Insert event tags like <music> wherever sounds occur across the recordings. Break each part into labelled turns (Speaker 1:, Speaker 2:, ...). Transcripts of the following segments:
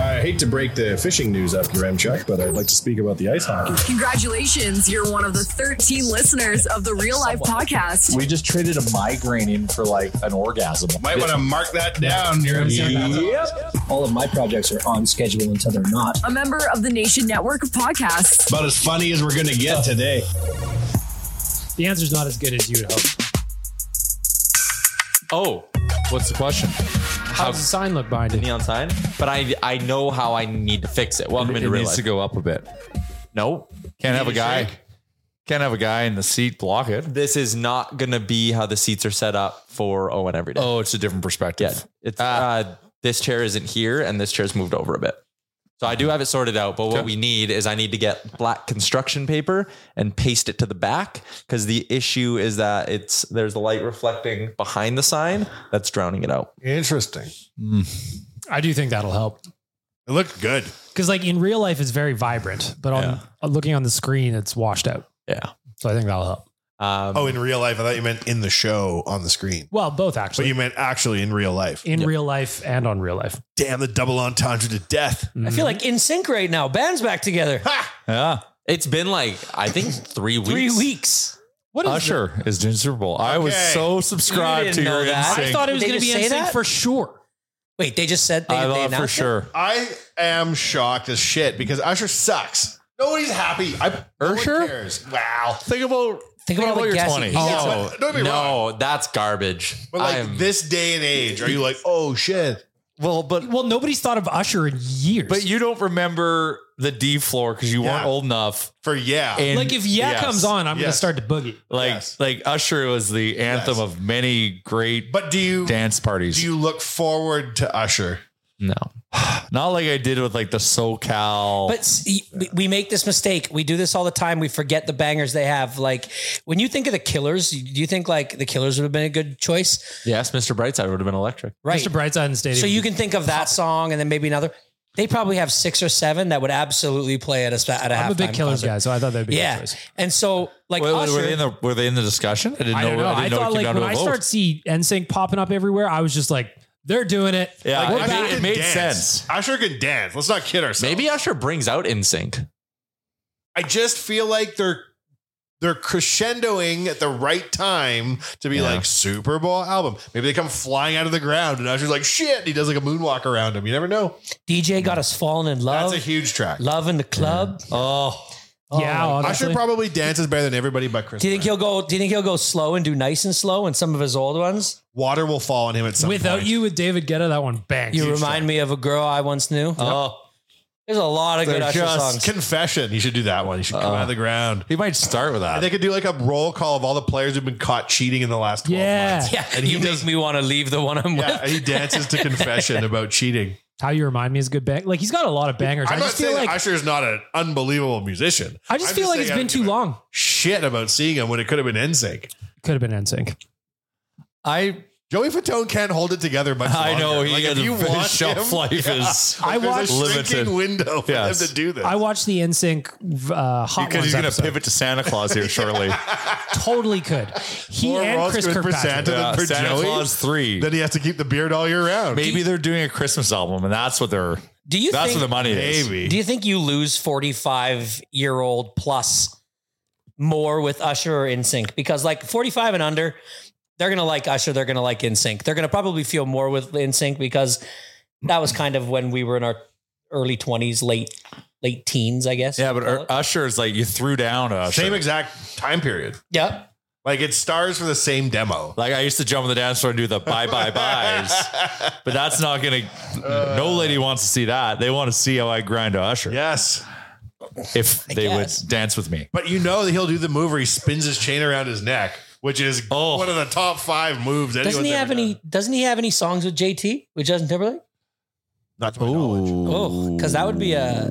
Speaker 1: I hate to break the fishing news up your Chuck, but I'd like to speak about the ice hockey.
Speaker 2: Congratulations, you're one of the 13 listeners of the Real Life Podcast.
Speaker 3: We just traded a migraine in for like an orgasm.
Speaker 1: Might want to mark that down. Your yep.
Speaker 4: All of my projects are on schedule until they're not.
Speaker 2: A member of the Nation Network of Podcasts.
Speaker 1: About as funny as we're going to get today.
Speaker 5: The answer's not as good as you'd hope.
Speaker 6: Oh, what's the question?
Speaker 5: How does the sign look behind it?
Speaker 7: neon sign, but I I know how I need to fix it. Welcome
Speaker 6: it
Speaker 7: into real
Speaker 6: needs
Speaker 7: life.
Speaker 6: to go up a bit.
Speaker 7: no,
Speaker 6: Can't have a guy. Can't have a guy in the seat block it.
Speaker 7: this is not gonna be how the seats are set up for Owen every day.
Speaker 6: Oh, Ah. it's a different perspective.
Speaker 7: yeah, it's uh, this chair isn't here, and this chair's moved over a bit. So I do have it sorted out, but what
Speaker 6: Okay.
Speaker 7: we need is I need to get black construction paper and paste it to the back because the issue is that it's there's light reflecting behind the sign that's drowning it out.
Speaker 8: Interesting.
Speaker 5: I do think that'll help.
Speaker 8: It looked good.
Speaker 5: Because like in real life, it's very vibrant, but on
Speaker 7: Yeah.
Speaker 5: on looking on the screen, it's washed out.
Speaker 7: Yeah.
Speaker 5: So I think that'll help.
Speaker 7: Um,
Speaker 8: Oh, in real life, I thought you meant in the show on the screen,
Speaker 5: Well, both
Speaker 8: but
Speaker 5: actually,
Speaker 8: you meant actually in real life.
Speaker 5: in real life and on real life.
Speaker 8: Damn the double entendre to <laughs> death.
Speaker 9: I feel like in sync right now. Band's back together.
Speaker 6: Yeah.
Speaker 7: it's been like I think three weeks.
Speaker 9: Three weeks.
Speaker 5: What is the-
Speaker 6: Usher is doing Super Bowl. I was
Speaker 8: Okay.
Speaker 6: so subscribed
Speaker 7: You
Speaker 6: to
Speaker 7: didn't
Speaker 6: your
Speaker 7: know that.
Speaker 6: instinct.
Speaker 9: They-
Speaker 5: I thought it was
Speaker 9: they
Speaker 5: going to
Speaker 9: just
Speaker 5: be
Speaker 9: say
Speaker 5: in sync
Speaker 9: that?
Speaker 5: for sure.
Speaker 9: Wait, they just said they,
Speaker 6: I
Speaker 9: they
Speaker 6: thought for
Speaker 9: announced it?
Speaker 6: sure.
Speaker 8: I am shocked as shit because Usher sucks. Nobody's happy. I no one
Speaker 6: Ursher?
Speaker 8: cares. Wow.
Speaker 6: Think about
Speaker 9: Think about all the
Speaker 6: your
Speaker 9: gas he-
Speaker 6: twenties.
Speaker 9: Yeah,
Speaker 8: Oh, don't be wrong.
Speaker 7: No, that's garbage.
Speaker 8: But like
Speaker 7: I'm-
Speaker 8: this day and age, are you like, oh shit?
Speaker 6: Well, but
Speaker 5: Well, nobody's thought of Usher in years.
Speaker 6: but you don't remember the D floor because you weren't
Speaker 8: Yeah.
Speaker 6: old enough.
Speaker 8: For yeah.
Speaker 6: And
Speaker 5: like if Yeah
Speaker 6: yes,
Speaker 5: comes on, I'm going to
Speaker 8: yes.
Speaker 5: start to boogie.
Speaker 6: like
Speaker 8: Yes.
Speaker 6: like Usher was the anthem
Speaker 8: Yes.
Speaker 6: of many great
Speaker 8: but do you
Speaker 6: dance parties.
Speaker 8: do you look forward to Usher?
Speaker 7: no.
Speaker 6: <sighs> Not like I did with like the SoCal.
Speaker 9: But s- y- we- we make this mistake. We do this all the time. We forget the bangers they have. Like when you think of the Killers, do you think like the Killers would have been a good choice?
Speaker 7: Yes, Mr. Brightside would have been electric.
Speaker 9: Right.
Speaker 5: Mr. Brightside and Stadium.
Speaker 9: So you can think of that song and then maybe another. They probably have six or seven that would absolutely play at a sp- at a
Speaker 5: I'm a big
Speaker 9: halftime
Speaker 5: Killers
Speaker 9: concert.
Speaker 5: guy, so I thought that'd be a
Speaker 9: Yeah,
Speaker 5: good choice.
Speaker 9: and so like
Speaker 6: Wait, wait,
Speaker 9: Usher,
Speaker 6: were they in the were they in the discussion? I didn't
Speaker 5: I
Speaker 6: know.
Speaker 5: don't know. I,
Speaker 6: didn't know it
Speaker 5: thought
Speaker 6: came
Speaker 5: like
Speaker 6: down
Speaker 5: when
Speaker 6: to a
Speaker 5: I
Speaker 6: vote.
Speaker 5: start see NSYNC popping up everywhere, I was just like, they're doing it.
Speaker 6: Yeah,
Speaker 5: Like, we're
Speaker 6: I
Speaker 8: Usher
Speaker 6: mean,
Speaker 5: back.
Speaker 6: it
Speaker 8: can
Speaker 6: made
Speaker 8: dance.
Speaker 6: sense.
Speaker 8: Usher can dance. Let's not kid ourselves.
Speaker 7: Maybe Usher brings out NSYNC.
Speaker 8: I just feel like they're they're crescendoing at the right time to be
Speaker 6: Yeah.
Speaker 8: like Super Bowl album. Maybe they come flying out of the ground and Usher's like shit. He does like a moonwalk around him. You never know.
Speaker 9: DJ got us falling in love,
Speaker 8: That's a huge track.
Speaker 9: love in the club.
Speaker 6: Oh,
Speaker 5: yeah, honestly.
Speaker 8: Usher probably dances better than everybody but Chris.
Speaker 9: Do you think
Speaker 8: Brown.
Speaker 9: he'll go? Do you think he'll go slow and do nice and slow and some of his old ones?
Speaker 8: water will fall on him at some
Speaker 5: Without
Speaker 8: point.
Speaker 5: you with David Guetta, that one bangs.
Speaker 9: You remind me of a girl I once knew.
Speaker 6: oh,
Speaker 9: There's a lot of good
Speaker 8: They're
Speaker 9: Usher songs. Uh.
Speaker 8: Confession. You should do that one. You should come out of the ground.
Speaker 6: He might start with that.
Speaker 8: They could do like a roll call of all the players who've been caught cheating in the last 12
Speaker 5: Yeah.
Speaker 8: months.
Speaker 9: <laughs> yeah,
Speaker 8: And he
Speaker 9: you make me want to leave the one I'm
Speaker 8: Yeah,
Speaker 9: with.
Speaker 8: he dances to
Speaker 9: <laughs>
Speaker 8: confession about cheating.
Speaker 5: How you remind me is a good bang. Like he's got a lot of bangers.
Speaker 8: I'm
Speaker 5: I
Speaker 8: not
Speaker 5: just feel
Speaker 8: saying
Speaker 5: like
Speaker 8: that Usher's not an unbelievable musician.
Speaker 5: I just
Speaker 8: I'm
Speaker 5: feel like
Speaker 8: saying
Speaker 5: it's
Speaker 8: I
Speaker 5: been
Speaker 8: don't
Speaker 5: too
Speaker 8: give a
Speaker 5: long.
Speaker 8: Shit about seeing him when it could have been NSYNC.
Speaker 5: Could have been NSYNC.
Speaker 6: I
Speaker 8: Joey Fatone can't hold it together much longer.
Speaker 6: I know he
Speaker 8: Like,
Speaker 6: like,
Speaker 8: if you
Speaker 6: his
Speaker 8: want
Speaker 6: shelf
Speaker 8: him-
Speaker 6: life
Speaker 8: Yeah.
Speaker 6: is
Speaker 5: I
Speaker 8: There's
Speaker 5: watched
Speaker 8: a
Speaker 6: limited.
Speaker 8: shrinking window for
Speaker 6: Yes.
Speaker 8: him to do this.
Speaker 5: I watched the NSYNC uh, hot
Speaker 6: because
Speaker 5: ones
Speaker 6: he's going to
Speaker 5: episode.
Speaker 6: pivot to Santa Claus here
Speaker 8: <laughs>
Speaker 6: shortly.
Speaker 5: Totally could. He
Speaker 8: More
Speaker 5: and
Speaker 8: Ross
Speaker 5: Chris
Speaker 8: good for
Speaker 5: Kirkpatrick.
Speaker 8: Santa than
Speaker 6: Yeah,
Speaker 8: for
Speaker 6: Uh, Santa
Speaker 8: Joey.
Speaker 6: Claus three.
Speaker 8: Then he has to keep the beard all year round.
Speaker 6: Maybe they're doing a Christmas album, and that's what they're.
Speaker 9: Do you
Speaker 6: that's
Speaker 9: think
Speaker 6: what the money is.
Speaker 8: Maybe.
Speaker 9: Do you think you lose 45 year old plus more with Usher or InSync? Because like 45 and under, they're gonna like Usher, they're gonna like InSync. They're gonna probably feel more with InSync because that was kind of when we were in our early 20s, late late teens, I guess.
Speaker 6: Yeah, but Ur- Usher is like you threw down Usher.
Speaker 8: Same exact time period.
Speaker 9: yeah.
Speaker 8: Like it stars for the same demo.
Speaker 6: Like I used to jump on the dance floor and do the bye
Speaker 8: <laughs>
Speaker 6: bye byes, but that's not gonna.
Speaker 8: Uh.
Speaker 6: no lady wants to see that. They want to see how I grind to Usher.
Speaker 8: Yes.
Speaker 6: If they would
Speaker 9: guess.
Speaker 6: dance with me,
Speaker 8: But you know that he'll do the move where he spins his chain around his neck, which is
Speaker 6: Oh.
Speaker 8: one of the top five moves.
Speaker 9: Doesn't
Speaker 8: anyone's
Speaker 9: he
Speaker 8: ever
Speaker 9: have
Speaker 8: done.
Speaker 9: any doesn't he have any songs with JT with Justin Timberlake?
Speaker 8: Not to my knowledge.
Speaker 9: Oh, because that would be a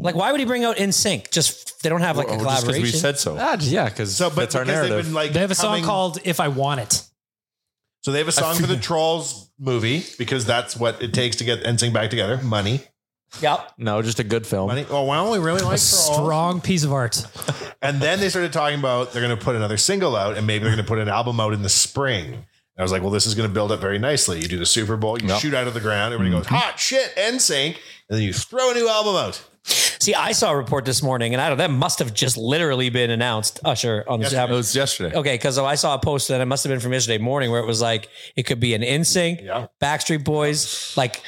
Speaker 9: like why would he bring out InSync? Just they don't have like a
Speaker 6: Or just
Speaker 9: collaboration.
Speaker 6: we said so.
Speaker 10: Ah, yeah, because
Speaker 8: So, but
Speaker 10: that's our
Speaker 8: because they've
Speaker 10: narrative.
Speaker 8: been like
Speaker 5: They have a song
Speaker 8: coming-
Speaker 5: called "If I Want It."
Speaker 8: So
Speaker 5: <laughs>
Speaker 8: they have a song for the Trolls movie because that's what it takes to get NSYNC back together. Money,
Speaker 9: yep.
Speaker 10: no, just a good film.
Speaker 8: money. Oh, wow, we really like
Speaker 5: A
Speaker 8: Trolls.
Speaker 5: strong piece of art.
Speaker 8: And then they started talking about they're going to put another single out and maybe they're going to put an album out in the spring. And I was like, well, this is going to build up very nicely. You do the Super Bowl, you shoot out of the ground, everybody goes hot shit, NSYNC, and then you throw a new album out.
Speaker 9: See, I saw a report this morning, and I don't. That must have just literally been announced, Usher, on this
Speaker 8: Yesterday.
Speaker 6: It
Speaker 9: album.
Speaker 6: was yesterday.
Speaker 9: Okay, because I saw a post that it must have been from yesterday morning, where it was like it could be an NSYNC,
Speaker 8: Yeah.
Speaker 9: Backstreet Boys, like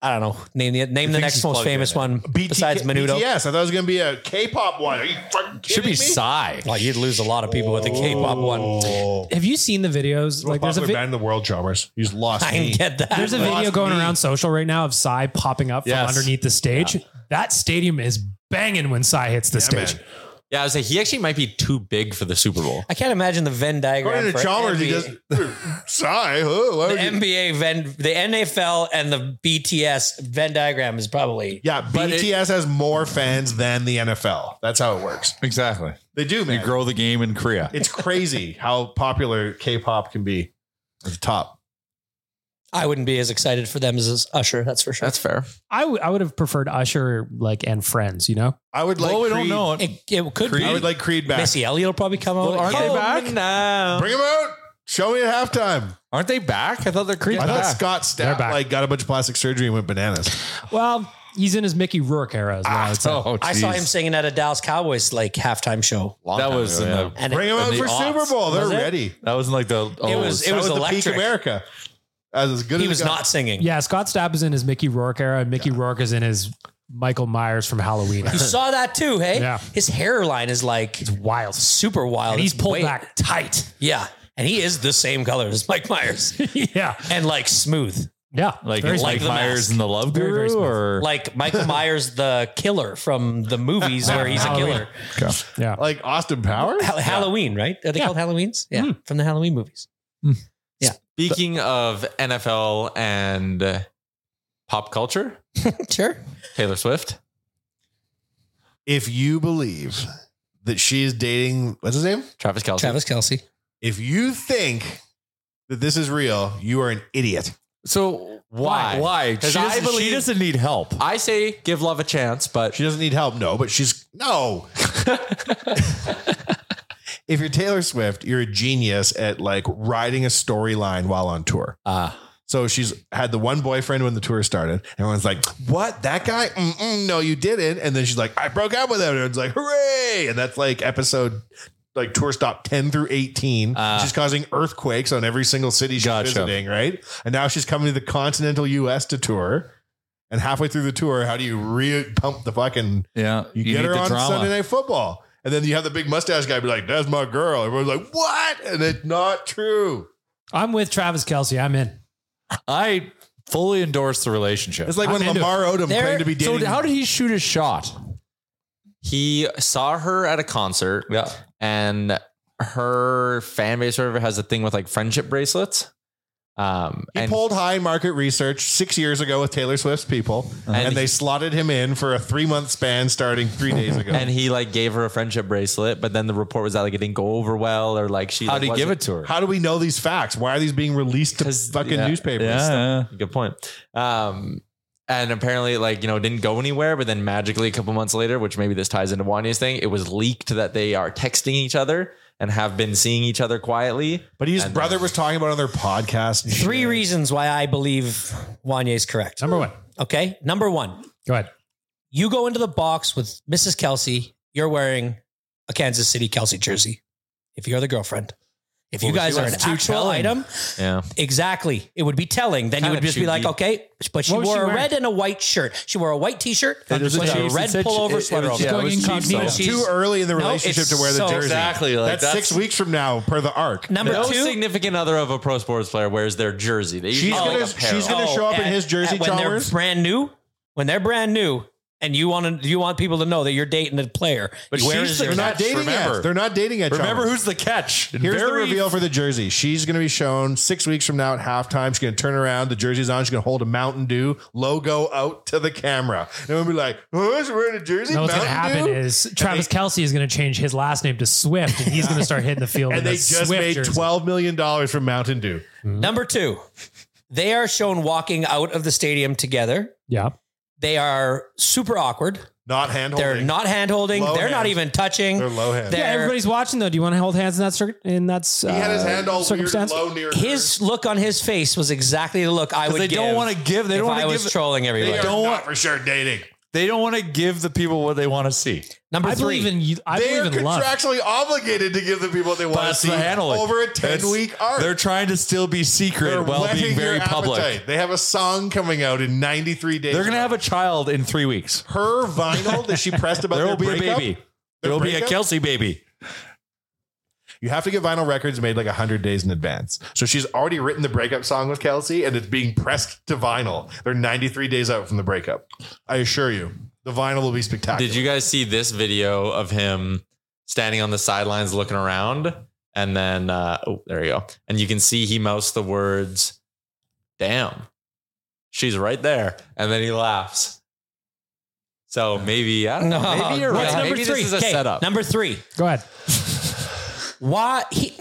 Speaker 9: I don't know, name the name the next most famous one besides Menudo.
Speaker 8: Yes, I thought it was going to be a K-pop one. Are you fucking kidding
Speaker 6: Should be
Speaker 8: me?
Speaker 6: Psy.
Speaker 9: Like Oh, you'd lose a lot of people with a K-pop one.
Speaker 8: Oh.
Speaker 5: Have you seen the videos? Like, there's a
Speaker 8: popular
Speaker 5: vi-
Speaker 8: band in the world, drummers. He's lost.
Speaker 9: <laughs> I can
Speaker 8: me.
Speaker 9: get that.
Speaker 5: there's a
Speaker 8: Lost
Speaker 5: video going
Speaker 8: me.
Speaker 5: around social right now of Psy popping up
Speaker 6: Yes.
Speaker 5: from underneath the stage. That stadium is banging when Psy hits the
Speaker 8: Yeah, man.
Speaker 5: stage.
Speaker 10: yeah, I was like, he actually might be too big for the Super Bowl.
Speaker 9: I can't imagine the Venn diagram.
Speaker 8: According to
Speaker 9: for
Speaker 8: Chalmers, he
Speaker 9: NBA.
Speaker 8: does. <laughs> Sigh. huh, why
Speaker 9: the
Speaker 8: would you-
Speaker 9: NBA Venn, the NFL, and the BTS Venn diagram is probably
Speaker 8: Yeah,
Speaker 6: But it-
Speaker 8: BTS has more fans than the NFL. That's how it works.
Speaker 6: Exactly.
Speaker 8: They do,
Speaker 6: You
Speaker 8: man.
Speaker 6: grow the game in Korea. <laughs>
Speaker 8: It's crazy how popular K-pop can be at the top.
Speaker 9: I wouldn't be as excited for them as Usher. That's for sure.
Speaker 10: That's fair.
Speaker 5: I would I would have preferred Usher like and Friends. You know,
Speaker 8: I would like.
Speaker 6: well, we don't
Speaker 8: Creed.
Speaker 6: know. it.
Speaker 9: It, it could
Speaker 8: I
Speaker 9: be.
Speaker 8: would like Creed back.
Speaker 9: Missy Elliott will probably come out.
Speaker 10: aren't they
Speaker 9: Yeah.
Speaker 10: back now?
Speaker 8: Bring him out. Show me at halftime.
Speaker 6: Aren't they back? I thought they're Korean.
Speaker 8: I thought
Speaker 6: back.
Speaker 8: Scott Stapp
Speaker 5: back.
Speaker 8: like got a bunch of plastic surgery and went bananas.
Speaker 5: well, he's in his Mickey Rourke era. As well. It's like-
Speaker 6: oh,
Speaker 9: I saw
Speaker 6: geez.
Speaker 9: him singing at a Dallas Cowboys like halftime show,
Speaker 10: Long
Speaker 6: That
Speaker 10: time
Speaker 6: was
Speaker 10: ago,
Speaker 6: in
Speaker 10: yeah.
Speaker 6: the.
Speaker 9: and
Speaker 8: Bring
Speaker 9: it,
Speaker 8: him out
Speaker 6: the
Speaker 8: for
Speaker 6: aughts.
Speaker 8: Super Bowl. They're
Speaker 9: Was it?
Speaker 8: ready.
Speaker 6: That was in like the. Oh,
Speaker 9: it was it
Speaker 8: That
Speaker 9: was,
Speaker 8: was the peak
Speaker 9: electric.
Speaker 8: America. That was as good.
Speaker 9: He
Speaker 8: as
Speaker 9: was
Speaker 8: it got.
Speaker 9: not singing.
Speaker 5: yeah, Scott Stapp is in his Mickey Rourke era. Mickey Rourke is in his Michael Myers from Halloween. <laughs>
Speaker 9: You
Speaker 5: era.
Speaker 9: saw that too, hey?
Speaker 5: Yeah.
Speaker 9: His hairline is like
Speaker 5: it's wild.
Speaker 9: super wild.
Speaker 5: And he's
Speaker 9: It's
Speaker 5: pulled
Speaker 9: way-
Speaker 5: back
Speaker 6: <laughs>
Speaker 5: tight. <laughs>
Speaker 9: Yeah. And he is the same color as Mike Myers
Speaker 5: yeah,
Speaker 9: and like smooth.
Speaker 5: yeah.
Speaker 6: like
Speaker 5: Very
Speaker 6: Mike
Speaker 9: the
Speaker 6: Myers
Speaker 9: mask.
Speaker 6: and the Love
Speaker 5: Very,
Speaker 6: Guru,
Speaker 5: very smooth.
Speaker 6: or
Speaker 8: <laughs>
Speaker 9: Like Michael Myers, the killer from
Speaker 5: <laughs>
Speaker 9: the movies where he's a
Speaker 5: Halloween.
Speaker 9: killer.
Speaker 5: yeah.
Speaker 8: like Austin Powers.
Speaker 9: Ha- Halloween, right? Are they
Speaker 5: Yeah.
Speaker 9: called Halloweens?
Speaker 8: Hmm.
Speaker 9: Yeah. From the Halloween movies.
Speaker 10: Speaking of NFL and uh, pop culture,
Speaker 9: Sure.
Speaker 10: Taylor Swift.
Speaker 8: If you believe that she is dating, what's his name?
Speaker 10: Travis Kelsey.
Speaker 9: Travis Kelsey.
Speaker 8: If you think that this is real, you are an idiot.
Speaker 10: So why?
Speaker 6: why? Why? She
Speaker 10: Because
Speaker 6: doesn't,
Speaker 10: I
Speaker 6: she
Speaker 10: believe
Speaker 6: doesn't need help.
Speaker 10: I say give love a chance, but
Speaker 8: She doesn't need help. No, but she's no. if you're Taylor Swift, you're a genius at like writing a storyline while on tour.
Speaker 10: Ah.
Speaker 8: So she's had the one boyfriend when the tour started. Everyone's like, "What? That guy? Mm-mm, no, you didn't." And then she's like, "I broke up with him." And it's like, "Hooray!" And that's like episode, like tour stop ten through eighteen.
Speaker 10: Ah.
Speaker 8: she's causing earthquakes on every single city she's
Speaker 6: Uh, Gotcha.
Speaker 8: visiting, right? And now she's coming to the continental U.S. to tour. And halfway through the tour, how do you re pump the fucking
Speaker 6: Yeah,
Speaker 8: you, get her on Sunday Night Football. And then you have the big mustache guy be like, that's my girl. Everyone's like, what? And it's not true.
Speaker 5: I'm with Travis Kelsey. I'm in.
Speaker 6: I fully endorse the relationship.
Speaker 8: It's like when Lamar Odom
Speaker 6: There-
Speaker 8: claimed to be dating.
Speaker 6: So how did he shoot his shot?
Speaker 7: He saw her at a concert.
Speaker 6: Yeah.
Speaker 7: And her fan base or whatever has a thing with like friendship bracelets. Um,
Speaker 8: He
Speaker 7: and
Speaker 8: pulled high market research six years ago with Taylor Swift's people, and,
Speaker 7: And
Speaker 8: they
Speaker 7: he-
Speaker 8: slotted him in for a three month span starting three days ago.
Speaker 7: and he like gave her a friendship bracelet, but then the report was that like it didn't go over well, or like she.
Speaker 6: How'd
Speaker 7: like,
Speaker 6: he give
Speaker 7: wasn't-
Speaker 6: it to her?
Speaker 8: How do we know these facts? Why are these being released to fucking
Speaker 7: yeah,
Speaker 8: newspapers?
Speaker 6: Yeah.
Speaker 7: Good point. Um, and apparently, like you know, it didn't go anywhere. But then magically, a couple months later, which maybe this ties into Wanya's thing, it was leaked that they are texting each other and have been seeing each other quietly.
Speaker 8: But his
Speaker 7: And-
Speaker 8: brother was talking about on their podcast. and
Speaker 9: Three
Speaker 8: shit.
Speaker 9: reasons why I believe Wanye is correct.
Speaker 5: Number one.
Speaker 9: Okay. Number one,
Speaker 5: Go ahead.
Speaker 9: you go into the box with Mrs. Kelsey. You're wearing a Kansas City Kelsey jersey. If you're the girlfriend, if you
Speaker 6: Well,
Speaker 9: guys
Speaker 6: she
Speaker 9: are an
Speaker 6: was too
Speaker 9: actual
Speaker 6: telling.
Speaker 9: item,
Speaker 7: Yeah.
Speaker 9: exactly, it would be telling. Then you
Speaker 7: Kinda
Speaker 9: would just be like,
Speaker 7: cheeky.
Speaker 9: okay, but she
Speaker 5: What was
Speaker 9: wore
Speaker 5: she
Speaker 9: a
Speaker 5: wearing?
Speaker 9: red and a white shirt. She wore a white T-shirt,
Speaker 6: It was
Speaker 9: with
Speaker 6: a
Speaker 9: a
Speaker 6: Chiefs.
Speaker 9: red
Speaker 6: It said-
Speaker 9: pullover
Speaker 6: it- it
Speaker 9: sweater.
Speaker 6: was
Speaker 9: over.
Speaker 6: just
Speaker 5: Going
Speaker 6: Chiefs,
Speaker 5: incognito.
Speaker 6: though.
Speaker 9: She's-
Speaker 8: Too early in the
Speaker 9: No,
Speaker 8: relationship
Speaker 9: it's
Speaker 8: to wear the
Speaker 9: so-
Speaker 8: jersey.
Speaker 7: Exactly, like,
Speaker 8: that's,
Speaker 7: that's-
Speaker 8: six weeks from now per the arc.
Speaker 9: Number
Speaker 7: no
Speaker 9: two,
Speaker 7: significant other of a pro sports player wears their jersey. They usually
Speaker 8: She's
Speaker 7: have,
Speaker 8: gonna-
Speaker 7: like, apparel.
Speaker 8: she's gonna show up in his jersey,
Speaker 9: oh, when they're
Speaker 8: Chalmers?
Speaker 9: brand new. When they're brand new, and you want to, you want people to know that you're dating a player.
Speaker 6: But
Speaker 9: Where
Speaker 6: she's
Speaker 9: is
Speaker 6: the-
Speaker 9: your
Speaker 8: They're not
Speaker 6: Catch,
Speaker 8: dating
Speaker 6: remember.
Speaker 8: yet. They're not dating yet.
Speaker 6: Remember
Speaker 8: Chalmers.
Speaker 6: who's the catch?
Speaker 8: Here's the
Speaker 6: Very-
Speaker 8: reveal for the jersey. She's going to be shown six weeks from now at halftime. She's going to turn around. The jersey's on. She's going to hold a Mountain Dew logo out to the camera. And we'll be like, oh, is she wearing a jersey?
Speaker 5: No, what's gonna
Speaker 8: Mountain
Speaker 5: happen
Speaker 8: Dew?
Speaker 5: is Travis Kelsey is gonna change his last name to Swift, and he's gonna start hitting the field.
Speaker 8: <laughs>
Speaker 5: in
Speaker 8: and
Speaker 5: a
Speaker 8: they just
Speaker 5: Swift
Speaker 8: made
Speaker 5: jersey.
Speaker 8: $12 million from Mountain Dew.
Speaker 9: Number two, they are shown walking out of the stadium together.
Speaker 5: Yeah,
Speaker 9: They are super awkward.
Speaker 8: Not hand
Speaker 9: They're
Speaker 8: holding.
Speaker 9: not hand holding.
Speaker 8: Low
Speaker 9: They're not
Speaker 8: hand.
Speaker 9: even touching.
Speaker 8: They're low hand.
Speaker 9: They're-
Speaker 5: yeah. Everybody's watching though. Do you want to hold hands in that cir- in that
Speaker 8: he had his
Speaker 5: uh,
Speaker 8: hand all weird and
Speaker 5: circumstance?
Speaker 8: low near
Speaker 9: his look on his face was exactly the look I would
Speaker 6: they
Speaker 9: give.
Speaker 6: don't wanna give- they
Speaker 9: if
Speaker 6: don't wanna
Speaker 9: I was
Speaker 6: give-
Speaker 9: trolling
Speaker 8: her. They
Speaker 9: everybody.
Speaker 8: are
Speaker 6: don't
Speaker 8: not
Speaker 6: want-
Speaker 8: for sure dating.
Speaker 6: They don't want to give the people what they want to see.
Speaker 9: Number
Speaker 5: I
Speaker 9: three.
Speaker 5: believe in you. I
Speaker 8: They are
Speaker 5: believe in love.
Speaker 8: contractually obligated to give the people what they want to
Speaker 6: That's
Speaker 8: see
Speaker 6: the handle.
Speaker 8: over a 10
Speaker 6: It's-
Speaker 8: week arc.
Speaker 6: They're trying to still be secret
Speaker 8: They're
Speaker 6: while
Speaker 8: whetting
Speaker 6: being very
Speaker 8: your
Speaker 6: public.
Speaker 8: appetite. They have a song coming out in 93 days.
Speaker 6: They're going to have a child in three weeks.
Speaker 8: her vinyl that she pressed about
Speaker 6: There will
Speaker 8: their
Speaker 6: be a
Speaker 8: breakup?
Speaker 6: baby.
Speaker 8: Their
Speaker 6: There will be a
Speaker 8: breakup?
Speaker 6: Kelsey baby.
Speaker 8: You have to get vinyl records made like 100 days in advance. So she's already written the breakup song with Kelsey and it's being pressed to vinyl. They're 93 days out from the breakup. I assure you, the vinyl will be spectacular.
Speaker 7: Did you guys see this video of him standing on the sidelines looking around? And then, uh, oh, there you go. And you can see he mouths the words, damn, she's right there. And then he laughs. So maybe, I don't know.
Speaker 9: No.
Speaker 7: Maybe you're
Speaker 9: What's
Speaker 7: right.
Speaker 9: number
Speaker 7: Maybe
Speaker 9: three?
Speaker 7: this is a
Speaker 9: Okay,
Speaker 7: setup.
Speaker 9: Number three.
Speaker 5: Go ahead.
Speaker 9: Why he?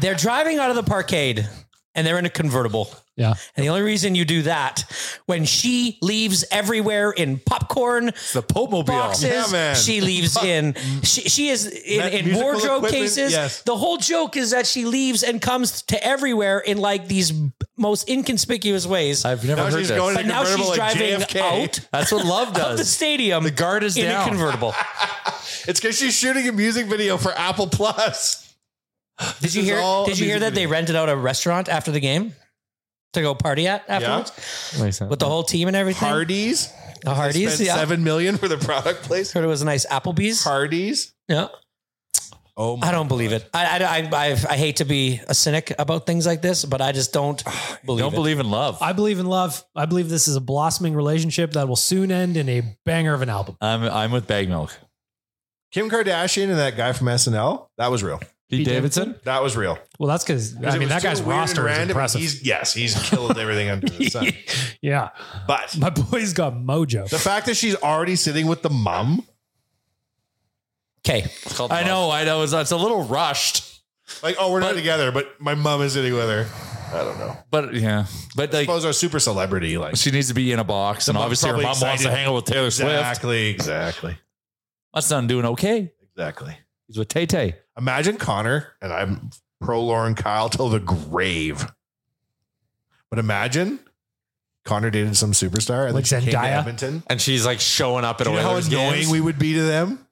Speaker 9: They're driving out of the parkade, and they're in a convertible.
Speaker 5: Yeah,
Speaker 9: And the only reason you do that when she leaves everywhere in popcorn
Speaker 6: The Pope mobile.
Speaker 8: Yeah,
Speaker 9: boxes,
Speaker 8: man.
Speaker 9: she leaves in she, she is in,
Speaker 8: Ma-
Speaker 9: in
Speaker 8: musical
Speaker 9: wardrobe
Speaker 8: equipment,
Speaker 9: cases.
Speaker 8: yes.
Speaker 9: The whole joke is that she leaves and comes to everywhere in like these most inconspicuous ways.
Speaker 6: I've never
Speaker 8: Now
Speaker 6: heard
Speaker 8: she's
Speaker 6: this.
Speaker 8: going to
Speaker 9: but now she's
Speaker 8: convertible at
Speaker 9: driving
Speaker 8: JFK.
Speaker 9: out
Speaker 6: That's what love
Speaker 9: of the
Speaker 6: does.
Speaker 9: stadium.
Speaker 6: The guard is
Speaker 9: in
Speaker 6: down.
Speaker 9: a convertible.
Speaker 8: It's because she's shooting a music video for Apple Plus.
Speaker 9: Did you
Speaker 8: is
Speaker 9: hear?
Speaker 8: all
Speaker 9: Did you hear
Speaker 8: music
Speaker 9: that they
Speaker 8: video.
Speaker 9: rented out a restaurant after the game to go party at afterwards with the whole team and everything?
Speaker 8: Hardee's.
Speaker 9: the Hardee's.
Speaker 8: Spent
Speaker 9: Yeah,
Speaker 8: seven million for the product place.
Speaker 9: heard it was a nice Applebee's.
Speaker 8: Hardee's.
Speaker 9: yeah.
Speaker 8: Oh my
Speaker 9: I don't believe it. I, I, I, I, I hate to be a cynic about things like this, but I just
Speaker 7: <sighs>
Speaker 9: don't believe
Speaker 6: Don't
Speaker 9: it.
Speaker 6: believe in love.
Speaker 5: I believe in love. I believe this is a blossoming relationship that will soon end in a banger of an album.
Speaker 6: I'm I'm with bag milk.
Speaker 8: Kim Kardashian and that guy from SNL. That was real.
Speaker 6: Pete
Speaker 5: Davidson?
Speaker 6: Davidson.
Speaker 8: That was real.
Speaker 5: Well, that's because
Speaker 8: 'Cause
Speaker 5: I
Speaker 8: it was
Speaker 5: mean that
Speaker 8: too
Speaker 5: guy's
Speaker 8: weird and
Speaker 5: roster is
Speaker 8: random.
Speaker 5: impressive.
Speaker 8: He's yes, he's killed everything under the
Speaker 9: <laughs>
Speaker 8: sun.
Speaker 5: <laughs> yeah,
Speaker 8: But
Speaker 5: my boy's got mojo.
Speaker 8: the fact that she's already sitting with the mom,
Speaker 9: Okay.
Speaker 6: I know. I know. It's, it's a little rushed,
Speaker 8: like, oh, we're not
Speaker 6: But-
Speaker 8: together, but my mom is sitting with her. I don't know.
Speaker 6: but yeah. But like
Speaker 8: Suppose our super celebrity, like
Speaker 6: she needs to be in a box, and
Speaker 8: mom's
Speaker 6: obviously her
Speaker 8: probably
Speaker 6: mom wants
Speaker 8: excited.
Speaker 6: to hang out with Taylor Swift.
Speaker 8: exactly, exactly,
Speaker 6: My son doing okay.
Speaker 8: exactly.
Speaker 6: He's with Tay Tay.
Speaker 8: Imagine Connor and I'm pro Lauren Kyle till the grave. But imagine Connor dated some superstar and
Speaker 5: Like
Speaker 8: then she came to
Speaker 5: Zendaya?
Speaker 8: Edmonton.
Speaker 7: and she's like showing up at
Speaker 8: Do
Speaker 7: a
Speaker 8: you know how
Speaker 7: Oilers
Speaker 8: annoying
Speaker 7: games.
Speaker 8: we would be to them?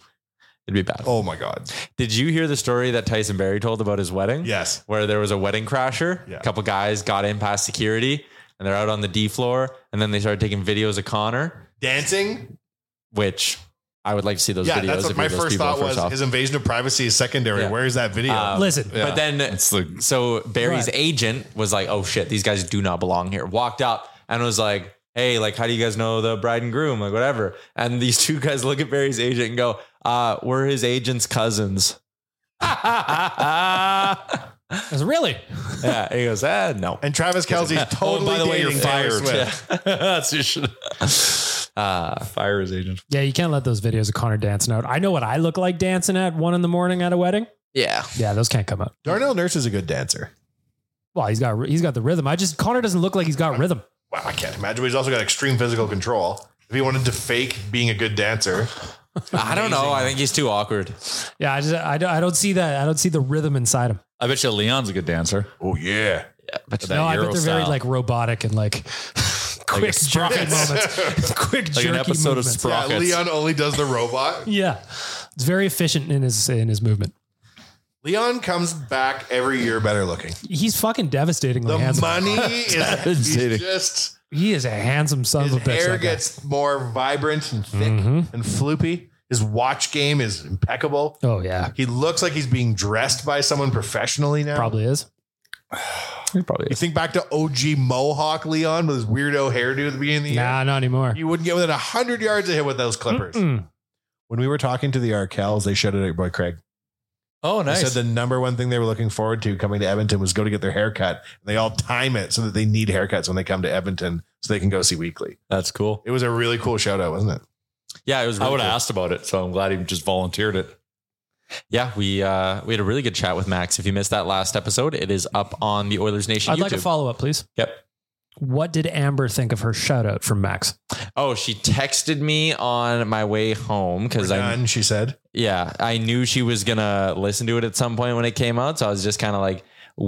Speaker 7: It'd be bad.
Speaker 8: Oh my god!
Speaker 7: Did you hear the story that Tyson Berry told about his wedding?
Speaker 8: Yes.
Speaker 7: where there was a wedding crasher.
Speaker 8: Yeah.
Speaker 7: A couple guys got in past security and they're out on the D floor and then they started taking videos of Connor,
Speaker 8: Dancing,
Speaker 7: which I would like to see those
Speaker 8: yeah,
Speaker 7: videos.
Speaker 8: that's what
Speaker 7: of
Speaker 8: my
Speaker 7: who those
Speaker 8: first
Speaker 7: people
Speaker 8: thought
Speaker 7: are,
Speaker 8: was.
Speaker 7: off.
Speaker 8: His invasion of privacy is secondary.
Speaker 7: Yeah.
Speaker 8: Where is that video?
Speaker 7: Uh,
Speaker 8: Yeah.
Speaker 7: But then, so Barry's agent was like, "Oh shit, these guys do not belong here." Walked up and was like, "Hey, like, how do you guys know the bride and groom? Like, whatever." And these two guys look at Barry's agent and go, uh, "We're his agent's cousins." <laughs>
Speaker 5: really?
Speaker 7: Yeah, he goes, "Ah, no."
Speaker 8: And Travis Kelsey's totally
Speaker 7: <laughs> Oh, by the way, you're
Speaker 8: dating Taylor
Speaker 7: fired.
Speaker 8: Swift.
Speaker 7: Yeah. <laughs> That's you should. <laughs> Uh, fire his agent.
Speaker 5: Yeah, you can't let those videos of Connor dancing out. I know what I look like dancing at one in the morning at a wedding.
Speaker 7: Yeah.
Speaker 5: Yeah, those can't come out.
Speaker 8: Darnell Nurse is a good dancer.
Speaker 5: Well, he's got he's got the rhythm. I just Connor doesn't look like he's got rhythm.
Speaker 8: Wow, I can't imagine. But he's also got extreme physical control. If he wanted to fake being a good dancer,
Speaker 7: I don't know. I think he's too awkward.
Speaker 5: Yeah, I just I, don't- I don't see that. I don't see the rhythm inside him.
Speaker 6: I bet you Leon's a good dancer.
Speaker 8: Oh yeah.
Speaker 6: But
Speaker 5: no, I bet they're very like robotic and like <laughs> quick jerky
Speaker 6: <laughs>
Speaker 5: moments. quick
Speaker 6: Like
Speaker 5: jerky
Speaker 6: an episode of
Speaker 5: movements.
Speaker 6: Sprockets.
Speaker 8: <laughs> Yeah, Leon only does the robot.
Speaker 5: Yeah, it's very efficient in his in his movement.
Speaker 8: Leon comes back every year better looking.
Speaker 5: He's fucking devastatingly
Speaker 8: The
Speaker 5: handsome. <laughs>
Speaker 8: money is he's just
Speaker 5: he is a handsome son of a bitch.
Speaker 8: hair
Speaker 5: that guy. Mm-hmm.
Speaker 8: gets more vibrant and thick and floopy. His watch game is impeccable.
Speaker 5: Oh yeah,
Speaker 8: he looks like he's being dressed by someone professionally now.
Speaker 5: Probably is.
Speaker 7: probably.
Speaker 8: You think back to OG Mohawk Leon with his weirdo hairdo at the beginning of the year.
Speaker 5: Nah, not anymore.
Speaker 8: You wouldn't get within hundred yards of him with those clippers.
Speaker 5: Mm-mm.
Speaker 8: When we were talking to the Arkells, they showed it at your boy Craig.
Speaker 9: Oh,
Speaker 8: They
Speaker 9: nice.
Speaker 8: said the number one thing they were looking forward to coming to Edmonton was go to get their haircut. And they all time it so that they need haircuts when they come to Edmonton so they can go see weekly.
Speaker 6: That's cool.
Speaker 8: It was a really cool shout out, wasn't it?
Speaker 7: Yeah, it was.
Speaker 6: I
Speaker 7: really
Speaker 6: would have
Speaker 7: cool.
Speaker 6: asked about it, so I'm glad he just volunteered it.
Speaker 7: Yeah, we uh, we had a really good chat with Max. If you missed that last episode, it is up on the Oilers Nation.
Speaker 5: I'd like a
Speaker 7: YouTube.
Speaker 5: follow up, please.
Speaker 7: Yep.
Speaker 5: What did Amber think of her shout out from Max?
Speaker 7: Oh, she texted me on my way home because I
Speaker 8: Done, she said.
Speaker 7: yeah I knew she was gonna listen to it at some point when it came out, so I was just kind of like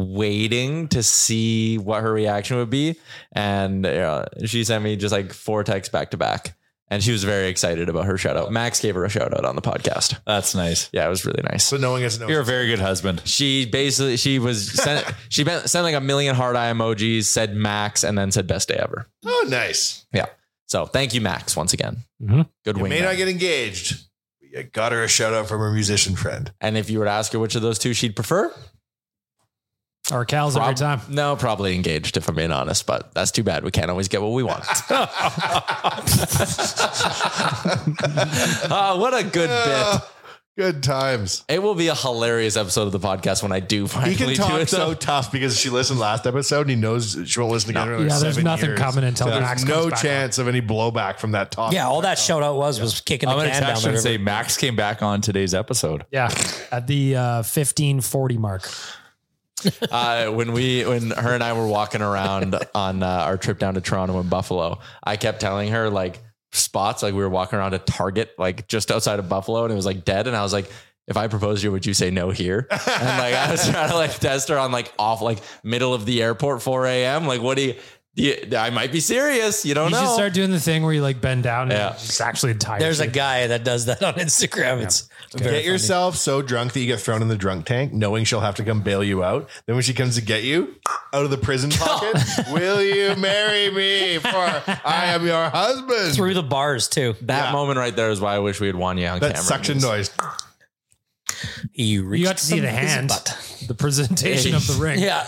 Speaker 7: waiting to see what her reaction would be, and uh, she sent me just like four texts back to back, and she was very excited about her shout out. Max gave her a shout out on the podcast.
Speaker 6: That's nice.
Speaker 7: Yeah, it was really nice.
Speaker 8: So knowing us, knowing
Speaker 6: You're a very good husband.
Speaker 7: She basically she was sent she been, sent like a million hard eye emojis, said Max, and then said best day ever.
Speaker 8: Oh, nice.
Speaker 7: Yeah. So thank you, Max, once again.
Speaker 5: Mhm.
Speaker 7: Good
Speaker 8: You
Speaker 7: wing.
Speaker 8: may not get engaged. but you got her a shout out from her musician friend.
Speaker 7: and if you were to ask her which of those two she'd prefer,
Speaker 5: Our cows every
Speaker 7: prob-
Speaker 5: time.
Speaker 7: no, probably engaged. If I'm being honest, but that's too bad. We can't always get what we want. <laughs> Ah, what a good bit.
Speaker 8: Ah, Good times.
Speaker 7: It will be a hilarious episode of the podcast when I do
Speaker 8: He
Speaker 7: finally
Speaker 8: can
Speaker 7: do
Speaker 8: talk
Speaker 7: it.
Speaker 8: so
Speaker 7: though.
Speaker 8: tough because she listened last episode and he knows she won't listen again. in another
Speaker 5: Yeah, there's
Speaker 8: seven
Speaker 5: nothing
Speaker 8: years.
Speaker 5: coming until
Speaker 8: there's
Speaker 5: Max comes
Speaker 8: no
Speaker 5: back
Speaker 8: chance of any blowback from that talk.
Speaker 9: yeah, all that shout out was was kicking the
Speaker 6: I'm gonna
Speaker 9: can down
Speaker 6: text
Speaker 9: the
Speaker 6: her and
Speaker 9: river.
Speaker 6: say Max came back on today's episode.
Speaker 5: Yeah, at the uh, 1540 mark.
Speaker 7: <laughs> uh, when we when her and I were walking around on uh, our trip down to Toronto and Buffalo, I kept telling her like spots like we were walking around a Target like just outside of Buffalo and it was like dead and I was like. If I proposed to you, would you say
Speaker 9: <laughs>
Speaker 7: no here? And like I was trying to like test her on like off like middle of the airport, 4 a.m. Like, what do you, do you- I might be serious. You don't
Speaker 5: you
Speaker 7: know.
Speaker 5: should start doing the thing where you like bend down and
Speaker 7: Yeah.
Speaker 5: it's actually tired.
Speaker 9: There's a guy that does that on Instagram. It's very
Speaker 8: Get yourself so drunk that you get thrown in the drunk tank, knowing she'll have to come bail you out. Then when she comes to get you out of the
Speaker 5: <laughs>
Speaker 8: prison pocket, will you marry me? For I am your husband.
Speaker 9: through the bars too.
Speaker 7: that
Speaker 8: yeah.
Speaker 7: moment right there is why I wish we had Wanya on
Speaker 8: that
Speaker 7: camera.
Speaker 8: suction noise.
Speaker 9: You
Speaker 5: you
Speaker 9: reached
Speaker 5: got to see the
Speaker 9: somebody's
Speaker 5: hand,
Speaker 9: butt.
Speaker 5: the presentation
Speaker 9: <laughs>
Speaker 5: of the ring.
Speaker 9: Yeah.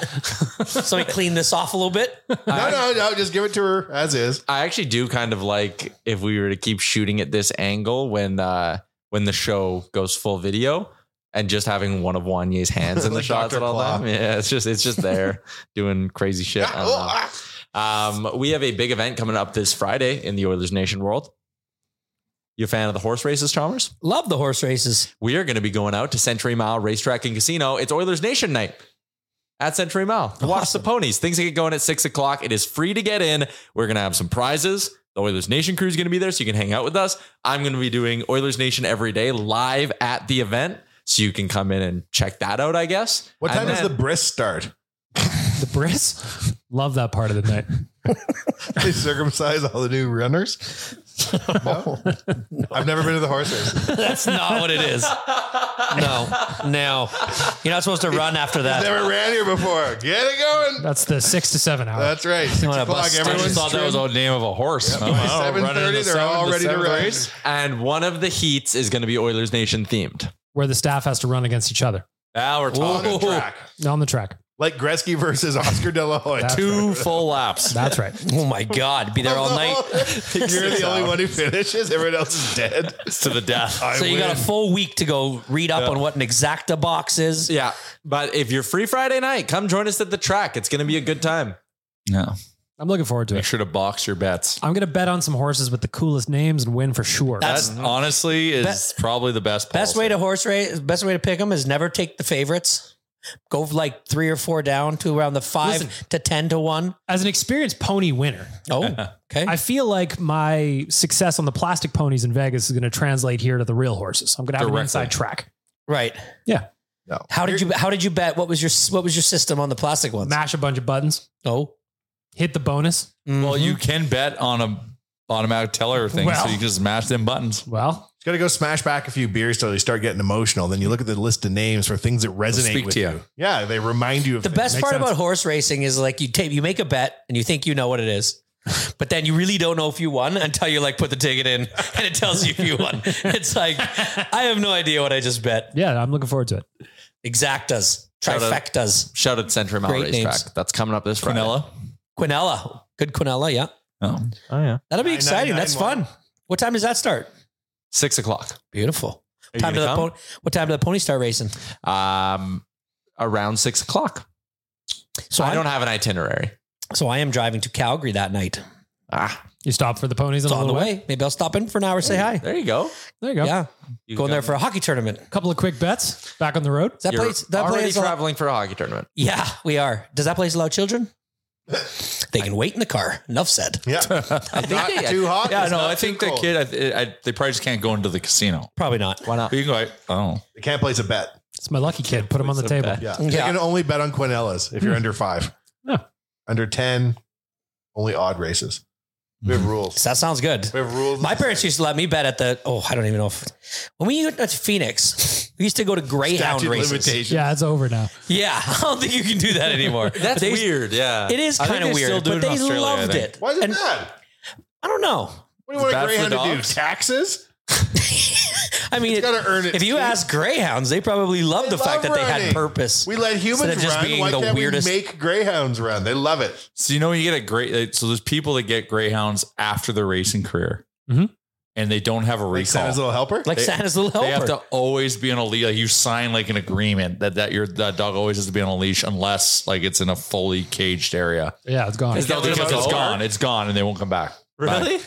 Speaker 9: Somebody clean this off a little bit.
Speaker 8: No, no, no. Just give it to her as is.
Speaker 7: I actually do kind of like if we were to keep shooting at this angle when uh when the show goes full video and just having one of Wanye's <laughs> hands in the
Speaker 8: Like
Speaker 7: shots
Speaker 8: Dr.
Speaker 7: at all
Speaker 8: Claw. Oh,
Speaker 7: time. Yeah, it's just it's just there doing crazy shit. I don't know.
Speaker 8: ah.
Speaker 7: Um, we have a big event coming up this Friday in the Oilers Nation world. You a fan of the horse races, Chalmers?
Speaker 9: <laughs> Love the horse races.
Speaker 7: we are going to be going out to Century Mile Racetrack and Casino. It's Oilers Nation night at Century Mile. Watch the ponies. Things get going at six o'clock. It is free to get in. We're going to have some prizes. The Oilers Nation crew is going to be there, so you can hang out with us. I'm going to be doing Oilers Nation every day live at the event, so you can come in and check that out. I guess.
Speaker 8: What
Speaker 7: And
Speaker 8: time does
Speaker 7: then-
Speaker 8: the bris start?
Speaker 5: The bris. Love that part of the night.
Speaker 8: They circumcise all the new runners. I've never been to the horse race.
Speaker 9: That's not what it is. No, no. You're not supposed to run after that.
Speaker 8: Never ran here before. Get it going.
Speaker 5: That's the six to seven hour.
Speaker 8: That's right. Six
Speaker 9: wanna
Speaker 8: o'clock.
Speaker 9: bust-
Speaker 6: I just
Speaker 8: Everyone's
Speaker 6: thought that was
Speaker 8: trim.
Speaker 6: a name of a horse.
Speaker 8: Yep.
Speaker 6: I don't know,
Speaker 8: Seven
Speaker 6: running
Speaker 8: thirty,
Speaker 6: the
Speaker 8: they're
Speaker 6: seven
Speaker 8: all
Speaker 6: to
Speaker 8: ready to
Speaker 6: seven
Speaker 8: run.
Speaker 6: race.
Speaker 7: Oh. And one of the heats is going to be Oilers Nation themed.
Speaker 5: Where the staff has to run against each other
Speaker 6: Now we're
Speaker 8: on the
Speaker 6: talking.
Speaker 8: track.
Speaker 5: on the track.
Speaker 8: Like Gretzky versus Oscar De La Hoya.
Speaker 5: That's
Speaker 8: Two.
Speaker 6: Two full laps.
Speaker 5: That's right.
Speaker 9: Oh my God. Be there all <laughs> night.
Speaker 8: You're the only one who finishes. Everyone else is dead.
Speaker 6: to the death.
Speaker 8: I
Speaker 9: So you got a
Speaker 8: win.
Speaker 9: full week to go read up on what an exacta box is.
Speaker 7: Yeah. But if you're free Friday night, come join us at the track. It's going to be a good time.
Speaker 6: No.
Speaker 5: I'm looking forward to
Speaker 6: Make
Speaker 5: it.
Speaker 6: sure to box your bets.
Speaker 5: I'm gonna bet on some horses with the coolest names and win for sure.
Speaker 9: That's-
Speaker 7: Mm-hmm.
Speaker 6: That honestly is probably the best.
Speaker 9: Best way to horse race, best way to pick them is never take the favorites. Go like three or four down to around the five to 10 to one.
Speaker 5: As an experienced pony winner,
Speaker 9: <laughs> Oh, okay.
Speaker 5: I feel like my success on the plastic ponies in Vegas is gonna translate here to the real horses. I'm gonna have
Speaker 6: Directly.
Speaker 5: an inside track.
Speaker 9: right.
Speaker 5: Yeah.
Speaker 9: How did you, how did you bet? What was your, what was your system on the plastic ones?
Speaker 5: Mash a bunch of buttons,
Speaker 9: Oh,
Speaker 5: hit the bonus.
Speaker 6: Well, you can bet on a automatic teller thing, so
Speaker 5: Well.
Speaker 6: you can just mash them buttons.
Speaker 5: Well,
Speaker 8: You gotta go smash back a few beers till you start getting emotional. Then you look at the list of names for things that resonate
Speaker 6: speak
Speaker 8: with
Speaker 6: to
Speaker 8: you.
Speaker 6: you.
Speaker 8: Yeah, they remind you of
Speaker 9: The
Speaker 8: things.
Speaker 9: best
Speaker 8: Makes
Speaker 9: part
Speaker 8: sense.
Speaker 9: about horse racing is like you take you make a bet and you think you know what it is. But then you really don't know if you won until you like put the ticket in and it tells you if you won. <laughs> It's like I have no idea what I just bet.
Speaker 5: yeah, I'm looking forward to it.
Speaker 9: Exactas,
Speaker 7: Shout out.
Speaker 9: trifectas,
Speaker 7: Shout out Century Mile
Speaker 9: Great
Speaker 7: Racetrack.
Speaker 9: names.
Speaker 7: That's coming up this Friday.
Speaker 6: Vanilla.
Speaker 9: quinella, good quinella, yeah.
Speaker 6: Oh.
Speaker 7: Oh, yeah.
Speaker 9: That'll be
Speaker 8: Nine,
Speaker 9: exciting.
Speaker 8: nine,
Speaker 9: That's
Speaker 8: nine,
Speaker 9: fun. What time does that start?
Speaker 7: Six o'clock.
Speaker 9: Beautiful.
Speaker 7: Are you
Speaker 9: Time to
Speaker 7: gonna
Speaker 9: the
Speaker 7: come?
Speaker 9: pony. What time do the pony start racing?
Speaker 7: Um, around six o'clock.
Speaker 9: So
Speaker 7: I don't
Speaker 9: I'm-
Speaker 7: have an itinerary.
Speaker 9: So I am driving to Calgary that night.
Speaker 7: Ah,
Speaker 5: You stop for the ponies on
Speaker 9: It's
Speaker 5: the,
Speaker 9: on the
Speaker 5: way.
Speaker 9: way. Maybe I'll stop in for an hour, say hi.
Speaker 7: there you go.
Speaker 5: There you go.
Speaker 9: Yeah,
Speaker 7: You
Speaker 9: going there
Speaker 7: come-
Speaker 9: for a hockey tournament. Is
Speaker 5: A couple of quick bets back on the road.
Speaker 9: that
Speaker 7: You're
Speaker 9: place? That
Speaker 7: already
Speaker 9: place?
Speaker 7: traveling for a hockey tournament.
Speaker 9: Yeah, we are. Does that place allow children?
Speaker 7: <laughs>
Speaker 9: They can wait in the car. Enough said.
Speaker 6: <laughs>
Speaker 8: yeah,
Speaker 7: I
Speaker 8: not
Speaker 7: think-
Speaker 8: too hot.
Speaker 6: Yeah,
Speaker 8: it's
Speaker 6: no,
Speaker 8: not
Speaker 6: I
Speaker 8: too
Speaker 6: think the
Speaker 8: cold.
Speaker 6: kid. I, I, they probably just can't go into the casino.
Speaker 9: Probably not.
Speaker 7: Why not?
Speaker 6: But you can go. I,
Speaker 8: They can't place a bet.
Speaker 5: It's my lucky kid. Put him on the
Speaker 7: It's a
Speaker 5: table.
Speaker 7: bet.
Speaker 8: Yeah,
Speaker 9: Yeah.
Speaker 8: you can only bet on Quinellas
Speaker 6: Hmm.
Speaker 8: if you're under five.
Speaker 5: Yeah.
Speaker 8: under ten, only odd races. We
Speaker 6: Hmm.
Speaker 8: have rules.
Speaker 9: That sounds good.
Speaker 8: We have rules.
Speaker 9: My parents used to let me bet at the. Oh, I don't even know if when we went to Phoenix, we used to go to Greyhound
Speaker 8: Statute of
Speaker 9: races.
Speaker 8: limitations.
Speaker 5: Yeah, it's over now.
Speaker 9: Yeah, <laughs> I don't think you can do that
Speaker 6: <laughs>
Speaker 9: anymore. But
Speaker 7: That's
Speaker 9: they-
Speaker 7: weird. Yeah,
Speaker 9: It is
Speaker 6: I think
Speaker 9: kind of
Speaker 6: they still
Speaker 9: weird,
Speaker 6: do it
Speaker 9: but
Speaker 6: in
Speaker 9: they
Speaker 6: Australia, I
Speaker 9: loved
Speaker 6: think.
Speaker 9: it.
Speaker 8: Why is it
Speaker 9: And
Speaker 8: bad?
Speaker 9: I don't know.
Speaker 8: What do you want
Speaker 6: bad
Speaker 8: a
Speaker 6: for
Speaker 8: greyhound
Speaker 6: the
Speaker 8: to do?
Speaker 6: dogs?
Speaker 8: Taxes?
Speaker 9: I mean,
Speaker 8: It's gotta earn its
Speaker 9: if you
Speaker 8: keep.
Speaker 9: ask Greyhounds, they probably love
Speaker 8: They
Speaker 9: the fact
Speaker 8: love
Speaker 9: that they
Speaker 8: running.
Speaker 9: had purpose.
Speaker 8: We let humans
Speaker 9: Instead of just
Speaker 8: run.
Speaker 9: being
Speaker 8: Why
Speaker 9: the
Speaker 8: can't
Speaker 9: weirdest-
Speaker 8: we make greyhounds run? They love it.
Speaker 6: So you know you get a great. So there's people that get greyhounds after their racing career,
Speaker 5: Mhm.
Speaker 6: and they don't have a
Speaker 8: Like
Speaker 6: recall.
Speaker 8: Santa's little helper.
Speaker 9: like
Speaker 6: They-
Speaker 9: Santa's little
Speaker 6: they have
Speaker 9: helper.
Speaker 6: to always be on a leash. Like you sign like an agreement that that your that dog always has to be on a leash unless like it's in a fully caged area.
Speaker 5: Yeah, it's gone.
Speaker 7: Is that-
Speaker 6: Because
Speaker 7: It's
Speaker 6: it's
Speaker 7: over?
Speaker 6: gone, it's gone, and they won't come back.
Speaker 7: really.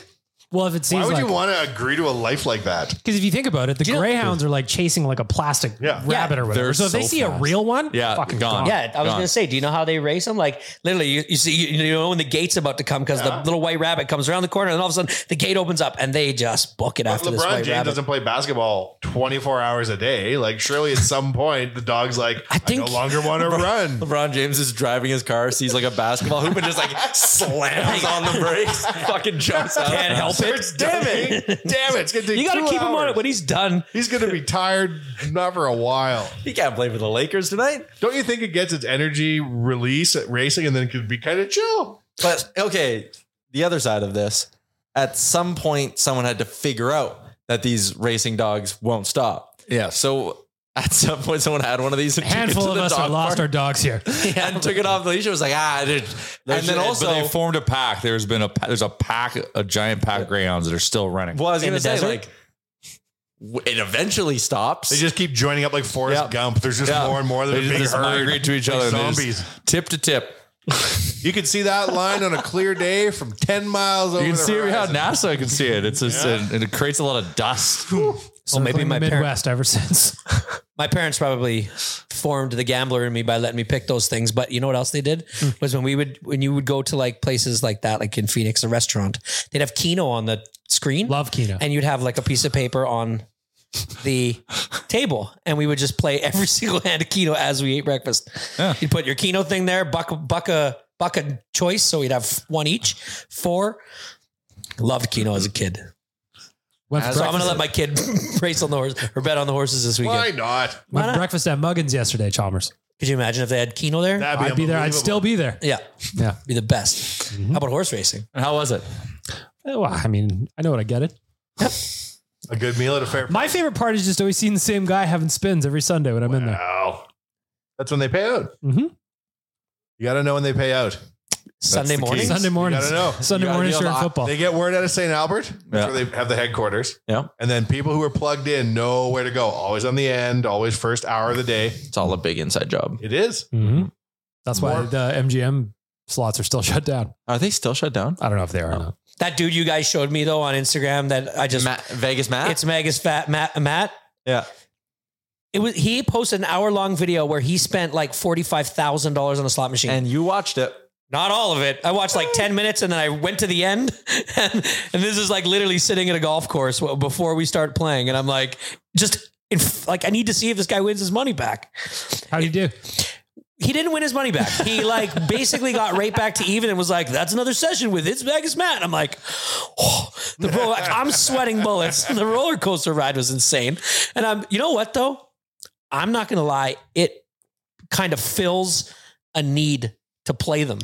Speaker 5: well, if
Speaker 8: Why
Speaker 5: it seems
Speaker 8: would
Speaker 5: like
Speaker 8: you want to agree to a life like that?
Speaker 5: because if you think about it, the
Speaker 9: you know-
Speaker 5: greyhounds are like chasing like a plastic
Speaker 8: Yeah.
Speaker 5: rabbit or whatever.
Speaker 6: they're
Speaker 5: So if they
Speaker 6: so
Speaker 5: see a
Speaker 6: fast.
Speaker 5: real one,
Speaker 6: Yeah,
Speaker 5: fucking
Speaker 6: gone.
Speaker 5: gone.
Speaker 9: Yeah, I was
Speaker 6: Gone.
Speaker 9: gonna say, do you know how they race them? Like literally, you, you see, you, you know, when the gate's about to come because the little white rabbit comes around the corner, and all of a sudden the gate opens up, and they just book it
Speaker 8: But
Speaker 9: after this
Speaker 8: LeBron
Speaker 9: white
Speaker 8: James
Speaker 9: rabbit.
Speaker 8: doesn't play basketball 24 hours a day. Like, surely at some point, the dog's like, I,
Speaker 9: think-
Speaker 8: no longer want
Speaker 6: <laughs>
Speaker 8: to run.
Speaker 7: LeBron James is driving his car, sees like a basketball hoop, and just like slams on the brakes, <laughs> fucking jumps out.
Speaker 9: Can't help it.
Speaker 8: Damn it. <laughs> Damn it. It's going to take
Speaker 9: You got to
Speaker 8: two
Speaker 9: keep him on
Speaker 8: hours.
Speaker 9: it when he's done.
Speaker 8: He's going to be tired, not for a while.
Speaker 7: He can't play for the Lakers tonight.
Speaker 8: Don't you think it gets its energy release at racing and then it could be kind of chill?
Speaker 7: But okay, the other side of this, at some point, someone had to figure out that these racing dogs won't stop.
Speaker 6: Yeah.
Speaker 7: So at some point, someone had one of these and
Speaker 5: A
Speaker 7: took it
Speaker 5: handful
Speaker 7: to
Speaker 5: of
Speaker 7: <laughs> the
Speaker 5: us
Speaker 7: dog
Speaker 5: are lost our
Speaker 7: park
Speaker 5: dogs
Speaker 7: <laughs>
Speaker 5: here.
Speaker 7: and took it off the leash. It was like ah, dude. and then also.
Speaker 6: they formed a pack. There's been a pa- there's a pack, a giant pack of greyhounds that are still running.
Speaker 7: well, I was
Speaker 9: In
Speaker 7: gonna
Speaker 9: the
Speaker 7: say
Speaker 9: desert?
Speaker 7: like w- it eventually stops.
Speaker 8: They just keep joining up like Forrest
Speaker 7: Yeah.
Speaker 8: Gump. There's just
Speaker 6: Yeah.
Speaker 8: more and more of them.
Speaker 6: They
Speaker 8: a big
Speaker 6: just
Speaker 8: herd,
Speaker 6: migrate to each
Speaker 8: like
Speaker 6: other. and they
Speaker 8: Zombies.
Speaker 6: just Tip to tip.
Speaker 8: You can see that line on a clear day from 10 miles over
Speaker 6: You can
Speaker 8: the
Speaker 6: see it. Yeah,
Speaker 8: horizon.
Speaker 6: NASA can see it. It's just, and it creates a lot of dust.
Speaker 5: So
Speaker 9: maybe
Speaker 5: maybe
Speaker 9: my
Speaker 5: my
Speaker 9: parent-
Speaker 5: Midwest ever <laughs> since.
Speaker 9: My parents probably formed the gambler in me by letting me pick those things. But you know what else they did
Speaker 5: Hmm.
Speaker 9: was when we would when you would go to like places like that, like in Phoenix, a restaurant, they'd have Kino on the screen.
Speaker 5: Love Kino.
Speaker 9: and you'd have like a piece of paper on the table and we would just play every <laughs> single hand of keno as we ate breakfast you'd put your keno thing there buck buck a buck a choice so we'd have one each four loved keno as a kid
Speaker 5: Went for
Speaker 9: so I'm gonna
Speaker 5: breakfast.
Speaker 9: let my kid <laughs> race on the horse or bet on the horses this weekend.
Speaker 8: Why not?
Speaker 5: Went for breakfast at Muggins yesterday, Chalmers.
Speaker 9: Could you imagine if they had Keno there?
Speaker 5: I'd be, there. I'd still be
Speaker 7: <laughs>
Speaker 5: there.
Speaker 9: Yeah,
Speaker 5: Yeah.
Speaker 9: be the best.
Speaker 7: Mm-hmm.
Speaker 9: How about horse racing?
Speaker 6: How was it?
Speaker 5: Oh, Well, I mean, I know what I get it.
Speaker 8: A good meal at a fair.
Speaker 5: My favorite part is just always seeing the same guy having spins every Sunday when I'm in there.
Speaker 8: Wow. That's when they pay out.
Speaker 5: Mm-hmm.
Speaker 8: You got to know when they pay out. That's
Speaker 9: Sunday
Speaker 8: the
Speaker 9: mornings?
Speaker 8: keys.
Speaker 5: Sunday
Speaker 8: You
Speaker 5: mornings.
Speaker 8: gotta know.
Speaker 5: Sunday
Speaker 8: You gotta
Speaker 5: mornings
Speaker 8: be able
Speaker 5: during
Speaker 8: to-
Speaker 5: football.
Speaker 8: They get word out of St. Albert. That's where they have the headquarters.
Speaker 7: Yeah.
Speaker 8: And then people who are plugged in know where to go. Always on the end, always first hour of the day.
Speaker 7: It's all a big inside job.
Speaker 8: It is.
Speaker 5: Mm-hmm. That's why the MGM slots are still <laughs> shut down.
Speaker 7: Are they still shut down? Oh.
Speaker 5: I don't know if they are or not.
Speaker 9: That dude you guys showed me though on Instagram that I just
Speaker 7: Matt, Vegas Matt.
Speaker 9: it's Magus Fat Matt Matt.
Speaker 7: yeah.
Speaker 9: It was he posted an hour long video where he spent like forty five thousand dollars on a slot machine.
Speaker 7: And you watched it.
Speaker 9: Not all of it. I watched like 10 minutes and then I went to the end. <laughs> And, and this is like literally sitting at a golf course w- before we start playing. And I'm like, just in, f- like, I need to see if this guy wins his money back.
Speaker 5: How'd he do?
Speaker 9: He didn't win his money back.
Speaker 8: <laughs>
Speaker 9: He like basically got right back to even and was like, that's another session with It's Vegas Matt. I'm like, oh, the bro, I'm sweating bullets. The roller coaster ride was insane. And I'm, you know what though? I'm not going to lie. It kind of fills a need to play them.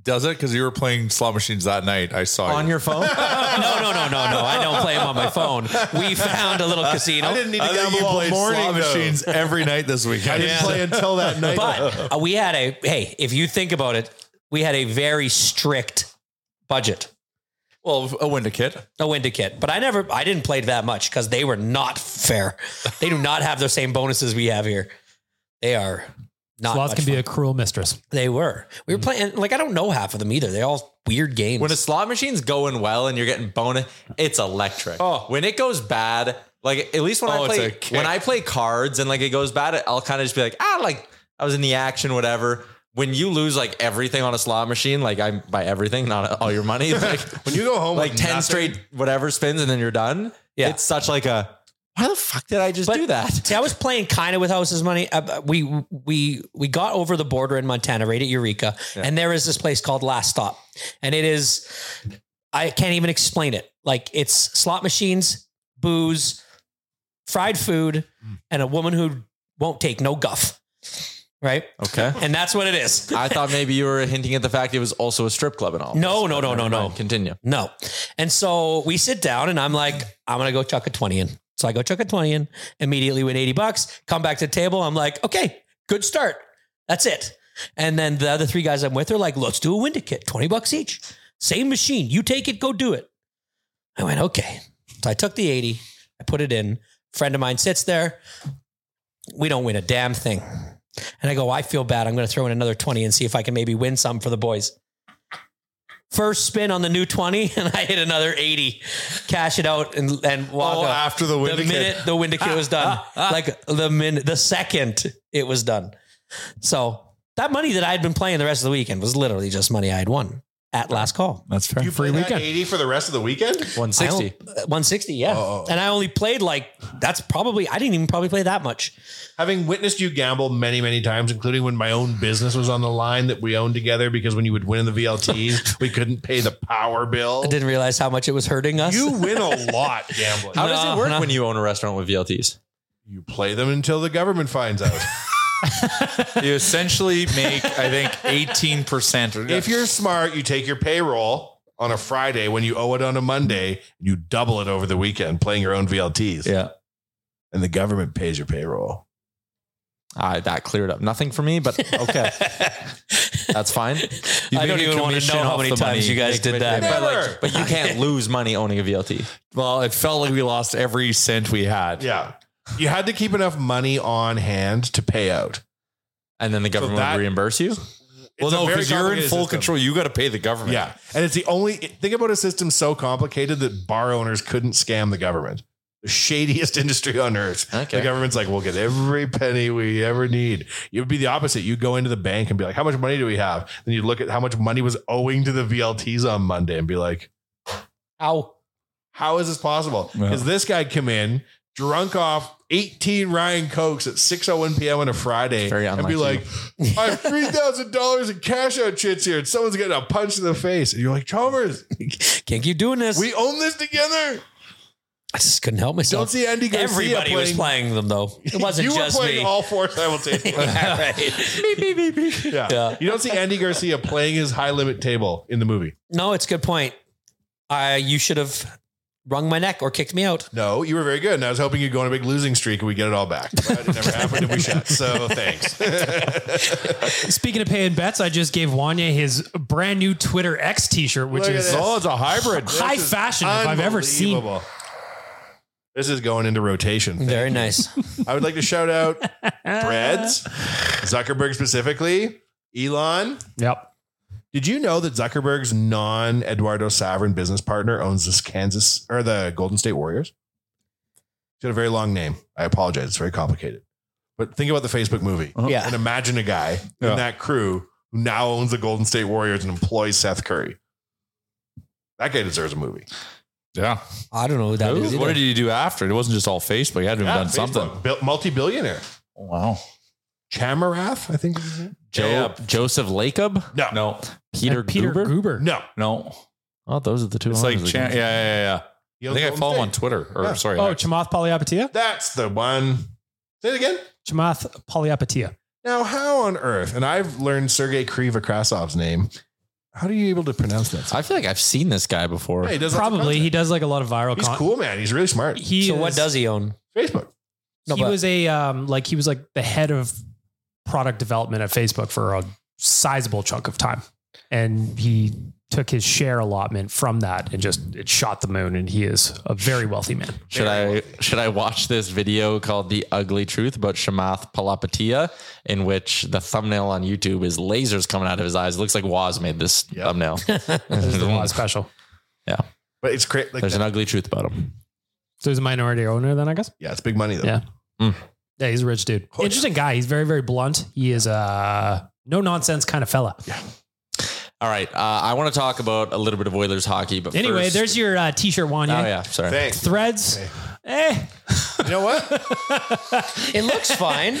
Speaker 6: Does it? Because you were playing slot machines that night. I saw
Speaker 7: On
Speaker 6: you.
Speaker 8: <laughs>
Speaker 7: your phone?
Speaker 9: no, no, no, no, no. I don't play them on my phone. We found a little casino. Uh,
Speaker 8: I didn't need to
Speaker 6: I think
Speaker 8: gamble
Speaker 6: you
Speaker 8: all
Speaker 6: played
Speaker 8: morning.
Speaker 6: slot
Speaker 8: though.
Speaker 6: machines every night this weekend.
Speaker 8: <laughs> I didn't play
Speaker 6: <laughs>
Speaker 8: until that night.
Speaker 9: But uh, we had a hey, if you think about it, we had a very strict budget,
Speaker 6: Well, a window kit.
Speaker 9: a window kit. But I never, I didn't play that much because they were not fair. They do not have the same bonuses we have here. They are not.
Speaker 5: slots
Speaker 9: much
Speaker 5: can be
Speaker 9: fun.
Speaker 5: a Mm. cruel mistress.
Speaker 9: they were. We were playing like I don't know half of them either. They're all weird games.
Speaker 7: When a slot machine's going well and you're getting bonus, it's electric.
Speaker 9: Oh.
Speaker 7: When it goes bad, like at least when
Speaker 6: Oh,
Speaker 7: I
Speaker 6: it's a
Speaker 7: play
Speaker 6: kick.
Speaker 7: when I play cards and like it goes bad, I'll kind of just be like, ah, like I was in the action, whatever. When you lose like everything on a slot machine, like I'm by everything, not all your money, <laughs> like
Speaker 8: when you go home,
Speaker 7: like
Speaker 8: with
Speaker 7: ten
Speaker 8: nothing-
Speaker 7: straight whatever spins and then you're done.
Speaker 9: Yeah.
Speaker 7: It's such like a why the fuck did I just
Speaker 9: But-
Speaker 7: do that?
Speaker 9: <laughs> See, I was playing kind of with houses money. Uh, we we we got over the border in Montana, right at Eureka, and there is this place called Last Stop, and it is I can't even explain it. Like it's slot machines, booze, fried food,
Speaker 7: Hmm.
Speaker 9: and a woman who won't take no guff, right?
Speaker 7: Okay.
Speaker 9: And that's what it
Speaker 7: <laughs>
Speaker 9: is.
Speaker 7: <laughs> I thought maybe you were hinting at the fact it was also a strip club and all.
Speaker 9: No,
Speaker 7: this,
Speaker 9: no,
Speaker 7: but
Speaker 9: no,
Speaker 7: never
Speaker 9: no,
Speaker 7: mind.
Speaker 9: no.
Speaker 7: Continue.
Speaker 9: No. And so we sit down and I'm like, I'm gonna go chuck a 20 in. So I go chuck a 20 in, immediately win 80 bucks, come back to the table. I'm like, okay, good start. That's it. And then the other three guys I'm with are like, let's do a window kit, 20 bucks each. Same machine. You take it, go do it. I went, okay. So I took the 80, I put it in. Friend of mine sits there. We don't win a damn thing. And I go, I feel bad. I'm gonna throw in another 20 and see if I can maybe win some for the boys first spin on the new 20 <laughs> and I hit another 80, cash it out and, and walk
Speaker 6: Oh,
Speaker 9: out.
Speaker 6: after the Ah, window
Speaker 9: the
Speaker 6: kit.
Speaker 9: minute the window kit
Speaker 6: <laughs>
Speaker 9: was done, like the minute, the second it was done. So that money that I had been playing the rest of the weekend was literally just money I had won at last call.
Speaker 6: That's fair.
Speaker 8: You play
Speaker 5: Free
Speaker 8: that
Speaker 5: weekend.
Speaker 8: 80 for the rest of the weekend?
Speaker 9: I
Speaker 7: 160.
Speaker 9: don't- 160, yeah.
Speaker 8: Oh.
Speaker 9: And I only played like, that's probably, I didn't even probably play that much.
Speaker 8: Having witnessed you gamble many, many times, including when my own business was on the line that we owned together, because when you would win in
Speaker 6: <laughs>
Speaker 8: the VLTs, we couldn't pay the power bill.
Speaker 9: I didn't realize how much it was hurting us.
Speaker 8: You win a lot gambling.
Speaker 7: How does
Speaker 9: No,
Speaker 7: it work
Speaker 9: no.
Speaker 7: when you own a restaurant with VLTs?
Speaker 8: You play them until the government finds out.
Speaker 6: <laughs> You essentially make, I think, 18%. Or,
Speaker 8: if you're smart, you take your payroll on a Friday when you owe it on a Monday, and you double it over the weekend playing your own VLTs.
Speaker 6: Yeah.
Speaker 8: And the government pays your payroll.
Speaker 7: Uh, that cleared up nothing for
Speaker 6: <laughs>
Speaker 7: me, but
Speaker 8: <laughs>
Speaker 7: okay, that's fine.
Speaker 9: I
Speaker 6: make
Speaker 9: don't
Speaker 6: a
Speaker 9: even want to
Speaker 6: commission
Speaker 9: know how
Speaker 6: off
Speaker 9: many
Speaker 6: the
Speaker 9: times
Speaker 6: money
Speaker 9: you guys
Speaker 6: make
Speaker 9: did
Speaker 6: with
Speaker 9: that.
Speaker 6: it.
Speaker 9: but, like,
Speaker 8: Never.
Speaker 7: But you
Speaker 6: <laughs>
Speaker 7: can't lose money owning a VLT.
Speaker 6: Well, it felt like we lost every cent we had.
Speaker 8: Yeah. You had to keep enough money on hand to pay out.
Speaker 7: And then the government
Speaker 8: that-
Speaker 7: would reimburse you?
Speaker 6: Well,
Speaker 8: It's a
Speaker 6: no,
Speaker 8: very
Speaker 6: because you're in
Speaker 8: complicated
Speaker 6: full
Speaker 8: system.
Speaker 6: control. You got to pay the government.
Speaker 8: Yeah. And it's the only think about a system so complicated that bar owners couldn't scam the government. The shadiest <laughs> industry on earth.
Speaker 7: Okay.
Speaker 8: The government's like, we'll get every penny we ever need. It would be the opposite. You go into the bank and be like, how much money do we have? Then you look at how much money was owing to the VLTs on Monday and be like,
Speaker 9: ow.
Speaker 8: how is this possible?
Speaker 6: Yeah.
Speaker 8: Because this guy come in drunk off 18 Ryan Cokes at 6.01 p.m. on a Friday
Speaker 7: Very
Speaker 8: and be like,
Speaker 7: unlike
Speaker 8: I have $3,000 in cash out chits here and someone's getting a punch in the face. And you're like, Chalmers,
Speaker 9: Can't keep doing this.
Speaker 8: we own this together.
Speaker 9: I just couldn't help myself.
Speaker 8: Don't see Andy Garcia
Speaker 9: Everybody was
Speaker 8: playing-
Speaker 9: playing them though.
Speaker 8: <laughs>
Speaker 9: It wasn't
Speaker 8: you
Speaker 9: just
Speaker 8: were playing
Speaker 9: me. <laughs>
Speaker 8: all four simultaneously. <laughs> Yeah. You don't see Andy Garcia playing his high limit table in the movie.
Speaker 9: No, it's a good point. Uh, you should have wrung my neck or kicked me out.
Speaker 8: No, you were very good, and I was hoping you'd go on a big losing streak and we get it all back. But it never happened, and we shut. So thanks.
Speaker 5: Speaking of paying bets, I just gave Wanya his brand new Twitter X T-shirt, which
Speaker 8: Look at
Speaker 5: is
Speaker 8: this. Oh, it's a hybrid.
Speaker 5: high
Speaker 8: This is
Speaker 5: fashion if I've ever seen.
Speaker 8: unbelievable. This is going into rotation. Very
Speaker 9: nice.
Speaker 8: I would like to shout out Breads, Zuckerberg specifically, Elon.
Speaker 5: Yep.
Speaker 8: Did you know that Zuckerberg's non Eduardo Sovereign business partner owns this Kansas or the Golden State Warriors? He's got a very long name. I apologize. It's very complicated. But think about the Facebook movie.
Speaker 9: Yeah.
Speaker 8: And imagine a guy
Speaker 6: Yeah.
Speaker 8: in that crew who now owns the Golden State Warriors and employs Seth Curry. That guy deserves a movie.
Speaker 6: Yeah.
Speaker 9: I don't know who that is
Speaker 6: What
Speaker 9: either.
Speaker 6: did you do after? It wasn't just all Facebook. You had to have
Speaker 8: Yeah,
Speaker 6: done something.
Speaker 8: Facebook, built multi-billionaire.
Speaker 6: Wow.
Speaker 8: Chamarath, I think. is his name.
Speaker 6: Joe, Joseph Lacob?
Speaker 8: No.
Speaker 6: No. Peter,
Speaker 5: Peter
Speaker 6: Goober?
Speaker 5: Goober.
Speaker 8: No.
Speaker 6: No.
Speaker 7: Oh, those are the two.
Speaker 6: It's like,
Speaker 7: honors
Speaker 6: Chan- yeah,
Speaker 7: again.
Speaker 6: yeah, yeah.
Speaker 8: Yo,
Speaker 6: I think I
Speaker 8: Golden
Speaker 6: follow him on
Speaker 8: State.
Speaker 6: Twitter. Or,
Speaker 8: Yeah.
Speaker 6: sorry.
Speaker 5: Oh, Chamath Palihapitiya.
Speaker 8: That's the one. Say it again.
Speaker 5: Chamath Palihapitiya.
Speaker 8: Now, how on earth? And I've learned Sergei Krivokrasov's name. How are you able to pronounce that?
Speaker 7: I feel like I've seen this guy before.
Speaker 8: Yeah, he does lots of
Speaker 5: Probably
Speaker 8: content.
Speaker 5: he does like a lot of viral.
Speaker 8: He's
Speaker 5: con-
Speaker 8: cool, man. He's really smart.
Speaker 5: He
Speaker 9: so
Speaker 5: is-
Speaker 9: what does he own?
Speaker 8: Facebook.
Speaker 9: No,
Speaker 5: he
Speaker 9: but-
Speaker 5: was a um, like he was like the head of product development at Facebook for a sizable chunk of time, and he took his share allotment from that and just it shot the moon. And he is a very wealthy man.
Speaker 7: Should I should I watch this video called "The Ugly Truth" about Shamath Palapatiya, in which the thumbnail on YouTube is lasers coming out of his eyes? It looks like Waz made this thumbnail.
Speaker 5: This is a lot special.
Speaker 7: yeah,
Speaker 8: But it's crazy. Like
Speaker 7: there's
Speaker 8: that-
Speaker 7: an ugly truth about him.
Speaker 5: So he's a minority owner then, I guess.
Speaker 8: yeah, it's big money though.
Speaker 5: Yeah.
Speaker 7: Mm.
Speaker 5: Yeah, he's a rich dude. Interesting guy. He's very, very blunt. He is a no nonsense kind of fella.
Speaker 7: All right, uh, I want to talk about a little bit of Oilers hockey, but
Speaker 5: Anyway,
Speaker 7: first-
Speaker 5: there's your uh, t-shirt,
Speaker 7: oh
Speaker 5: Wanya.
Speaker 7: yeah, sorry.
Speaker 8: Thanks.
Speaker 5: Threads. Eh.
Speaker 8: You know what?
Speaker 9: It looks fine.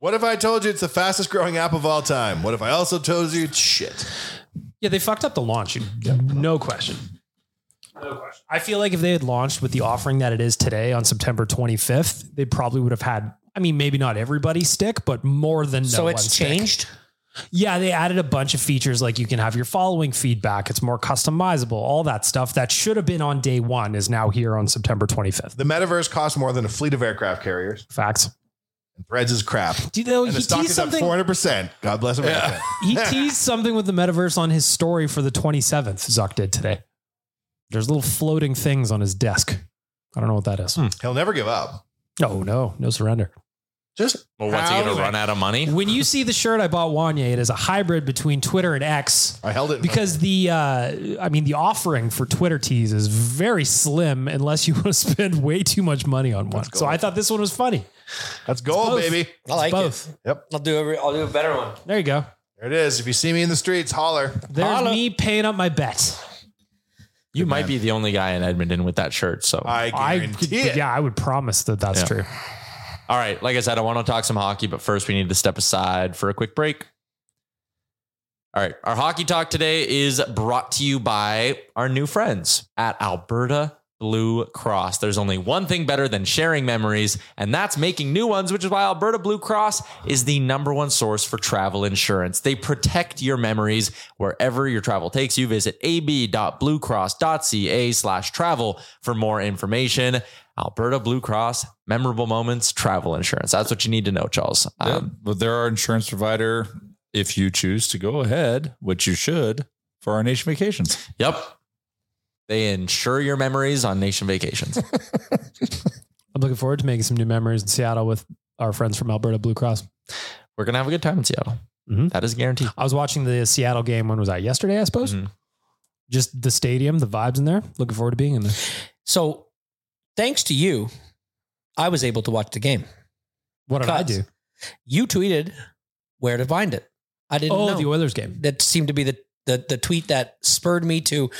Speaker 8: What if I told you it's the fastest growing app of all time? What if I also told you it's shit?
Speaker 5: Yeah, they fucked up the launch. No question. No question. I feel like if they had launched with the offering that it is today on September 25th, they probably would have had. I mean, maybe not everybody stick, but more than no
Speaker 9: so
Speaker 5: one
Speaker 9: it's
Speaker 5: stick.
Speaker 9: changed.
Speaker 5: Yeah, they added a bunch of features like you can have your following feedback. It's more customizable. All that stuff that should have been on day one is now here on September 25th.
Speaker 8: The metaverse costs more than a fleet of aircraft carriers.
Speaker 5: Facts.
Speaker 8: And Threads is crap.
Speaker 5: Dude,
Speaker 9: Oh,
Speaker 5: though,
Speaker 8: And
Speaker 5: he
Speaker 8: the stock
Speaker 5: teased
Speaker 8: is up
Speaker 5: something.
Speaker 8: 400%. God bless America. <laughs>
Speaker 5: he teased something with the metaverse on his story for the 27th. Zuck did today. There's little floating things on his desk. I don't know what that is.
Speaker 8: He'll never give up.
Speaker 5: Oh no, no surrender.
Speaker 8: Just
Speaker 7: Well, what's he
Speaker 8: How
Speaker 7: gonna
Speaker 8: is
Speaker 7: run out of money?
Speaker 5: When you see the shirt I bought Wanye, it is a hybrid between Twitter and X.
Speaker 8: I held it in my-
Speaker 5: Because the, uh, I mean, the offering for Twitter tees is very slim unless you <laughs> want to spend way too much money on one. So I thought this one was funny.
Speaker 8: That's gold,
Speaker 5: both.
Speaker 8: baby.
Speaker 9: I like
Speaker 5: both.
Speaker 9: it.
Speaker 8: Yep.
Speaker 9: I'll do a, I'll do a better one.
Speaker 5: There you go.
Speaker 8: There it is. If you see me in the streets, holler.
Speaker 5: There's me paying up my bet.
Speaker 7: You might be the only guy in Edmonton with that shirt.
Speaker 9: Oh,
Speaker 7: So,
Speaker 8: I
Speaker 5: I,
Speaker 8: guarantee it.
Speaker 5: yeah, I would promise that that's
Speaker 7: Yeah.
Speaker 5: true.
Speaker 7: all right, like I said, I want to talk some hockey, but first we need to step aside for a quick break. All right, our hockey talk today is brought to you by our new friends at Alberta Blue Cross. There's only one thing better than sharing memories, and that's making new ones, which is why Alberta Blue Cross is the number one source for travel insurance. They protect your memories wherever your travel takes you. Visit ab.bluecross.ca slash travel for more information. Alberta Blue Cross, memorable moments, travel insurance. That's what you need to know, Charles.
Speaker 6: Yeah,
Speaker 7: Um,
Speaker 6: but they're our insurance provider if you choose to go ahead, which you should, for our nation vacations.
Speaker 7: Yep. They insure your memories on nation vacations.
Speaker 5: I'm looking forward to making some new memories in Seattle with our friends from Alberta Blue Cross.
Speaker 7: We're gonna have a good time in Seattle.
Speaker 5: Mhm.
Speaker 7: That is guaranteed.
Speaker 5: I was watching the Seattle game. When was that? Yesterday, I suppose.
Speaker 9: Mm-hmm.
Speaker 5: Just the stadium, the vibes in there. Looking forward to being in there.
Speaker 9: So, thanks to you, I was able to watch the game.
Speaker 5: What did I
Speaker 9: Cuts.
Speaker 5: do?
Speaker 9: You tweeted where to find it. I didn't
Speaker 5: Oh,
Speaker 9: know.
Speaker 5: the Oilers game.
Speaker 9: that seemed to be the, the, the tweet that spurred me to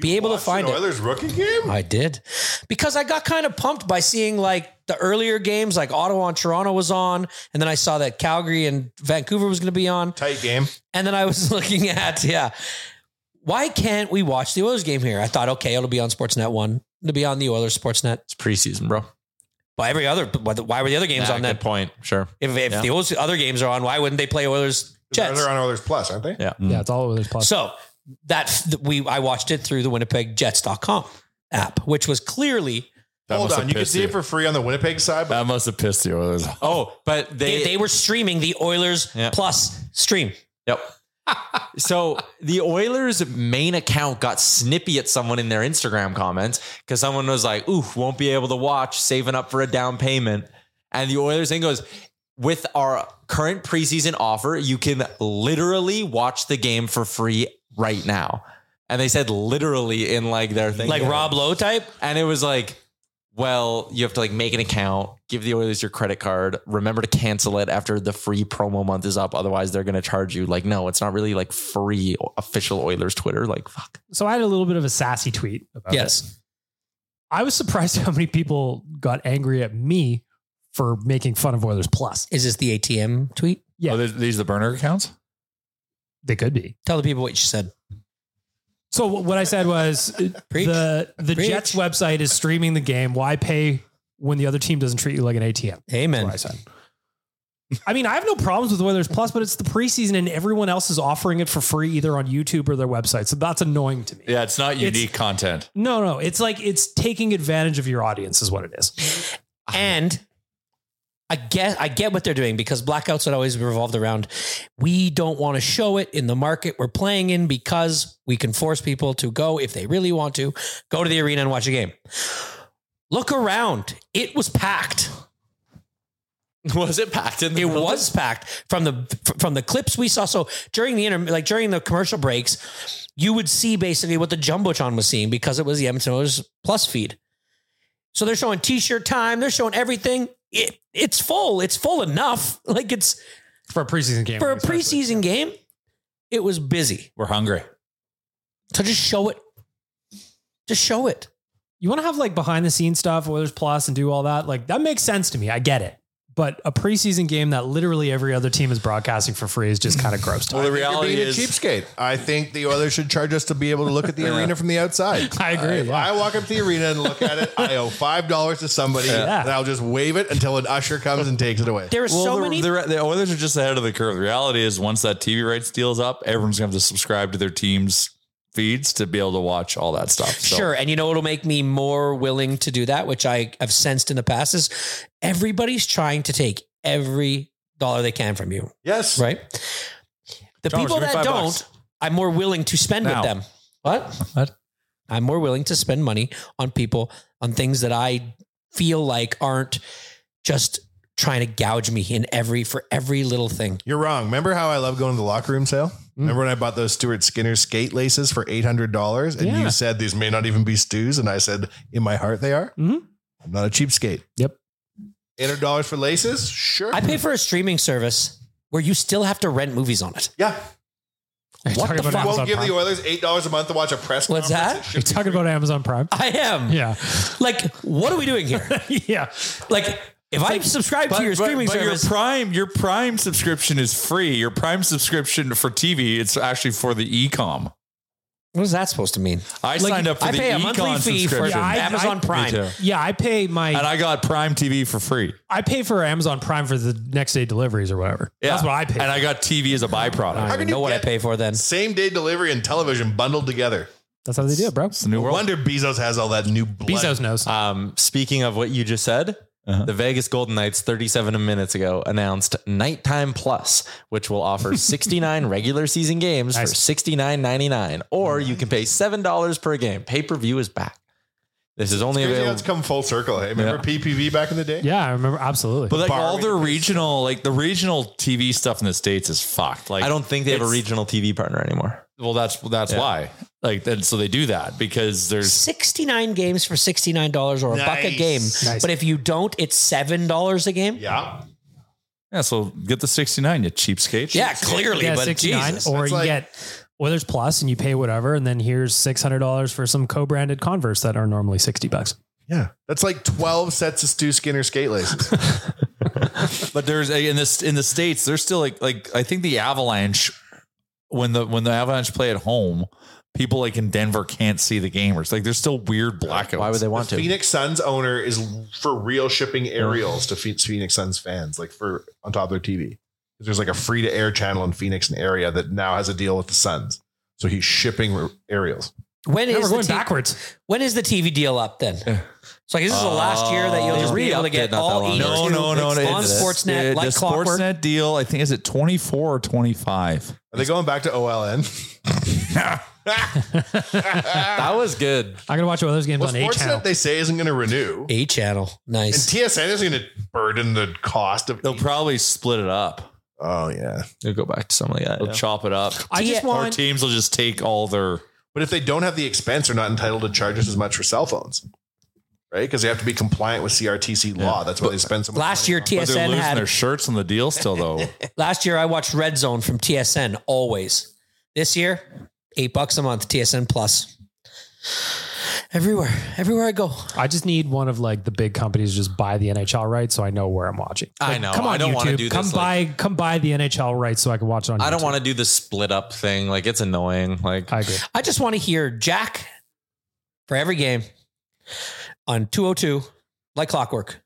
Speaker 9: be able to find it.
Speaker 8: Oilers rookie game?
Speaker 9: I did because I got kind of pumped by seeing like the earlier games, like Ottawa and Toronto was on, and then I saw that Calgary and Vancouver was going to be on,
Speaker 8: Tight game.
Speaker 9: and then I was <laughs> looking at yeah, why can't we watch the Oilers game here? I thought okay, it'll be on Sportsnet One. to be on the Oilers Sportsnet.
Speaker 7: It's preseason, bro.
Speaker 9: Why every other? Why the- why were the other games
Speaker 7: Yeah,
Speaker 9: on
Speaker 7: good
Speaker 9: then?
Speaker 7: point. Sure.
Speaker 9: If, if
Speaker 7: Yeah.
Speaker 9: the Oilers- other games are on, why wouldn't they play Oilers Jets?
Speaker 8: They're on Oilers Plus, aren't they?
Speaker 7: Yeah.
Speaker 5: Yeah, it's all Oilers Plus.
Speaker 9: Mm. So that that we I watched it through the winnipegjets.com app, which was clearly
Speaker 8: Hold on, you can see it for free on the Winnipeg side. But
Speaker 6: that must have pissed the Oilers. off.
Speaker 7: Oh, but
Speaker 9: they,
Speaker 7: they
Speaker 9: they were streaming the Oilers
Speaker 7: Yeah.
Speaker 9: plus stream.
Speaker 7: Yep. so the Oilers' main account got snippy at someone in their Instagram comments because someone was like, "Ooh, won't be able to watch, saving up for a down payment." And the Oilers thing goes, "With our current preseason offer, you can literally watch the game for free right now." And they said literally in like their thing,
Speaker 9: Like Rob Lowe type?
Speaker 7: and it was like, well, you have to like make an account, give the Oilers your credit card, remember to cancel it after the free promo month is up. Otherwise, they're going to charge you. Like, no, it's not really like free official Oilers Twitter. Like, fuck.
Speaker 5: So I had a little bit of a sassy tweet. About
Speaker 9: Yes.
Speaker 5: it. I was surprised <laughs> how many people got angry at me for making fun of Oilers Plus.
Speaker 9: Is this the ATM tweet?
Speaker 5: Yeah.
Speaker 6: Oh, these- these the burner accounts?
Speaker 5: They could be.
Speaker 9: Tell the people what you said.
Speaker 5: So wh- what I said was
Speaker 9: <laughs>
Speaker 5: uh, the the
Speaker 9: Preach.
Speaker 5: Jets website is streaming the game. Why pay when the other team doesn't treat you like an ATM?
Speaker 9: Amen.
Speaker 5: That's what I said. <laughs> I mean, I have no problems with Oilers Plus, but it's the preseason and everyone else is offering it for free either on YouTube or their website. So that's annoying to me.
Speaker 6: Yeah, it's not unique content.
Speaker 5: No, no, it's like it's taking advantage of your audience is what it is.
Speaker 9: And I get I get what they're doing because blackouts had always revolved around we don't want to show it in the market we're playing in because we can force people to go if they really want to go to the arena and watch a game. Look around. It was packed.
Speaker 7: <laughs> Was it packed in the
Speaker 9: It was packed from the from the clips we saw. So during the inter, like during the commercial breaks, you would see basically what the jumbotron was seeing because it was the Edmonton Oilers plus feed. So they're showing T-shirt time. They're showing everything. It, it's full. It's full enough. <laughs> Like it's
Speaker 5: For a preseason game.
Speaker 9: for a preseason game. It was busy.
Speaker 6: We're hungry.
Speaker 9: So just show it. Just show it.
Speaker 5: You want to have like behind the scenes stuff, Oilers Plus, and do all that. Like that makes sense to me. I get it. But a preseason game that literally every other team is broadcasting for free is just kind of gross. to
Speaker 8: Well,
Speaker 5: me.
Speaker 8: the reality is cheapskate. I think the Oilers should charge us to be able to look at the
Speaker 5: Yeah.
Speaker 8: arena from the outside.
Speaker 5: I agree,
Speaker 8: If I walk up to the arena and look at it, I owe five dollars to somebody,
Speaker 6: Yeah.
Speaker 8: and I'll just wave it until an usher comes and takes it away.
Speaker 9: There are so
Speaker 6: the,
Speaker 9: many.
Speaker 6: The, the Oilers are just ahead of the curve. The reality is, once that TV rights deal's up, everyone's going to have to subscribe to their team's feeds to be able to watch all that stuff. So
Speaker 9: Sure. And you know what'll make me more willing to do that, which I have sensed in the past, is everybody's trying to take every dollar they can from you.
Speaker 8: Yes.
Speaker 9: Right. The
Speaker 6: Chalmers,
Speaker 9: people
Speaker 6: give me
Speaker 9: that
Speaker 6: five
Speaker 9: don't,
Speaker 6: bucks.
Speaker 9: I'm more willing to spend
Speaker 6: Now.
Speaker 9: with them. What?
Speaker 6: What?
Speaker 9: I'm more willing to spend money on people on things that I feel like aren't just trying to gouge me in every for every little thing.
Speaker 8: You're wrong. Remember how I love going to the locker room sale? Remember when I bought those Stuart Skinner skate laces for eight hundred dollars, and
Speaker 5: Yeah.
Speaker 8: you said these may not even be stews, and I said in my heart they are.
Speaker 5: Mhm.
Speaker 8: I'm not a cheapskate.
Speaker 5: Yep.
Speaker 8: Eight hundred dollars for laces? Sure.
Speaker 9: I pay for a streaming service where you still have to rent movies on it.
Speaker 8: Yeah.
Speaker 9: What the
Speaker 5: about
Speaker 9: fuck?
Speaker 5: Amazon
Speaker 8: Won't give
Speaker 5: Prime?
Speaker 8: the Oilers eight dollars a month to watch a press.
Speaker 9: What's
Speaker 8: conference.
Speaker 9: that?
Speaker 8: It should
Speaker 5: You're talking about Amazon Prime? <laughs>
Speaker 9: I am.
Speaker 5: Yeah.
Speaker 9: Like, what are we doing here?
Speaker 5: <laughs> yeah.
Speaker 9: Like, if I subscribe to your streaming
Speaker 6: but
Speaker 9: service,
Speaker 6: Your Prime, your Prime subscription is free. Your Prime subscription for TV, it's actually for the e-com.
Speaker 9: what is that supposed to mean?
Speaker 6: I
Speaker 9: Like,
Speaker 6: signed up for
Speaker 9: I
Speaker 6: the
Speaker 9: pay a
Speaker 6: e-com
Speaker 9: monthly fee for
Speaker 6: subscription.
Speaker 5: Yeah, I-
Speaker 9: Amazon
Speaker 5: I-
Speaker 9: Prime.
Speaker 6: Me too.
Speaker 5: Yeah, I pay
Speaker 6: And
Speaker 5: my
Speaker 6: I got Prime TV for free.
Speaker 5: I pay for Amazon Prime for the next day deliveries or whatever.
Speaker 6: Yeah.
Speaker 5: That's what I pay.
Speaker 6: And I got TV as a byproduct.
Speaker 9: I don't
Speaker 8: can
Speaker 9: even
Speaker 8: you
Speaker 9: know what I
Speaker 8: get-
Speaker 9: pay for then.
Speaker 8: Same day delivery and television bundled together.
Speaker 5: That's how they do it, bro.
Speaker 6: It's a new
Speaker 8: No
Speaker 6: world.
Speaker 8: wonder Bezos has all that new blood.
Speaker 5: Bezos knows.
Speaker 9: Uh,
Speaker 7: Um, speaking of what you just said,
Speaker 8: Uh-huh.
Speaker 7: the Vegas Golden Knights 37 minutes ago announced Nighttime Plus, which
Speaker 8: <laughs>
Speaker 7: will offer 69 regular season games for
Speaker 5: Nice.
Speaker 7: $69.99, or you can pay $7 per game. Pay per view is back. This is only
Speaker 8: Crazy how
Speaker 7: available.
Speaker 8: it's come full circle. Hey, remember PPV back in the day?
Speaker 5: yeah, I remember absolutely.
Speaker 6: But like
Speaker 8: Bar
Speaker 6: all
Speaker 8: with
Speaker 6: their
Speaker 8: the
Speaker 6: regional, like the regional TV stuff in the states is fucked. Like
Speaker 7: I don't think they have a
Speaker 6: it's-
Speaker 7: regional TV partner anymore.
Speaker 6: Well, that's that's
Speaker 7: Yeah.
Speaker 6: why. Like then, so they do that because there's
Speaker 9: 69 games for $69 or a buck a
Speaker 8: Nice.
Speaker 9: game.
Speaker 5: Nice.
Speaker 9: But if you don't, it's $7 a game.
Speaker 8: Yeah.
Speaker 6: yeah. So get the sixty nine, you cheapskate.
Speaker 9: Yeah, clearly.
Speaker 5: yeah,
Speaker 9: but
Speaker 5: 69
Speaker 9: Jesus.
Speaker 5: or
Speaker 8: that's
Speaker 5: you
Speaker 8: like-
Speaker 5: get Oilers Plus and you pay whatever and then here's $600 for some co-branded Converse that are normally 60 bucks.
Speaker 8: Yeah. That's like 12 sets of Stu Skinner skate laces.
Speaker 6: But there's a- in this in the states, there's still like like I think the Avalanche when the when the Avalanche play at home, people like in Denver can't see the gamers. Like there's still weird blackouts. Why would they
Speaker 8: The Phoenix Suns owner is for real shipping aerials to Phoenix Phoenix Suns fans, like for on top of their TV. There's like a free to air channel in Phoenix and area that now has a deal with the Suns, so he's shipping aerials.
Speaker 9: When
Speaker 8: Yeah,
Speaker 9: is
Speaker 8: we're
Speaker 9: the
Speaker 8: going
Speaker 9: T-
Speaker 8: backwards.
Speaker 9: When is the TV deal up then? So like this is the last year that you'll
Speaker 6: Oh.
Speaker 9: just be able to get all E2
Speaker 6: No, no, no, no.
Speaker 9: on
Speaker 6: it's-
Speaker 9: Sportsnet
Speaker 6: the-
Speaker 9: like
Speaker 6: the
Speaker 9: clockwork.
Speaker 6: Sportsnet deal, I think, is it 24 or 25?
Speaker 8: Are they going back to OLN?
Speaker 7: that was good.
Speaker 5: I'm gonna watch those games
Speaker 8: Well,
Speaker 5: on A channel.
Speaker 8: Sportsnet they say isn't going to renew.
Speaker 9: A channel,
Speaker 8: And
Speaker 9: nice.
Speaker 8: TSN isn't going to burden the cost of. They'll
Speaker 6: probably split it up.
Speaker 8: Oh yeah,
Speaker 7: they'll go back to something like that.
Speaker 6: They'll chop it up.
Speaker 8: I just
Speaker 6: Or
Speaker 8: want-
Speaker 6: teams will just take all their.
Speaker 8: But if they don't have the expense, they're not entitled to charge us as much for cell phones, right? Because they have to be compliant with CRTC law. That's why they spend so much.
Speaker 9: Last
Speaker 8: money
Speaker 9: year
Speaker 8: on.
Speaker 6: But they're
Speaker 9: TSN
Speaker 6: losing
Speaker 9: had
Speaker 6: their shirts on the deal still, though.
Speaker 9: last year I watched Red Zone from TSN always. This year, eight bucks a month TSN Plus. Everywhere, everywhere I go.
Speaker 5: I just need one of like the big companies to just buy the NHL rights so I know where I'm watching.
Speaker 7: I
Speaker 5: Like,
Speaker 7: know.
Speaker 5: Come on,
Speaker 7: I don't wanna
Speaker 5: YouTube.
Speaker 7: do this,
Speaker 5: come buy, come buy the NHL rights so I can watch it on.
Speaker 7: <laughs> I don't want to do the split up thing. Like it's annoying. Like
Speaker 5: I agree.
Speaker 9: I just want to hear Jack for every game on 202 like clockwork.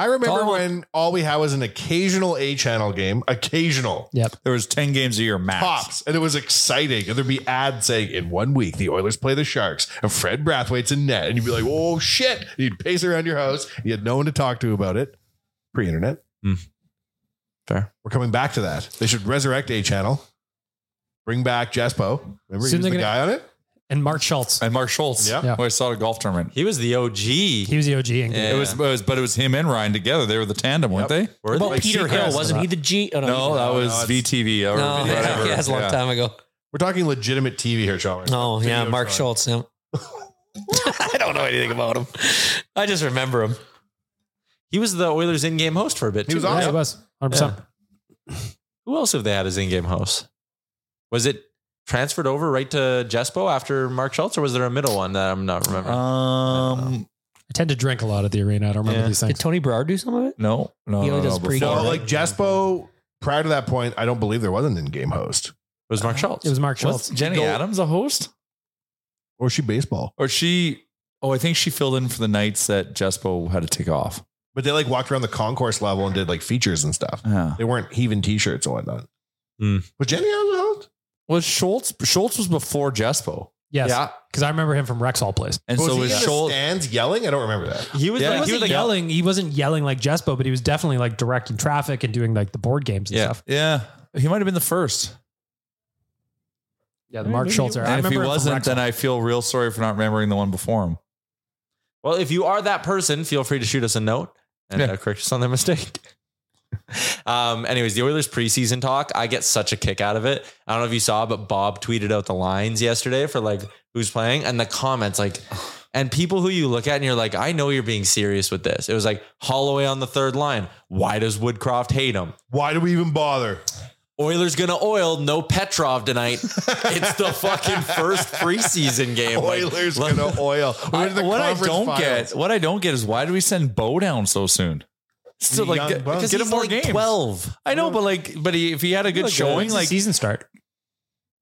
Speaker 8: I remember when all we had was an occasional A channel game, occasional.
Speaker 5: Yep.
Speaker 6: There was 10 games a year max.
Speaker 8: Pops, and it was exciting. And there'd be ads saying, "In one week, the Oilers play the Sharks, and Fred Brathwaite's in net." And you'd be like, "Oh shit!" And you'd pace around your house. And you had no one to talk to about it. Pre-internet.
Speaker 7: Fair.
Speaker 8: We're coming back to that. They should resurrect A channel. Bring back Jaspo. Remember he
Speaker 5: Soon
Speaker 8: was the
Speaker 5: they're gonna-
Speaker 8: guy on it.
Speaker 5: And Mark Schultz.
Speaker 6: And Mark Schultz.
Speaker 8: Yeah.
Speaker 5: Yeah.
Speaker 6: Who I saw at a golf tournament.
Speaker 7: He was the OG. He
Speaker 5: was the OG. And
Speaker 6: It was, it was- but it was him and Ryan together. They were the tandem, weren't they?
Speaker 9: What about Peter Hill? Wasn't he the G? oh,
Speaker 6: no,
Speaker 9: he's-
Speaker 6: that was
Speaker 9: it's-
Speaker 6: VTV. Or
Speaker 9: No, yeah,
Speaker 6: whatever.
Speaker 9: yeah, that's a long time ago.
Speaker 8: We're talking legitimate TV here, Charlie.
Speaker 9: Oh yeah, Mark Schultz. <laughs> Yeah. I don't know anything about him. I just remember him.
Speaker 7: He was the Oilers in-game host for a bit.
Speaker 8: He was
Speaker 7: too,
Speaker 8: awesome.
Speaker 7: right?
Speaker 8: Yeah, he
Speaker 5: was 100%.
Speaker 7: Who else have they had as in-game host? Was it transferred over right to Jespo after Mark Schultz, or was there a middle one that I'm not remembering?
Speaker 6: Uh, Um,
Speaker 5: I tend to drink a lot at the arena. I don't remember
Speaker 7: Yeah.
Speaker 5: these things.
Speaker 9: Did Tony Brower do some of it?
Speaker 6: No, no,
Speaker 9: He only no, does no, pre-
Speaker 8: No,
Speaker 9: before.
Speaker 8: like Jaspo. Prior to that point, I don't believe there was an in-game host.
Speaker 7: It was Mark Schultz.
Speaker 5: It was Mark
Speaker 6: Was
Speaker 5: Schultz.
Speaker 6: Jenny
Speaker 5: Go-
Speaker 6: Adams a host?
Speaker 8: Or she baseball?
Speaker 6: Or she? Oh, I think she filled in for the nights that Jespo had to take off.
Speaker 8: But they like walked around the concourse level and did like features and stuff.
Speaker 5: Uh-huh.
Speaker 6: Yeah.
Speaker 8: They weren't heaving t-shirts and whatnot.
Speaker 6: Hmm.
Speaker 8: Was Jenny Adams a host?
Speaker 6: Was Schultz? Schultz was before Jespo.
Speaker 5: Yes.
Speaker 6: Yeah.
Speaker 5: Because I remember him from Rexall Place.
Speaker 6: And so was Schultz.
Speaker 8: stands yelling? I don't remember that.
Speaker 6: <laughs>
Speaker 7: He was
Speaker 5: he
Speaker 7: like,
Speaker 5: wasn't
Speaker 7: he was like
Speaker 5: yelling. He wasn't yelling like Jespo, but he was definitely like directing traffic and doing like the board games and
Speaker 6: Yeah,
Speaker 5: stuff.
Speaker 6: yeah. He might have been the first.
Speaker 5: Yeah, the Mark Schultzer. I
Speaker 6: And if
Speaker 5: remember
Speaker 6: he
Speaker 5: him from
Speaker 6: wasn't, then
Speaker 5: Rexall.
Speaker 6: I feel real sorry for not remembering the one before him.
Speaker 7: Well, if you are that person, feel free to shoot us a note and
Speaker 6: Yeah.
Speaker 7: uh, correct us on their mistake. <laughs> um, anyways, the Oilers preseason talk, I get such a kick out of it. I don't know if you saw, but Bob tweeted out the lines yesterday for like who's playing and the comments, like, <sighs> and people who you look at and you're like, I know you're being serious with this. It was like Holloway on the third line. Why does Woodcroft hate him?
Speaker 8: Why do we even bother?
Speaker 7: Oilers gonna oil, no Petrov tonight. it's the fucking first preseason game. Like,
Speaker 8: Oilers
Speaker 7: like-
Speaker 8: gonna oil. We went to the
Speaker 6: what I
Speaker 8: conference
Speaker 6: don't
Speaker 8: finals.
Speaker 6: get, what I don't get is why do we send Bo down so soon? Still
Speaker 8: The
Speaker 6: like
Speaker 8: young
Speaker 6: get,
Speaker 8: Bo.
Speaker 6: because
Speaker 8: Get
Speaker 6: he's
Speaker 8: him more
Speaker 6: like
Speaker 8: games.
Speaker 6: twelve. I know, but like, but he, if he had a good
Speaker 7: Look,
Speaker 6: showing,
Speaker 7: it's a
Speaker 6: like
Speaker 5: uh, season start.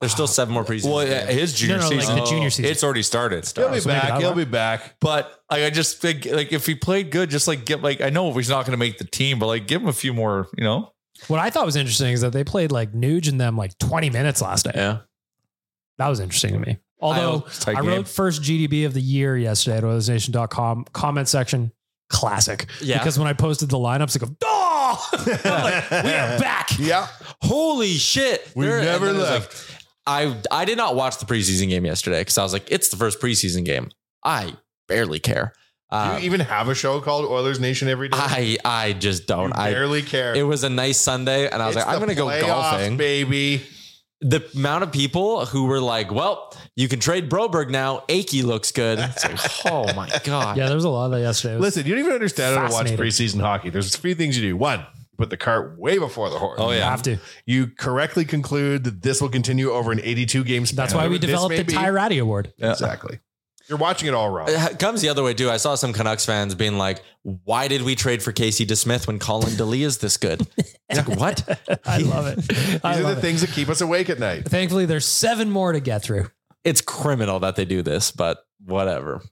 Speaker 7: There's still seven more preseason.
Speaker 6: Well, yeah,
Speaker 7: games.
Speaker 6: his junior
Speaker 5: No, no, like
Speaker 6: season,
Speaker 5: the junior season.
Speaker 6: it's already started.
Speaker 8: He'll be back. He'll
Speaker 6: <laughs>
Speaker 8: be back.
Speaker 6: But like, I just think like if he played good, just like get like I know he's not going to make the team, but like give him a few more. You know,
Speaker 5: What I thought was interesting is that they played like Nuge and them like 20 minutes last night.
Speaker 7: Yeah.
Speaker 5: That was interesting to me. Although
Speaker 6: It's a
Speaker 5: I,
Speaker 6: tight game.
Speaker 5: wrote first GDB of the year yesterday at OilersNation.com comment section. Classic.
Speaker 7: Yeah.
Speaker 5: Because when I posted the lineups, I go, oh, I'm like, we are back.
Speaker 8: Yeah.
Speaker 7: <laughs> holy shit
Speaker 8: We
Speaker 7: There- and
Speaker 8: never
Speaker 7: then it was
Speaker 8: left.
Speaker 7: like- i i did not watch the preseason game yesterday because i was like it's the first preseason game i barely care
Speaker 8: Do
Speaker 7: uh,
Speaker 8: you even have a show called Oilers Nation every day?
Speaker 7: i i just don't
Speaker 8: I
Speaker 7: i
Speaker 8: barely care.
Speaker 7: it was a nice sunday and i was
Speaker 8: It's
Speaker 7: like i'm
Speaker 8: the
Speaker 7: gonna go
Speaker 8: playoffs,
Speaker 7: golfing
Speaker 8: baby.
Speaker 7: the amount of people who were like well you can trade broberg now Aki looks good
Speaker 8: <laughs>
Speaker 7: it's like oh my god
Speaker 5: Yeah, there was a lot of that yesterday. It was-
Speaker 8: Listen, you don't even understand how to watch
Speaker 5: Fascinating.
Speaker 8: preseason hockey. There's three things you do. One, you put the cart way before the horse.
Speaker 6: Oh
Speaker 5: You
Speaker 6: yeah,
Speaker 5: have to.
Speaker 8: You correctly conclude that this will continue over an 82 game span.
Speaker 5: That's why we
Speaker 8: This
Speaker 5: developed
Speaker 8: may
Speaker 5: the
Speaker 8: be-
Speaker 5: Tyrati Award.
Speaker 8: Exactly. You're watching it all
Speaker 7: <laughs>
Speaker 8: wrong.
Speaker 7: <laughs> It comes the other way too. I saw some Canucks fans being like, "Why did we trade for Casey DeSmith when Colin
Speaker 8: <laughs>
Speaker 7: DeLee is this good?" It's like, what?
Speaker 5: <laughs> I love it. I
Speaker 8: These are
Speaker 5: love
Speaker 8: the
Speaker 5: it.
Speaker 8: things that keep us awake at night.
Speaker 5: Thankfully, there's seven more to get through.
Speaker 7: It's criminal that they do this, but whatever.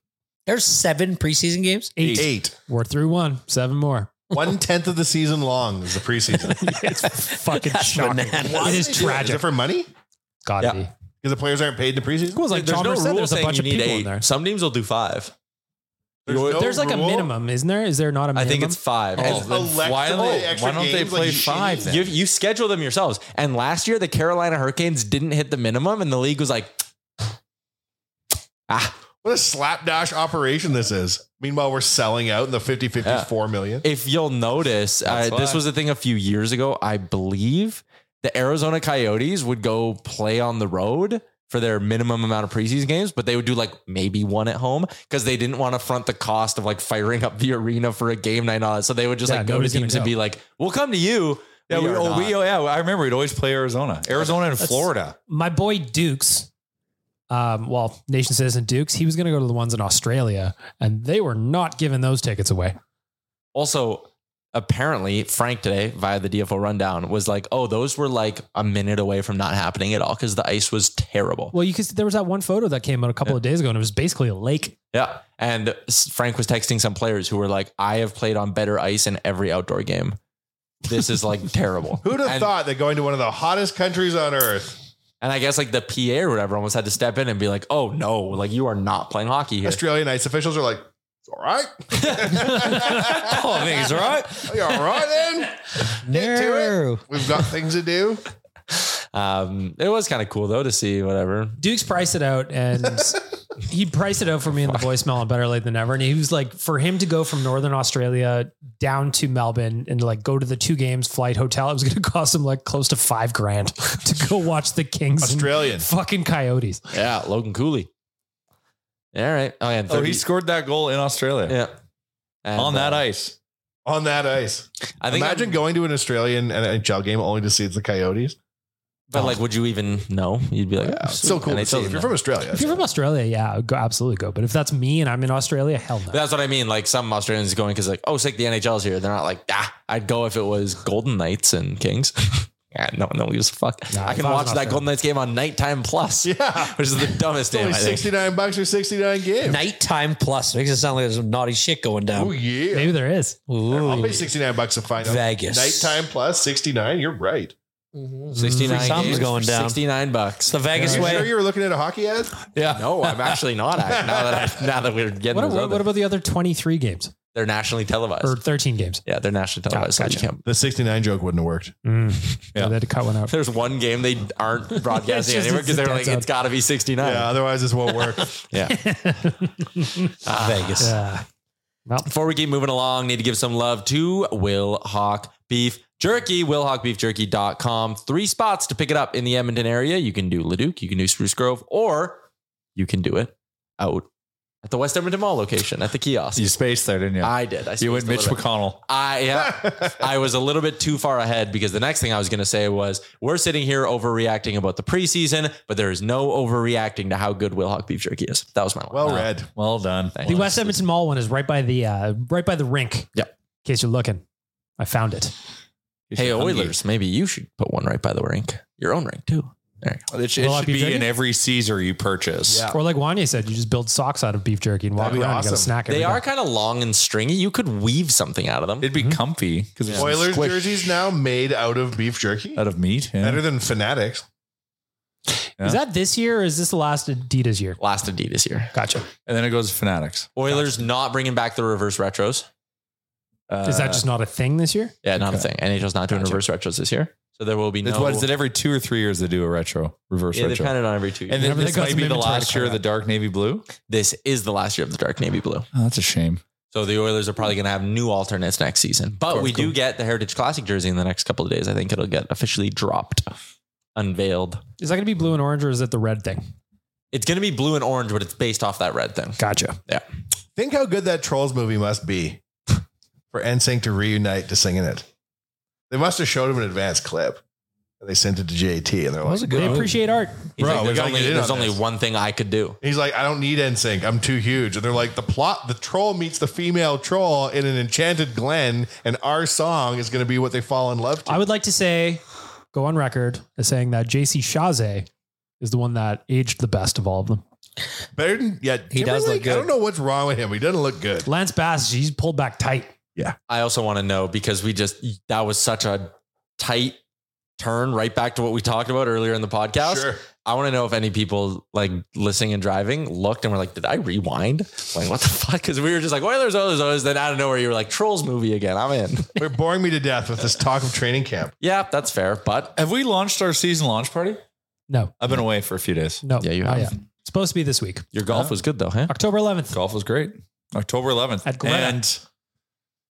Speaker 9: There's seven preseason games.
Speaker 8: Eight.
Speaker 5: We're through one. Seven more.
Speaker 8: One tenth of the season long is the
Speaker 5: <laughs>
Speaker 8: preseason.
Speaker 5: it's fucking
Speaker 8: That's
Speaker 5: shocking.
Speaker 8: bananas. Why
Speaker 5: It
Speaker 8: do
Speaker 5: is
Speaker 8: they do it?
Speaker 5: tragic.
Speaker 8: Is it for money?
Speaker 5: Gotta be.
Speaker 8: Because the players aren't paid in the preseason.
Speaker 5: Well, it's like There's John no Morant said, rule there's a saying bunch you of need people in eight. there.
Speaker 7: Some teams will do five.
Speaker 8: There's, no
Speaker 5: There's like
Speaker 8: rule?
Speaker 5: a minimum, isn't there? Is there not a
Speaker 7: I
Speaker 5: minimum?
Speaker 7: think it's five.
Speaker 5: Oh.
Speaker 7: And then
Speaker 8: Elect
Speaker 7: why,
Speaker 8: to
Speaker 7: don't
Speaker 8: play
Speaker 7: they,
Speaker 8: extra
Speaker 7: why don't they
Speaker 8: games
Speaker 7: play
Speaker 8: like
Speaker 7: five?
Speaker 8: shitty?
Speaker 7: You, you schedule them yourselves. And last year, the Carolina Hurricanes didn't hit the minimum, and the league was like, ah,
Speaker 8: What a slapdash operation this is. Meanwhile, we're selling out in the 50
Speaker 7: Yeah.
Speaker 8: 54 million.
Speaker 7: If you'll notice,
Speaker 8: That's
Speaker 7: uh, this
Speaker 8: why.
Speaker 7: was a thing a few years ago, I believe. The Arizona Coyotes would go play on the road for their minimum amount of preseason games, but they would do like maybe one at home because they didn't want to front the cost of like firing up the arena for a game night and all that. So they would just
Speaker 6: Yeah,
Speaker 7: like go to
Speaker 6: nobody's gonna
Speaker 7: teams and
Speaker 6: go.
Speaker 7: be like, "We'll come to you."
Speaker 6: Yeah, we,
Speaker 7: are
Speaker 6: oh, we,
Speaker 7: not.
Speaker 6: oh, yeah. I remember we'd always play Arizona, Arizona and
Speaker 5: That's-
Speaker 6: Florida.
Speaker 5: My boy Dukes, um, well, Nation Citizen Dukes, he was going to go to the ones in Australia, and they were not giving those tickets away.
Speaker 7: Also, apparently, Frank today via the DFO rundown was like, "Oh, those were like a minute away from not happening at all because the ice was terrible."
Speaker 5: Well, you could there was that one photo that came out a couple of days ago, and it was basically a lake.
Speaker 7: Yeah. And s- Frank was texting some players who were like, I have played on better ice in every outdoor game. This is like terrible.
Speaker 8: Who'd have
Speaker 7: And-
Speaker 8: thought that going to one of the hottest countries on earth,
Speaker 7: And I guess like the PA or whatever almost had to step in and be like, oh no, like you are not playing hockey here.
Speaker 8: Australian ice officials are like, it's all
Speaker 7: <laughs>
Speaker 8: right. <laughs>
Speaker 9: oh, I think he's right.
Speaker 8: Are you all right then? Get to it. We've got things to do.
Speaker 7: Um, it was kind of cool though to see whatever.
Speaker 5: Dukes priced it out and he priced it out for me in the voicemail on Better Late Than Never. And he was like, for him to go from Northern Australia down to Melbourne and like go to the two games, flight, hotel, it was going to cost him like close to five grand <laughs> to go watch the Kings. and
Speaker 8: Australian.
Speaker 5: Fucking Coyotes.
Speaker 7: Yeah, Logan Cooley. All right. Oh, yeah, and
Speaker 6: Oh,
Speaker 7: 30
Speaker 6: he scored that goal in Australia.
Speaker 7: Yeah. And,
Speaker 6: on that
Speaker 7: uh,
Speaker 6: ice.
Speaker 8: On that ice.
Speaker 7: I think
Speaker 8: Imagine going to an Australian NHL game only to see it's the Coyotes.
Speaker 7: But like, would you even know? You'd be like, oh,
Speaker 8: It's so
Speaker 7: sweet.
Speaker 8: cool
Speaker 7: And
Speaker 8: to
Speaker 7: it
Speaker 8: see. If
Speaker 7: doesn't
Speaker 8: you're
Speaker 7: know.
Speaker 8: from Australia,
Speaker 5: If you're from Australia, yeah, go, absolutely go. But if that's me and I'm in Australia, hell no.
Speaker 7: But that's what I mean. Like some Australians going because like, oh, sick, the NHL's here. They're not like, ah, I'd go if it was Golden Knights and Kings. <laughs> yeah, no, no, gives a fuck.
Speaker 5: Nah,
Speaker 7: I
Speaker 5: if
Speaker 7: can
Speaker 5: I was
Speaker 7: watch
Speaker 5: an
Speaker 7: that Golden Knights game on Nighttime
Speaker 8: <laughs>
Speaker 7: Plus.
Speaker 8: Yeah.
Speaker 5: <laughs>
Speaker 7: which is the dumbest
Speaker 8: it's
Speaker 7: damn.
Speaker 8: only
Speaker 7: I think.
Speaker 8: 69 bucks or 69 games.
Speaker 9: Nighttime plus makes it sound like there's some naughty shit going down.
Speaker 8: Oh, yeah.
Speaker 5: Maybe there is.
Speaker 8: I'll
Speaker 9: Ooh.
Speaker 8: pay 69 bucks to find out.
Speaker 9: Vegas.
Speaker 8: Nighttime plus 69. You're right.
Speaker 7: Sixty-nine.
Speaker 9: Something's
Speaker 7: games
Speaker 9: going
Speaker 7: for
Speaker 9: down.
Speaker 7: Sixty-nine bucks.
Speaker 9: The Vegas
Speaker 8: You
Speaker 9: way.
Speaker 8: sure you were looking at a hockey ad?
Speaker 9: yeah.
Speaker 5: <laughs>
Speaker 7: No, I'm actually not. I, now that I, now that we're getting
Speaker 5: What,
Speaker 7: those
Speaker 5: what,
Speaker 7: other-
Speaker 5: what about the other 23 games
Speaker 7: they're nationally televised.
Speaker 5: or 13 games?
Speaker 7: yeah, they're nationally televised. so you
Speaker 5: gotcha.
Speaker 7: can't-
Speaker 8: The 69 joke wouldn't have worked.
Speaker 5: Yeah. They had to
Speaker 6: <laughs>
Speaker 5: cut one out.
Speaker 7: There's one game they aren't
Speaker 5: <laughs>
Speaker 7: broadcasting
Speaker 5: It's just-
Speaker 7: anywhere because
Speaker 5: it's
Speaker 7: they're
Speaker 5: dead
Speaker 7: like,
Speaker 5: zone.
Speaker 7: it's got to be sixty-nine.
Speaker 8: Yeah, otherwise this won't work.
Speaker 7: yeah. Ah,
Speaker 9: Vegas.
Speaker 5: Yeah. Well,
Speaker 7: Before we keep moving along, need to give some love to Will Hawk Beef Jerky, willhawkbeefjerky.com. Three spots to pick it up in the Edmonton area. You can do Leduc, you can do Spruce Grove, or you can do it out at the West Edmonton Mall location at the kiosk.
Speaker 6: <laughs> You spaced there, didn't you?
Speaker 7: I did. I
Speaker 6: you and
Speaker 7: spaced a
Speaker 6: Mitch
Speaker 7: little bit.
Speaker 6: McConnell.
Speaker 7: I yeah,
Speaker 8: <laughs>
Speaker 7: I was a little bit too far ahead because the next thing I was going to say was we're sitting here overreacting about the preseason, but there is no overreacting to how good Will Hawk Beef Jerky is. That was my one.
Speaker 8: Well read.
Speaker 6: Well done.
Speaker 5: the West Edmonton Mall one is right by the uh, right by the rink.
Speaker 7: Yep.
Speaker 5: In case you're looking, I found it.
Speaker 7: Hey Oilers, maybe you should put one right by the rink, your own rink too. There you go.
Speaker 6: It, sh-
Speaker 5: Will
Speaker 6: it
Speaker 5: I
Speaker 6: should
Speaker 5: be
Speaker 6: be
Speaker 5: drinking?
Speaker 6: in every Caesar you purchase.
Speaker 8: Yeah.
Speaker 5: Or like Wanya said, you just build socks out of beef jerky and walk
Speaker 8: That'd be
Speaker 5: around. You got
Speaker 8: awesome.
Speaker 5: a snack. every
Speaker 7: They
Speaker 5: day.
Speaker 7: are kind of long and stringy. You could weave something out of them.
Speaker 6: It'd be comfy because it's
Speaker 8: Oilers
Speaker 6: squish
Speaker 8: jerseys now made out of beef jerky.
Speaker 6: out of meat. yeah.
Speaker 8: Better than Fanatics.
Speaker 6: Yeah.
Speaker 5: Is that this year or is this the last Adidas year?
Speaker 7: Last Adidas year.
Speaker 5: Gotcha.
Speaker 6: and then it goes to Fanatics.
Speaker 7: Oilers not bringing back the reverse retros.
Speaker 6: Uh,
Speaker 5: Is that just not a thing this year?
Speaker 7: Yeah, not a thing. NHL's not doing reverse retros this year, so there will be no.
Speaker 6: It's, what is it? Every two or three years they do a retro reverse
Speaker 7: yeah, they
Speaker 6: retro.
Speaker 7: kind of on every two. Years.
Speaker 6: and then
Speaker 5: Whenever they
Speaker 6: this
Speaker 5: got
Speaker 6: might
Speaker 5: some
Speaker 6: be the
Speaker 5: inventory to
Speaker 6: last
Speaker 5: clear
Speaker 6: year of the
Speaker 5: out.
Speaker 6: dark navy blue.
Speaker 7: this is the last year of the dark navy blue.
Speaker 6: Oh, that's a shame.
Speaker 7: So the Oilers are probably going to have new alternates next season. But we do get the Heritage Classic jersey in the next couple of days. I think it'll get officially dropped, unveiled.
Speaker 5: Is that going to be blue and orange or is it the red thing?
Speaker 7: It's going to be blue and orange, but it's based off that red thing.
Speaker 5: Gotcha.
Speaker 7: Yeah.
Speaker 8: Think how good that Trolls movie must be <laughs> for NSYNC to reunite to singing it. They must have showed him an advance clip. And they sent it to JT and they're like,
Speaker 5: They appreciate art.
Speaker 7: He's
Speaker 8: Bro,
Speaker 7: like,
Speaker 8: we
Speaker 7: there's
Speaker 8: gotta
Speaker 7: only,
Speaker 8: get in
Speaker 7: there's
Speaker 8: on
Speaker 7: only
Speaker 8: this.
Speaker 7: one thing I could do.
Speaker 8: He's like, I don't need NSYNC. I'm too huge. And they're like, the plot, the troll meets the female troll in an enchanted glen, and our song is going to be what they fall in love to.
Speaker 5: I would like to say, go on record as saying that JC Chazé is the one that aged the best of all of them.
Speaker 8: Better than, yeah,
Speaker 5: He does look
Speaker 8: I
Speaker 5: good.
Speaker 8: don't know what's wrong with him. He doesn't look good.
Speaker 5: Lance Bass, he's pulled back tight.
Speaker 7: Yeah. I also want to know because we just that was such a tight turn right back to what we talked about earlier in the
Speaker 5: <laughs>
Speaker 7: podcast.
Speaker 8: Sure.
Speaker 7: I want to know if any people like listening and driving looked and were like, did I rewind? Like, what the <laughs> fuck? Because we were just like, Oilers, Oilers, Oilers. Then out of nowhere, you were like, Trolls movie again. I'm in.
Speaker 8: They're boring me to death with this talk of training camp.
Speaker 7: yeah, that's fair. But
Speaker 6: have we launched our season launch party?
Speaker 5: No.
Speaker 6: I've been away for a few days.
Speaker 5: No. Yeah, you
Speaker 6: have.
Speaker 5: Supposed to be this week.
Speaker 7: Your golf was good though, huh?
Speaker 5: October 11th.
Speaker 6: Golf was great. October 11th.
Speaker 5: At Greta.
Speaker 6: And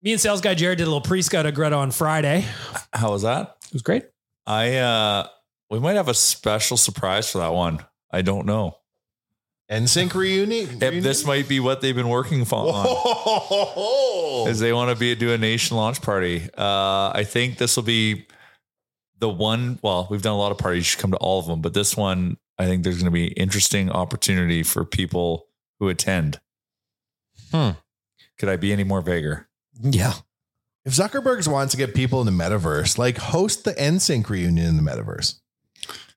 Speaker 5: Me and sales guy Jared did a little pre-scout at Greta on Friday.
Speaker 6: how was that?
Speaker 5: It was great.
Speaker 6: I uh we might have a special surprise for that one. I don't know.
Speaker 8: NSYNC reunion.
Speaker 6: If this might be what they've been working for. on.
Speaker 8: Whoa.
Speaker 6: is they want to be do a nation launch party. Uh, I think this will be the one. Well, we've done a lot of parties. You should come to all of them, but this one, I think there's going to be interesting opportunity for people who attend.
Speaker 7: Hmm.
Speaker 6: Could I be any more vaguer?
Speaker 9: Yeah.
Speaker 8: If Zuckerberg wants to get people in the metaverse, like host the NSYNC reunion in the metaverse.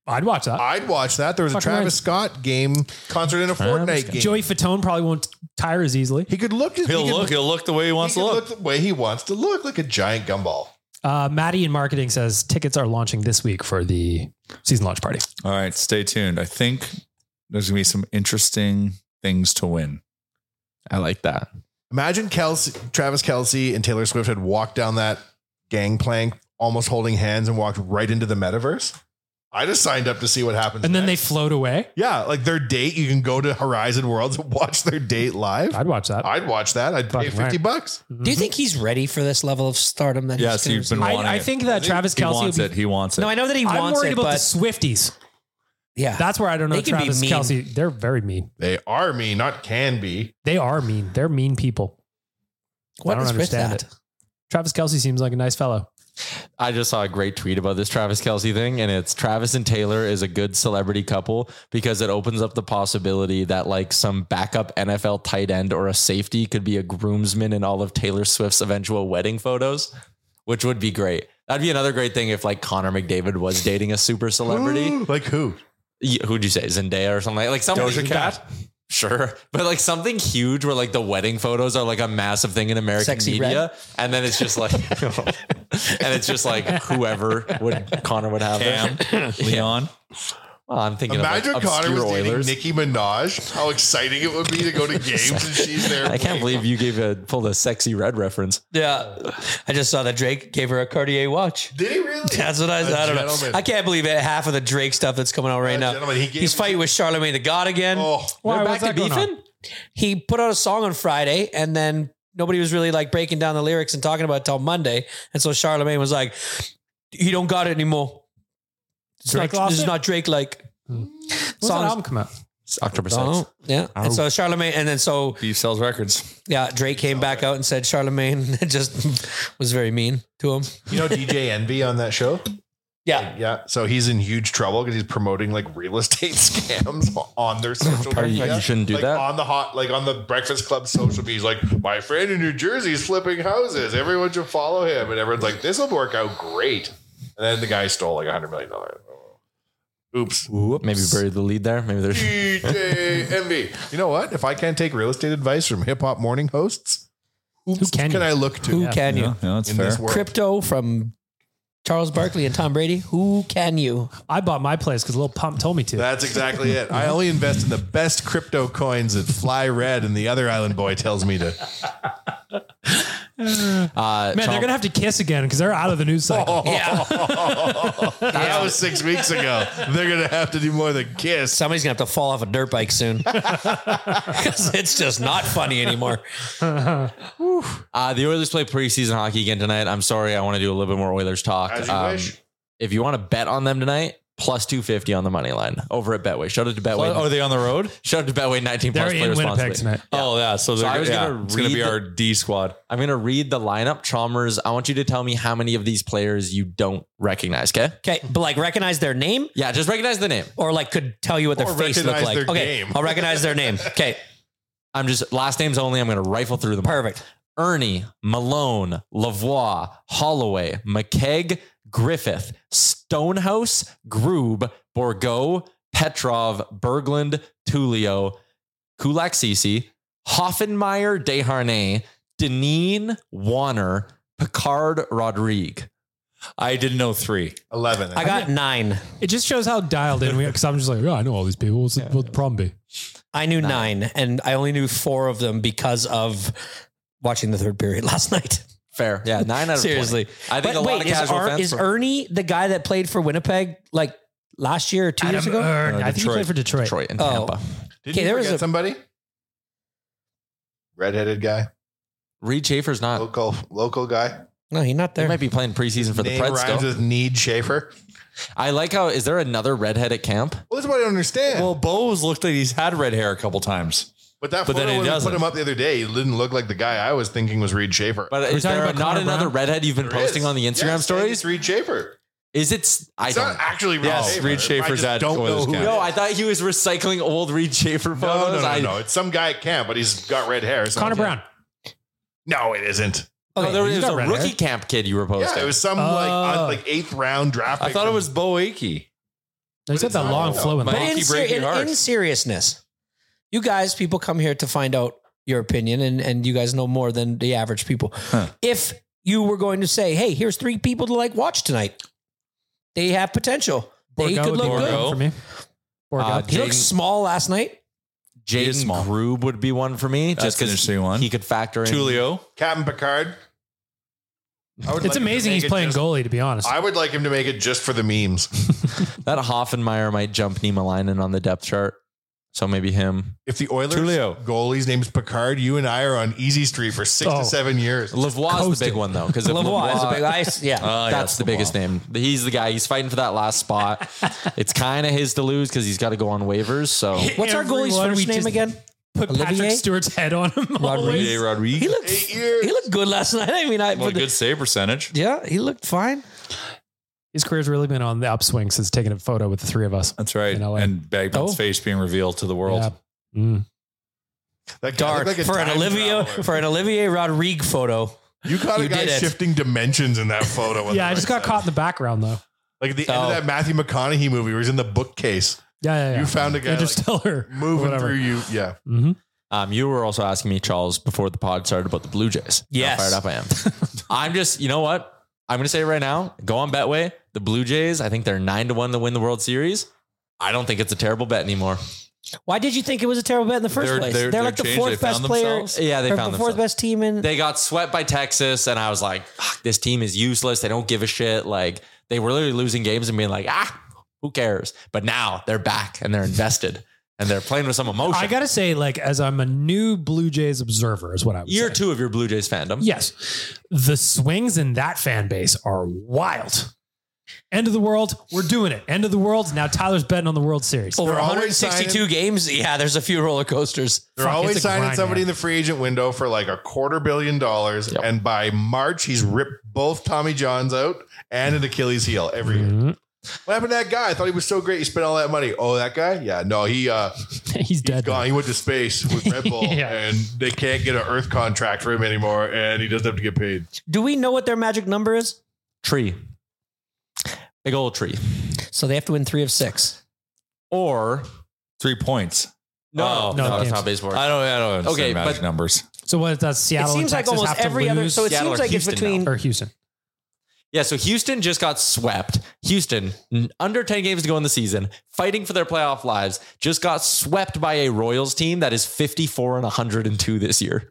Speaker 5: I'd watch that.
Speaker 8: I'd watch that. There was a
Speaker 5: Fucking
Speaker 8: Travis
Speaker 5: right.
Speaker 8: Scott game concert in a Fortnite game.
Speaker 5: Joey Fatone probably won't tire as easily.
Speaker 8: He could look.
Speaker 6: He'll look. He'll look the way he wants
Speaker 8: he
Speaker 6: to
Speaker 8: could
Speaker 6: look.
Speaker 8: the way he wants to look, like a giant gumball.
Speaker 5: Uh, Maddie in marketing says tickets are launching this week for the season launch party.
Speaker 6: All right, stay tuned. I think there's going to be some interesting things to win.
Speaker 7: I like that.
Speaker 8: Imagine Kelsey, Travis Kelsey and Taylor Swift had walked down that gangplank, almost holding hands, and walked right into the metaverse. I just signed up to see what happens.
Speaker 5: And then they float away.
Speaker 8: yeah, like their date, you can go to Horizon Worlds and watch their date live.
Speaker 5: I'd watch that. Mm-hmm.
Speaker 8: I'd watch that. I'd pay
Speaker 5: Fucking
Speaker 8: fifty
Speaker 5: right.
Speaker 8: bucks.
Speaker 9: Do you think he's ready for this level of stardom that
Speaker 6: Yes,
Speaker 9: he's
Speaker 6: you've been
Speaker 9: receive?
Speaker 6: wanting.
Speaker 5: I
Speaker 6: it.
Speaker 5: think that Travis
Speaker 6: he
Speaker 5: Kelce
Speaker 6: wants
Speaker 5: will
Speaker 6: it.
Speaker 5: be-
Speaker 6: He wants it.
Speaker 9: No, I know that he
Speaker 5: I'm
Speaker 9: wants
Speaker 5: worried
Speaker 9: it,
Speaker 5: about the
Speaker 9: but
Speaker 5: Swifties.
Speaker 9: yeah,
Speaker 5: That's where I don't know
Speaker 9: They can be
Speaker 5: Travis
Speaker 9: mean.
Speaker 5: Kelsey. They're very mean.
Speaker 8: They are me, not can be.
Speaker 5: They are mean. They're mean people. I
Speaker 9: What
Speaker 5: don't
Speaker 9: is with
Speaker 5: understand
Speaker 9: that?
Speaker 5: it. Travis Kelsey seems like a nice fellow.
Speaker 7: I just saw a great tweet about this Travis Kelsey thing, and it's Travis and Taylor is a good celebrity couple because it opens up the possibility that like some backup NFL tight end or a safety could be a groomsman in all of Taylor Swift's eventual wedding photos, which would be great. That'd be another great thing if like Connor McDavid was dating a super
Speaker 6: Hmm.
Speaker 7: celebrity.
Speaker 8: like who?
Speaker 7: Y- Who'd you say Zendaya or something like, like somebody-
Speaker 6: Doja Cat?
Speaker 7: Sure, <laughs> but like something huge where like the wedding photos are like a massive thing in American
Speaker 9: Sexy
Speaker 7: media, and then it's
Speaker 6: <laughs>
Speaker 7: just like, and it's just like whoever would Connor would have
Speaker 6: Cam, Leon.
Speaker 7: Well, I'm thinking
Speaker 8: Imagine
Speaker 7: of like,
Speaker 8: Connor was
Speaker 7: obscure
Speaker 8: dating
Speaker 7: Oilers.
Speaker 8: Nicki Minaj. How exciting it would be to go
Speaker 7: <laughs>
Speaker 8: to games and she's there.
Speaker 7: I can't believe you gave a pulled a sexy red reference.
Speaker 9: Yeah, I just saw that Drake gave her a Cartier watch. <laughs>
Speaker 8: Did he really?
Speaker 9: That's what I,
Speaker 8: A
Speaker 9: I don't know.
Speaker 8: gentleman.
Speaker 9: I can't believe it. Half of the Drake stuff that's coming out right
Speaker 8: A
Speaker 9: now.
Speaker 8: gentleman, he gave
Speaker 9: He's
Speaker 8: me-
Speaker 9: fighting with Charlemagne the God again.
Speaker 8: Oh,
Speaker 5: Why,
Speaker 7: They're
Speaker 5: what's that going on?
Speaker 9: He put out a song on Friday, and then nobody was really like breaking down the lyrics and talking about it till Monday. And so Charlemagne was like, "He don't got it anymore. It's
Speaker 5: Drake
Speaker 9: not-
Speaker 5: lost
Speaker 9: this is
Speaker 5: it?
Speaker 9: not Drake like."
Speaker 5: When's that album come out?
Speaker 7: It's October
Speaker 9: Oh,
Speaker 7: 6th.
Speaker 9: yeah. And so Charlemagne, and then so
Speaker 6: Beef sells records.
Speaker 9: yeah, Drake came back out and said Charlemagne <laughs> just was very mean to him.
Speaker 8: You know DJ Envy on that show?
Speaker 9: Yeah,
Speaker 8: Yeah. So he's in huge trouble because he's promoting like real estate <laughs> scams on their social
Speaker 7: Probably
Speaker 8: media.
Speaker 7: you shouldn't do
Speaker 8: like,
Speaker 7: that.
Speaker 8: On the hot, like on the Breakfast Club social media. He's like, my friend in New Jersey is flipping houses. Everyone should follow him. And everyone's like, this will work out great. And then the guy stole like a $100 million. Oops.
Speaker 7: Maybe bury the lead there. Maybe there's <laughs>
Speaker 8: DJ Envy. You know what? If I can't take real estate advice from hip hop morning hosts,
Speaker 5: Who can,
Speaker 8: can
Speaker 5: you?
Speaker 8: I look to
Speaker 9: who
Speaker 5: Yeah.
Speaker 9: can you?
Speaker 6: Yeah, yeah, that's
Speaker 8: in
Speaker 6: fair.
Speaker 8: this world?
Speaker 9: Crypto from Charles Barkley and Tom Brady. Who can you?
Speaker 5: I bought my place because Lil Pump told me to.
Speaker 8: That's exactly it. I only invest in the best crypto coins that fly red, and the other island boy tells me to.
Speaker 7: uh, Oh.
Speaker 5: Man, they're
Speaker 7: Chom-
Speaker 5: gonna have to kiss again because they're out of the news
Speaker 8: Oh,
Speaker 5: cycle.
Speaker 8: <laughs>
Speaker 7: <laughs>
Speaker 8: That was six weeks ago. They're gonna have to do more than kiss.
Speaker 9: Somebody's gonna have to fall off a dirt bike
Speaker 7: <laughs>
Speaker 9: soon. 'Cause it's just not funny anymore.
Speaker 7: Uh, the Oilers play preseason hockey again tonight. I'm sorry, I want to do a little bit more Oilers talk. Um,
Speaker 8: As you wish.
Speaker 7: If you want to bet on them tonight, plus 250 on the money line over at Betway. Shout out to Betway.
Speaker 6: Are they on the road?
Speaker 7: Shout out to Betway 19
Speaker 5: They're
Speaker 7: plus play
Speaker 5: in Winnipeg
Speaker 7: responsibly.
Speaker 5: tonight.
Speaker 6: Oh yeah. So,
Speaker 7: So
Speaker 6: they're,
Speaker 7: I was
Speaker 6: yeah,
Speaker 7: gonna
Speaker 6: it's going to
Speaker 7: read
Speaker 6: be
Speaker 7: the-
Speaker 6: our D squad.
Speaker 7: I'm going to read the lineup. Chalmers, I want you to tell me how many of these players you don't recognize, okay?
Speaker 9: Okay, but like recognize their name
Speaker 7: Yeah, just recognize the name.
Speaker 9: or like could tell you what their
Speaker 8: Or
Speaker 9: face looked
Speaker 8: recognize
Speaker 9: like.
Speaker 8: their
Speaker 9: okay,
Speaker 8: game.
Speaker 9: I'll recognize
Speaker 8: <laughs>
Speaker 9: their name. Okay,
Speaker 7: I'm just last names only. I'm going to rifle through them. all.
Speaker 9: perfect.
Speaker 7: Ernie, Malone, Lavoie, Holloway, McKeag, Griffith, Stonehouse, Groob, Borgo, Petrov, Berglund, Tulio, Kulak Sisi, Hoffenmeyer, Deharnay, Deneen, Warner, Picard, Rodrigue.
Speaker 6: I didn't know three.
Speaker 8: 11.
Speaker 9: I got nine.
Speaker 5: It just shows how dialed in we are because I'm just like, oh, I know all these people. What's, the- what'd the problem be?
Speaker 9: I knew nine. and I only knew four of them because of watching the third period <laughs> last night.
Speaker 7: Fair. Yeah, nine out of 20.
Speaker 9: Seriously.
Speaker 7: I think
Speaker 9: But
Speaker 7: a lot of
Speaker 9: is
Speaker 7: casual
Speaker 9: Ar-
Speaker 7: fans
Speaker 9: Is
Speaker 7: were-
Speaker 9: Ernie the guy that played for Winnipeg like last year or two years ago?
Speaker 5: I think he played for Detroit.
Speaker 7: Detroit and
Speaker 9: Oh.
Speaker 7: uh, Tampa.
Speaker 8: Did
Speaker 9: Okay,
Speaker 8: you
Speaker 9: there was
Speaker 8: forget
Speaker 9: a-
Speaker 8: somebody? Redheaded guy,
Speaker 7: Reed Schaefer's not.
Speaker 8: local local guy.
Speaker 9: No, he's not
Speaker 7: He
Speaker 9: there.
Speaker 7: might be playing preseason for the
Speaker 8: Name
Speaker 7: Preds
Speaker 8: rhymes
Speaker 7: still.
Speaker 8: with Need Schaefer.
Speaker 7: I like how, is there another redhead at camp?
Speaker 8: Well, that's what I don't understand.
Speaker 6: Well, Bose looked like he's had red hair a couple times.
Speaker 8: but that
Speaker 6: but
Speaker 8: photo
Speaker 6: then it
Speaker 8: when we
Speaker 6: doesn't.
Speaker 8: put him up the other day, he didn't look like the guy I was thinking was Reed Schaefer.
Speaker 7: But is
Speaker 5: talking
Speaker 7: there
Speaker 5: about
Speaker 7: not
Speaker 5: Connor
Speaker 7: another
Speaker 5: Brown?
Speaker 7: redhead you've been
Speaker 8: There
Speaker 7: posting
Speaker 8: is.
Speaker 7: on the Instagram
Speaker 8: Yeah, it's
Speaker 7: stories?
Speaker 8: Reed Schaefer.
Speaker 7: Is it? s- I
Speaker 8: It's
Speaker 7: don't.
Speaker 8: not actually Reed
Speaker 6: Yes,
Speaker 8: Schaefer.
Speaker 6: Reed
Speaker 8: I
Speaker 6: Schaefer's
Speaker 8: just
Speaker 6: at
Speaker 8: don't know
Speaker 6: Oilers
Speaker 8: who
Speaker 6: camp.
Speaker 8: it
Speaker 7: no,
Speaker 8: is.
Speaker 7: I thought he was recycling old Reed Schaefer photos.
Speaker 8: No, no, no,
Speaker 7: I,
Speaker 8: no, no. It's some guy at camp, but he's got red hair. so-
Speaker 5: Connor Brown.
Speaker 8: No, it isn't.
Speaker 7: no, there
Speaker 5: he's
Speaker 7: was
Speaker 5: got
Speaker 7: a
Speaker 5: red
Speaker 7: rookie
Speaker 5: hair.
Speaker 7: camp kid you were posting.
Speaker 8: Yeah, it was some like
Speaker 5: Oh.
Speaker 8: un- like eighth round draft.
Speaker 6: I
Speaker 8: pick
Speaker 6: thought it
Speaker 8: from-
Speaker 6: was Bo Akey.
Speaker 5: He's got
Speaker 8: it's
Speaker 5: that
Speaker 8: not
Speaker 5: long
Speaker 8: all-
Speaker 5: flowing
Speaker 6: But
Speaker 5: lock.
Speaker 6: Mikey
Speaker 9: in, ser-
Speaker 6: breaking
Speaker 9: in-
Speaker 6: hearts.
Speaker 9: in seriousness, you guys, people come here to find out your opinion, and, and you guys know more than the average people. If you were going to say, "Hey, here's three people to like watch tonight," they have potential. They
Speaker 5: Borgo
Speaker 9: could
Speaker 5: would be
Speaker 9: look
Speaker 5: one
Speaker 9: good.
Speaker 5: for me. Borgo.
Speaker 7: Uh,
Speaker 9: He looked
Speaker 7: Jaden-
Speaker 9: small last night.
Speaker 6: He is
Speaker 7: Jaden
Speaker 6: small.
Speaker 7: Grube would be one for me,
Speaker 6: That's
Speaker 7: just
Speaker 6: an
Speaker 7: because
Speaker 6: interesting one.
Speaker 7: he could factor in.
Speaker 6: Tulio.
Speaker 8: Captain Picard. I would
Speaker 5: it's
Speaker 8: like him to
Speaker 5: amazing
Speaker 8: make
Speaker 5: he's
Speaker 8: it
Speaker 5: playing
Speaker 8: just-
Speaker 5: goalie, to be honest.
Speaker 8: I would like him to make it just for the memes.
Speaker 7: That Hoffenmeyer might jump Nima Linen on the depth chart, so maybe him.
Speaker 8: If the Oilers
Speaker 6: Tulio.
Speaker 8: goalie's name's Picard, you and I are on easy street for six
Speaker 5: Oh.
Speaker 8: to seven years.
Speaker 7: Lavoie's the
Speaker 5: Coasting.
Speaker 7: big one though, because
Speaker 9: Lavoie is a big ice. Yeah.
Speaker 5: Ah,
Speaker 7: that's the biggest name. He's the guy. He's fighting for that last <laughs> spot. it's kind of his to lose because he's got to go on waivers. So
Speaker 9: What's our goalie's
Speaker 5: Everyone, we
Speaker 9: first name
Speaker 5: just-
Speaker 9: again?
Speaker 5: Put
Speaker 9: Olivier?
Speaker 5: Patrick Stewart's head on him. <laughs>
Speaker 6: Rodriguez.
Speaker 5: always.
Speaker 6: Rodriguez.
Speaker 9: He looked.
Speaker 8: Eight years.
Speaker 9: He looked good last night. <laughs> I mean, I.
Speaker 6: Well,
Speaker 9: for the-
Speaker 6: good save percentage.
Speaker 9: yeah, he looked fine.
Speaker 5: His career's really been on the upswing since taking a photo with the three of us.
Speaker 6: That's right.
Speaker 5: In LA.
Speaker 6: And Bagman's
Speaker 5: Oh.
Speaker 6: face being revealed to the world.
Speaker 5: Yeah. Mm.
Speaker 8: That guy
Speaker 9: Dark
Speaker 8: looked like a
Speaker 9: for an
Speaker 8: time
Speaker 9: Olivia
Speaker 8: traveler.
Speaker 9: for an Olivier Rodrigue photo.
Speaker 8: You caught
Speaker 9: You
Speaker 8: a guy
Speaker 9: did it.
Speaker 8: shifting dimensions in that photo. when
Speaker 5: <laughs> yeah,
Speaker 8: they
Speaker 5: I just
Speaker 8: were
Speaker 5: got caught in the background though.
Speaker 8: Like at the end
Speaker 9: Oh.
Speaker 8: of that Matthew McConaughey movie, where he's in the bookcase.
Speaker 5: Yeah, yeah, yeah.
Speaker 8: You found a guy like,
Speaker 5: <laughs> Interstellar.
Speaker 8: moving through you. Yeah,
Speaker 5: hmm
Speaker 7: Um, you were also asking me, Charles, before the pod started about the Blue Jays.
Speaker 9: Yes.
Speaker 7: How fired up I am. <laughs> I'm just, you know what? I'm going to say it right now. Go on Betway. The Blue Jays, I think they're 9 to 1 to win the World Series. I don't think it's a terrible bet anymore.
Speaker 9: Why did you think it was a terrible bet in the 1st
Speaker 6: They're-
Speaker 9: place?
Speaker 6: they're-
Speaker 9: They're,
Speaker 6: they're
Speaker 9: like the
Speaker 6: changed. They
Speaker 9: fourth best
Speaker 6: found
Speaker 9: player.
Speaker 6: themselves?
Speaker 7: Yeah, they
Speaker 9: they're
Speaker 7: found
Speaker 9: the fourth
Speaker 7: themselves.
Speaker 9: best team in.
Speaker 7: They got swept by Texas, and I was like, Fuck, this team is useless. They don't give a shit. Like, they were literally losing games and being like, ah, who cares? But now they're back and they're invested and they're playing with some emotion.
Speaker 5: I gotta say, like, as I'm a new Blue Jays observer, is what I would
Speaker 7: Year
Speaker 5: say.
Speaker 7: two of your Blue Jays fandom.
Speaker 5: Yes, the swings in that fan base are wild. End of the world, we're doing it. End of the world. Now Tyler's betting on the World Series.
Speaker 9: over
Speaker 8: They're always
Speaker 9: 162
Speaker 8: signing-
Speaker 9: games. Yeah, there's a few roller coasters.
Speaker 8: they're
Speaker 5: Fuck,
Speaker 8: always
Speaker 5: it's a
Speaker 8: signing
Speaker 5: grind,
Speaker 8: somebody
Speaker 5: man.
Speaker 8: in the free agent window for like a quarter billion dollars, and by March he's ripped both Tommy Johns out and an Achilles heel every year.
Speaker 5: Mhm.
Speaker 8: What happened to that guy? I thought he was so great. He spent all that money. Oh, that guy? Yeah, no, he uh,
Speaker 5: <laughs> He's
Speaker 8: He's
Speaker 5: dead.
Speaker 8: gone. He went to space with
Speaker 5: <laughs>
Speaker 8: Red Bull,
Speaker 5: Yeah.
Speaker 8: and they can't get an Earth contract for him anymore, and he doesn't have to get paid.
Speaker 9: Do we know what their magic number is?
Speaker 7: Tree. Big old tree.
Speaker 9: So they have to win three of six.
Speaker 7: Or
Speaker 6: Three points.
Speaker 7: No,
Speaker 6: Oh,
Speaker 5: no,
Speaker 7: no, Uh, that's
Speaker 5: games.
Speaker 7: how baseball works.
Speaker 6: I don't. I don't understand
Speaker 7: Okay,
Speaker 6: magic
Speaker 7: but-
Speaker 6: numbers.
Speaker 5: So what? That's Seattle.
Speaker 9: it seems
Speaker 5: and
Speaker 9: like
Speaker 5: Texas
Speaker 9: almost
Speaker 5: have to
Speaker 9: every other.
Speaker 5: lose-
Speaker 9: So it
Speaker 7: Seattle
Speaker 9: seems
Speaker 7: or
Speaker 9: like it's
Speaker 7: Houston
Speaker 9: between.
Speaker 5: or Houston.
Speaker 7: Yeah, so Houston just got swept. Houston, n- under 10 games to go in the season, fighting for their playoff lives, just got swept by a Royals team that is 54 and 102 this year.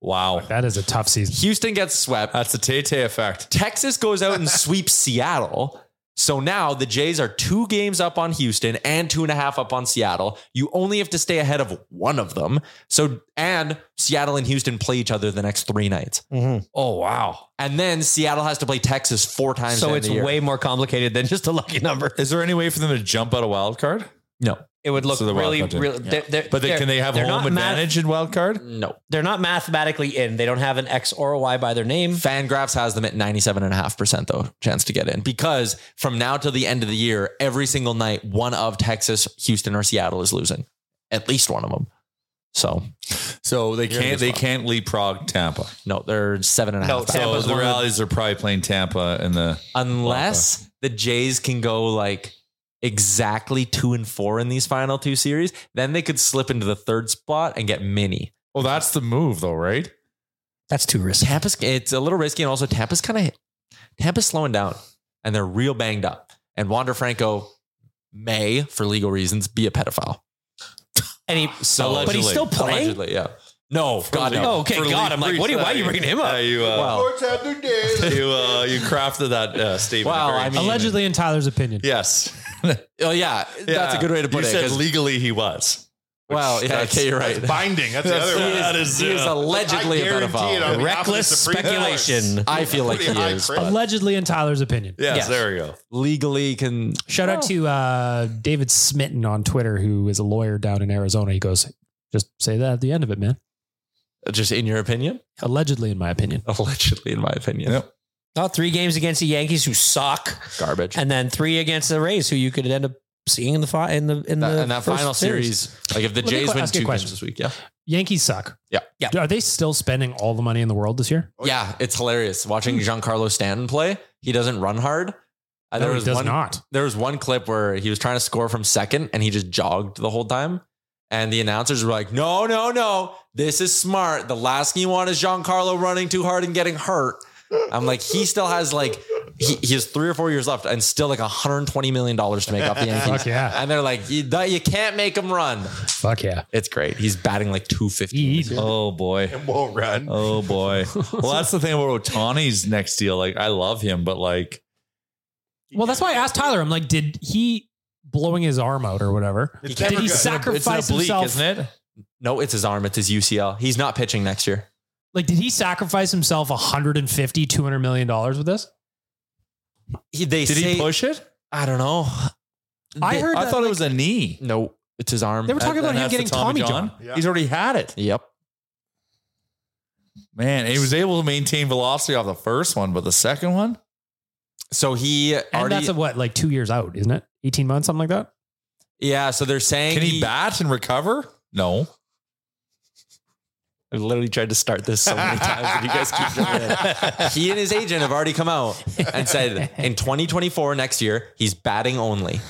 Speaker 6: Wow,
Speaker 5: That is a tough season.
Speaker 7: Houston gets swept.
Speaker 6: that's the Tay Tay effect.
Speaker 7: Texas goes out and sweeps Seattle. So now the Jays are two games up on Houston and two and a half up on Seattle. You only have to stay ahead of one of them. So, and Seattle and Houston play each other the next three nights.
Speaker 9: Mhm.
Speaker 6: Oh wow.
Speaker 7: And then Seattle has to play Texas four times. to
Speaker 9: So
Speaker 7: end
Speaker 9: it's
Speaker 7: the year.
Speaker 9: way more complicated than just a lucky number.
Speaker 6: Is there any way for them to jump out a wild card?
Speaker 7: no,
Speaker 9: It would look
Speaker 6: So they're wild
Speaker 9: really,
Speaker 6: card team.
Speaker 9: really. They're, they're,
Speaker 6: But they,
Speaker 9: they're-
Speaker 6: can they have
Speaker 9: they're
Speaker 6: home
Speaker 9: not math-
Speaker 6: advantage in wild card?
Speaker 7: no.
Speaker 9: they're not mathematically in. They don't have an X or a Y by their name.
Speaker 7: Fangraphs has them at 97.5% though chance to get in because from now till the end of the year, every single night, one of Texas, Houston, or Seattle is losing at least one of them. So
Speaker 6: So they
Speaker 7: this
Speaker 6: can't. They
Speaker 7: one.
Speaker 6: can't leapfrog Tampa.
Speaker 7: no, they're seven and a half.
Speaker 9: No,
Speaker 7: back.
Speaker 6: So
Speaker 9: Tampa's
Speaker 6: the
Speaker 9: one of the-
Speaker 6: rallies are probably playing Tampa in the.
Speaker 7: Unless the Jays can go like exactly two and four in these final two series, then they could slip into the third spot and get mini.
Speaker 6: Well, that's the move, though, right?
Speaker 9: That's too risky.
Speaker 7: Tampa's it's a little risky, and also Tampa's kind of Tampa's slowing down, and they're real banged up. And Wander Franco may, for legal reasons, be a pedophile.
Speaker 9: And he,
Speaker 7: <laughs> So,
Speaker 9: but he's still playing.
Speaker 7: Allegedly, yeah. No, God,
Speaker 6: legal-
Speaker 7: no.
Speaker 9: Oh, okay,
Speaker 6: for
Speaker 9: God. I'm like,
Speaker 6: legal
Speaker 9: what? Are you, why are you
Speaker 6: reasons.
Speaker 9: bringing him up?
Speaker 6: Yeah, you, uh,
Speaker 7: Wow.
Speaker 11: Lords have their days.
Speaker 6: <laughs> you uh, you crafted that uh, statement.
Speaker 7: Well,
Speaker 6: very
Speaker 7: I mean-
Speaker 6: mean.
Speaker 5: Allegedly, in Tyler's opinion.
Speaker 6: yes,
Speaker 7: Oh, yeah, that's a good way to put
Speaker 6: you
Speaker 7: it.
Speaker 6: Said
Speaker 7: 'cause-
Speaker 6: legally, he was. Which
Speaker 7: Well, yeah,
Speaker 6: that's-
Speaker 7: okay, you're right.
Speaker 6: that's
Speaker 11: Binding. That's the other one.
Speaker 6: that is,
Speaker 7: he is
Speaker 6: uh,
Speaker 7: allegedly a
Speaker 11: I guarantee it on
Speaker 7: pedophile.
Speaker 11: behalf of the
Speaker 9: Reckless
Speaker 11: Supreme Court.
Speaker 9: speculation.
Speaker 7: I feel like he
Speaker 11: Pretty high
Speaker 7: is.
Speaker 11: praise.
Speaker 7: but
Speaker 5: Allegedly, in Tyler's opinion.
Speaker 6: Yes,
Speaker 9: Yes.
Speaker 6: there we go.
Speaker 7: Legally, can
Speaker 5: Shout
Speaker 9: Oh.
Speaker 5: out to uh, David Smitten on Twitter, who is a lawyer down in Arizona. He goes, just say that at the end of it, man.
Speaker 7: just in your opinion,
Speaker 5: Allegedly, in my opinion.
Speaker 7: allegedly, in my opinion,
Speaker 6: Yep.
Speaker 9: Oh, three games against the Yankees who suck,
Speaker 7: garbage.
Speaker 9: and then three against the Rays who you could end up seeing in the fi- in the in
Speaker 7: That-
Speaker 9: the
Speaker 7: and that
Speaker 9: first
Speaker 7: final series, like if the
Speaker 5: Let me
Speaker 7: Jays
Speaker 5: qu-
Speaker 7: win
Speaker 5: ask you a
Speaker 7: two
Speaker 5: question.
Speaker 7: games this week, yeah,
Speaker 5: <laughs> Yankees suck.
Speaker 7: Yeah.
Speaker 9: Yeah.
Speaker 5: Are they still spending all the money in the world this year?
Speaker 7: yeah, it's hilarious watching Giancarlo Stanton play. He doesn't run hard. Uh,
Speaker 5: Hmm. no, he does
Speaker 7: one,
Speaker 5: not.
Speaker 7: there was one clip where he was trying to score from second and he just jogged the whole time. And the announcers were like, no, no, no, this is smart. The last thing you want is Giancarlo running too hard and getting hurt. I'm like, he still has like, he, he has three or four years left and still like $120 million to make up the
Speaker 5: Fuck
Speaker 7: Yankees.
Speaker 5: yeah.
Speaker 7: and they're like, you, you can't make him run.
Speaker 5: Fuck yeah.
Speaker 7: It's great. He's batting like 250.
Speaker 5: Easy.
Speaker 6: Oh boy.
Speaker 11: And won't run.
Speaker 6: Oh boy. well, that's the thing about Otani's next deal. Like, I love him, but like,
Speaker 5: Well, that's why I asked Tyler. I'm like, did he blowing his arm out or whatever?
Speaker 11: It's
Speaker 5: Did
Speaker 11: never
Speaker 5: he
Speaker 11: good.
Speaker 5: sacrifice himself?
Speaker 6: isn't it?
Speaker 7: No, it's his arm. It's his UCL. He's not pitching next year.
Speaker 5: Like, did he sacrifice himself 150, 200 million dollars with this?
Speaker 7: He, they
Speaker 6: Did
Speaker 7: say-
Speaker 6: he push it?
Speaker 7: I don't know.
Speaker 5: I heard.
Speaker 6: I
Speaker 5: that,
Speaker 6: thought
Speaker 5: like,
Speaker 6: it was a knee.
Speaker 7: No, it's his arm. Uh,
Speaker 5: They were talking
Speaker 6: And
Speaker 5: about him
Speaker 6: that's the
Speaker 5: getting Tommy, John.
Speaker 11: Yeah.
Speaker 6: He's already had it.
Speaker 7: Yep.
Speaker 6: Man, he was able to maintain velocity off the first one, but the second one,
Speaker 7: So he
Speaker 5: And
Speaker 7: already,
Speaker 5: that's a, what, like two years out, isn't it? 18 months, something like that.
Speaker 7: yeah. So they're saying
Speaker 6: can he bat and recover? No.
Speaker 7: I've literally tried to start this <laughs> so many times, and you guys keep
Speaker 6: <laughs>
Speaker 7: jumping in. He and his agent have already come out and said in 2024, next year, he's batting only.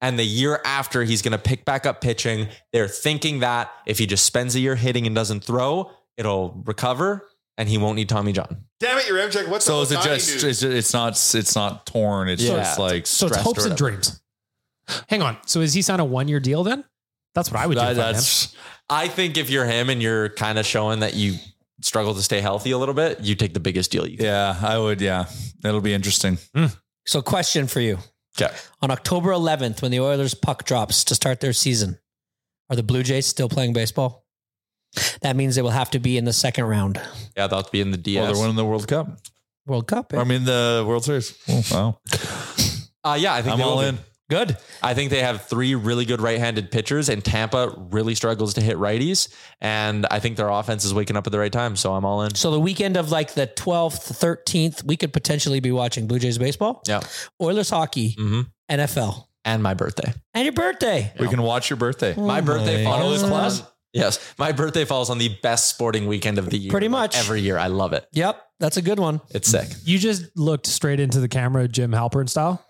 Speaker 7: And the year after, he's going to pick back up pitching. They're thinking that if he just spends a year hitting and doesn't throw, it'll recover and he won't need Tommy John.
Speaker 11: Damn it, your M check. What's
Speaker 6: So
Speaker 11: the
Speaker 6: is it
Speaker 11: Otani news?
Speaker 6: just? It's, it's not. It's not torn. It's
Speaker 7: Yeah.
Speaker 6: just like
Speaker 5: So it's
Speaker 7: Stressed
Speaker 5: hopes
Speaker 7: or
Speaker 5: and
Speaker 7: whatever.
Speaker 5: dreams. Hang on. So is he signed a one year deal then? That's what I would do.
Speaker 6: that-
Speaker 5: if I were him.
Speaker 6: that's
Speaker 7: I think if you're him and you're kind of showing that you struggle to stay healthy a little bit, you take the biggest deal you can.
Speaker 6: yeah. I would yeah. That'll be interesting.
Speaker 9: So, question for you:
Speaker 7: Okay.
Speaker 9: On October 11th, when the Oilers puck drops to start their season, are the Blue Jays still playing baseball? That means they will have to be in the second round
Speaker 7: Yeah, that'll be in the
Speaker 6: Well,
Speaker 7: DS.
Speaker 6: they're winning the World Cup.
Speaker 9: World Cup. eh?
Speaker 6: I mean the World Series. Oh, wow.
Speaker 7: uh, yeah, I think
Speaker 6: I'm
Speaker 7: they will
Speaker 6: all
Speaker 7: be.
Speaker 6: in.
Speaker 9: Good.
Speaker 7: I think they have three really good right-handed pitchers, and Tampa really struggles to hit righties. And I think their offense is waking up at the right time, so I'm all in.
Speaker 9: So the weekend of like the 12th, 13th, we could potentially be watching Blue Jays baseball,
Speaker 7: Yeah,
Speaker 9: Oilers hockey,
Speaker 7: hmm
Speaker 9: NFL,
Speaker 7: and my birthday.
Speaker 9: and your birthday. Mm-hmm.
Speaker 6: We can watch your birthday.
Speaker 7: my birthday follows
Speaker 9: God.
Speaker 7: on- Yes, my birthday falls on the best sporting weekend of the year.
Speaker 9: Pretty
Speaker 7: Like,
Speaker 9: much.
Speaker 7: every year. I love it.
Speaker 9: Yep, that's a good one.
Speaker 7: It's sick.
Speaker 5: You just looked straight into the camera, Jim Halpern style.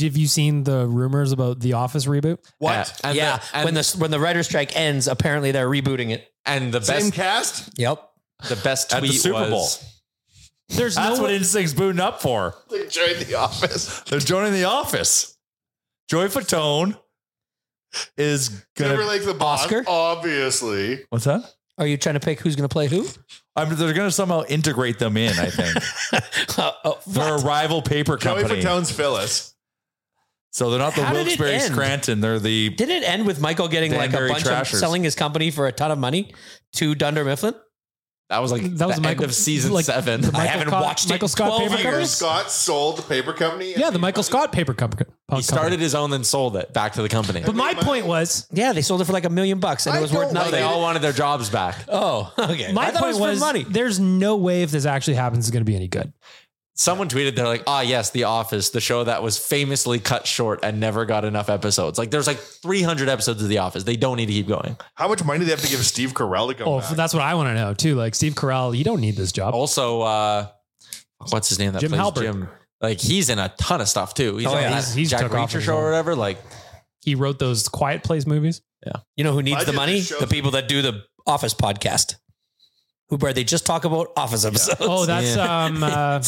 Speaker 5: Have you seen the rumors about the Office reboot?
Speaker 7: What? and
Speaker 9: yeah,
Speaker 7: the, and,
Speaker 9: when the when the writer strike ends, apparently they're rebooting it.
Speaker 7: and the
Speaker 11: Same
Speaker 7: best
Speaker 11: cast?
Speaker 9: Yep.
Speaker 7: the best
Speaker 6: At
Speaker 7: tweet
Speaker 6: the Super
Speaker 7: was
Speaker 6: Bowl.
Speaker 5: There's
Speaker 6: That's
Speaker 5: no
Speaker 6: what Instinct's booting up for.
Speaker 11: <laughs> They joined the office.
Speaker 6: They're joining the office. Joey Fatone is gonna.
Speaker 11: Timberlake the boss.
Speaker 9: Oscar?
Speaker 11: Obviously.
Speaker 6: what's that?
Speaker 9: Are you trying to pick who's going to play who?
Speaker 6: I mean, they're gonna somehow integrate them in. I think
Speaker 9: Uh, oh,
Speaker 6: they're a rival paper
Speaker 11: Joey
Speaker 6: company.
Speaker 11: Fatone's Phyllis.
Speaker 6: So they're not the
Speaker 9: How did it
Speaker 6: Wilkes-Barre
Speaker 9: end?
Speaker 6: Scranton. They're the
Speaker 9: Didn't it end with Michael getting
Speaker 6: Danbury
Speaker 9: like a bunch
Speaker 6: Trashers.
Speaker 9: of selling his company for a ton of money to Dunder Mifflin?
Speaker 7: that was like
Speaker 5: That
Speaker 7: that
Speaker 5: was
Speaker 7: was the
Speaker 5: Michael-
Speaker 7: end of season
Speaker 5: like,
Speaker 7: seven.
Speaker 5: the
Speaker 7: I
Speaker 5: Michael
Speaker 7: haven't
Speaker 5: Scott-
Speaker 7: watched it.
Speaker 5: Michael Scott
Speaker 7: in 12
Speaker 5: paper
Speaker 7: years.
Speaker 5: company?
Speaker 11: Scott sold the paper company.
Speaker 5: Yeah, the Michael Scott paper company.
Speaker 7: He started his own, then sold it back to the company.
Speaker 5: But my point was,
Speaker 9: Yeah, they sold it for like a million bucks and
Speaker 11: I
Speaker 9: it was worth
Speaker 11: don't
Speaker 7: No,
Speaker 9: nothing.
Speaker 7: they all wanted their jobs back.
Speaker 9: oh, <laughs> okay.
Speaker 5: my
Speaker 9: I thought it
Speaker 5: point
Speaker 9: for
Speaker 5: was,
Speaker 9: money.
Speaker 5: there's no way if this actually happens, it's going to be any good.
Speaker 7: Someone tweeted, they're like, ah, yes, The Office, the show that was famously cut short and never got enough episodes. Like, there's like 300 episodes of The Office. They don't need to keep going.
Speaker 11: How much money do they have to give Steve Carell to come
Speaker 5: Oh,
Speaker 11: back?
Speaker 5: that's what I want to
Speaker 7: Oh.
Speaker 5: know too. Like Steve Carell, you don't need this job.
Speaker 7: Also, uh, what's his name? That
Speaker 5: Jim
Speaker 7: plays
Speaker 5: Halpert.
Speaker 7: Jim. Like he's in a ton of stuff too. He's
Speaker 5: Oh,
Speaker 7: on
Speaker 5: yeah.
Speaker 7: that
Speaker 5: He's- he's
Speaker 7: Jack
Speaker 5: took off
Speaker 7: Reacher
Speaker 5: as
Speaker 7: show
Speaker 5: well.
Speaker 7: or whatever. Like
Speaker 5: He wrote those Quiet Place movies.
Speaker 7: Yeah.
Speaker 9: You know who needs the
Speaker 5: Budget
Speaker 9: money?
Speaker 5: shows-
Speaker 9: The people that do the Office podcast. Who where they just talk about Office episodes.
Speaker 5: Oh, that's
Speaker 9: <laughs>
Speaker 5: um uh,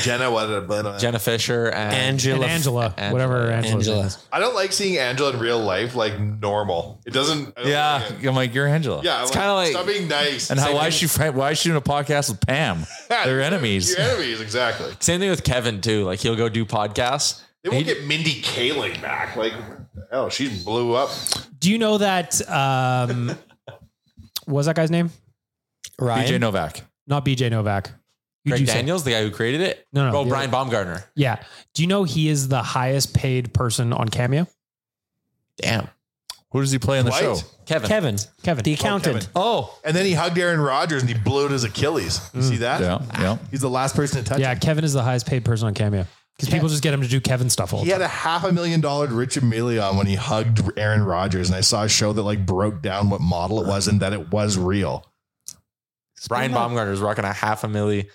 Speaker 8: Jenna, what a but
Speaker 7: Jenna Fisher and
Speaker 5: Angela, Angela, whatever Angela's name is.
Speaker 8: I don't like seeing Angela in real life like normal. It doesn't. I don't
Speaker 6: Yeah,
Speaker 8: like it.
Speaker 6: I'm like you're Angela.
Speaker 8: Yeah, I'm
Speaker 6: it's
Speaker 8: like,
Speaker 6: kind of like
Speaker 8: stop being nice.
Speaker 6: And how
Speaker 8: Say
Speaker 6: why is
Speaker 8: things-
Speaker 6: she fri- why is she doing a podcast with
Speaker 8: <laughs>
Speaker 6: Pam? They're enemies.
Speaker 8: Your enemies, exactly.
Speaker 7: Same thing with Kevin too. Like he'll go do podcasts.
Speaker 8: They won't get Mindy Kaling back. Like, hell, she blew up.
Speaker 5: Do you know that? Um, what was that guy's name?
Speaker 9: Ryan?
Speaker 6: BJ Novak.
Speaker 5: Not BJ Novak. Who'd
Speaker 7: Greg
Speaker 5: you say?
Speaker 7: Daniels, the guy who created it.
Speaker 5: No, no,
Speaker 7: Oh,
Speaker 5: the-
Speaker 7: Brian Baumgartner.
Speaker 5: Yeah. Do you know he is the highest paid person on Cameo?
Speaker 7: Damn.
Speaker 6: Who does he play on the
Speaker 8: Dwight?
Speaker 6: show?
Speaker 7: Kevin.
Speaker 9: Kevin.
Speaker 5: Kevin.
Speaker 9: The accountant.
Speaker 6: Oh,
Speaker 8: and then he hugged Aaron Rodgers and he blew out his Achilles. You see that?
Speaker 6: Mm.
Speaker 5: Ah.
Speaker 6: yeah.
Speaker 8: He's the last person to touch.
Speaker 5: Yeah, Kevin is the highest paid person on Cameo because people just get him to do Kevin stuff all
Speaker 8: He
Speaker 5: the time.
Speaker 8: had a half a million dollar Rich Emilion when he hugged Aaron Rodgers, and I saw a show that like broke down what model it was and that it was real.
Speaker 7: Brian Baumgartner is rocking a half a milli,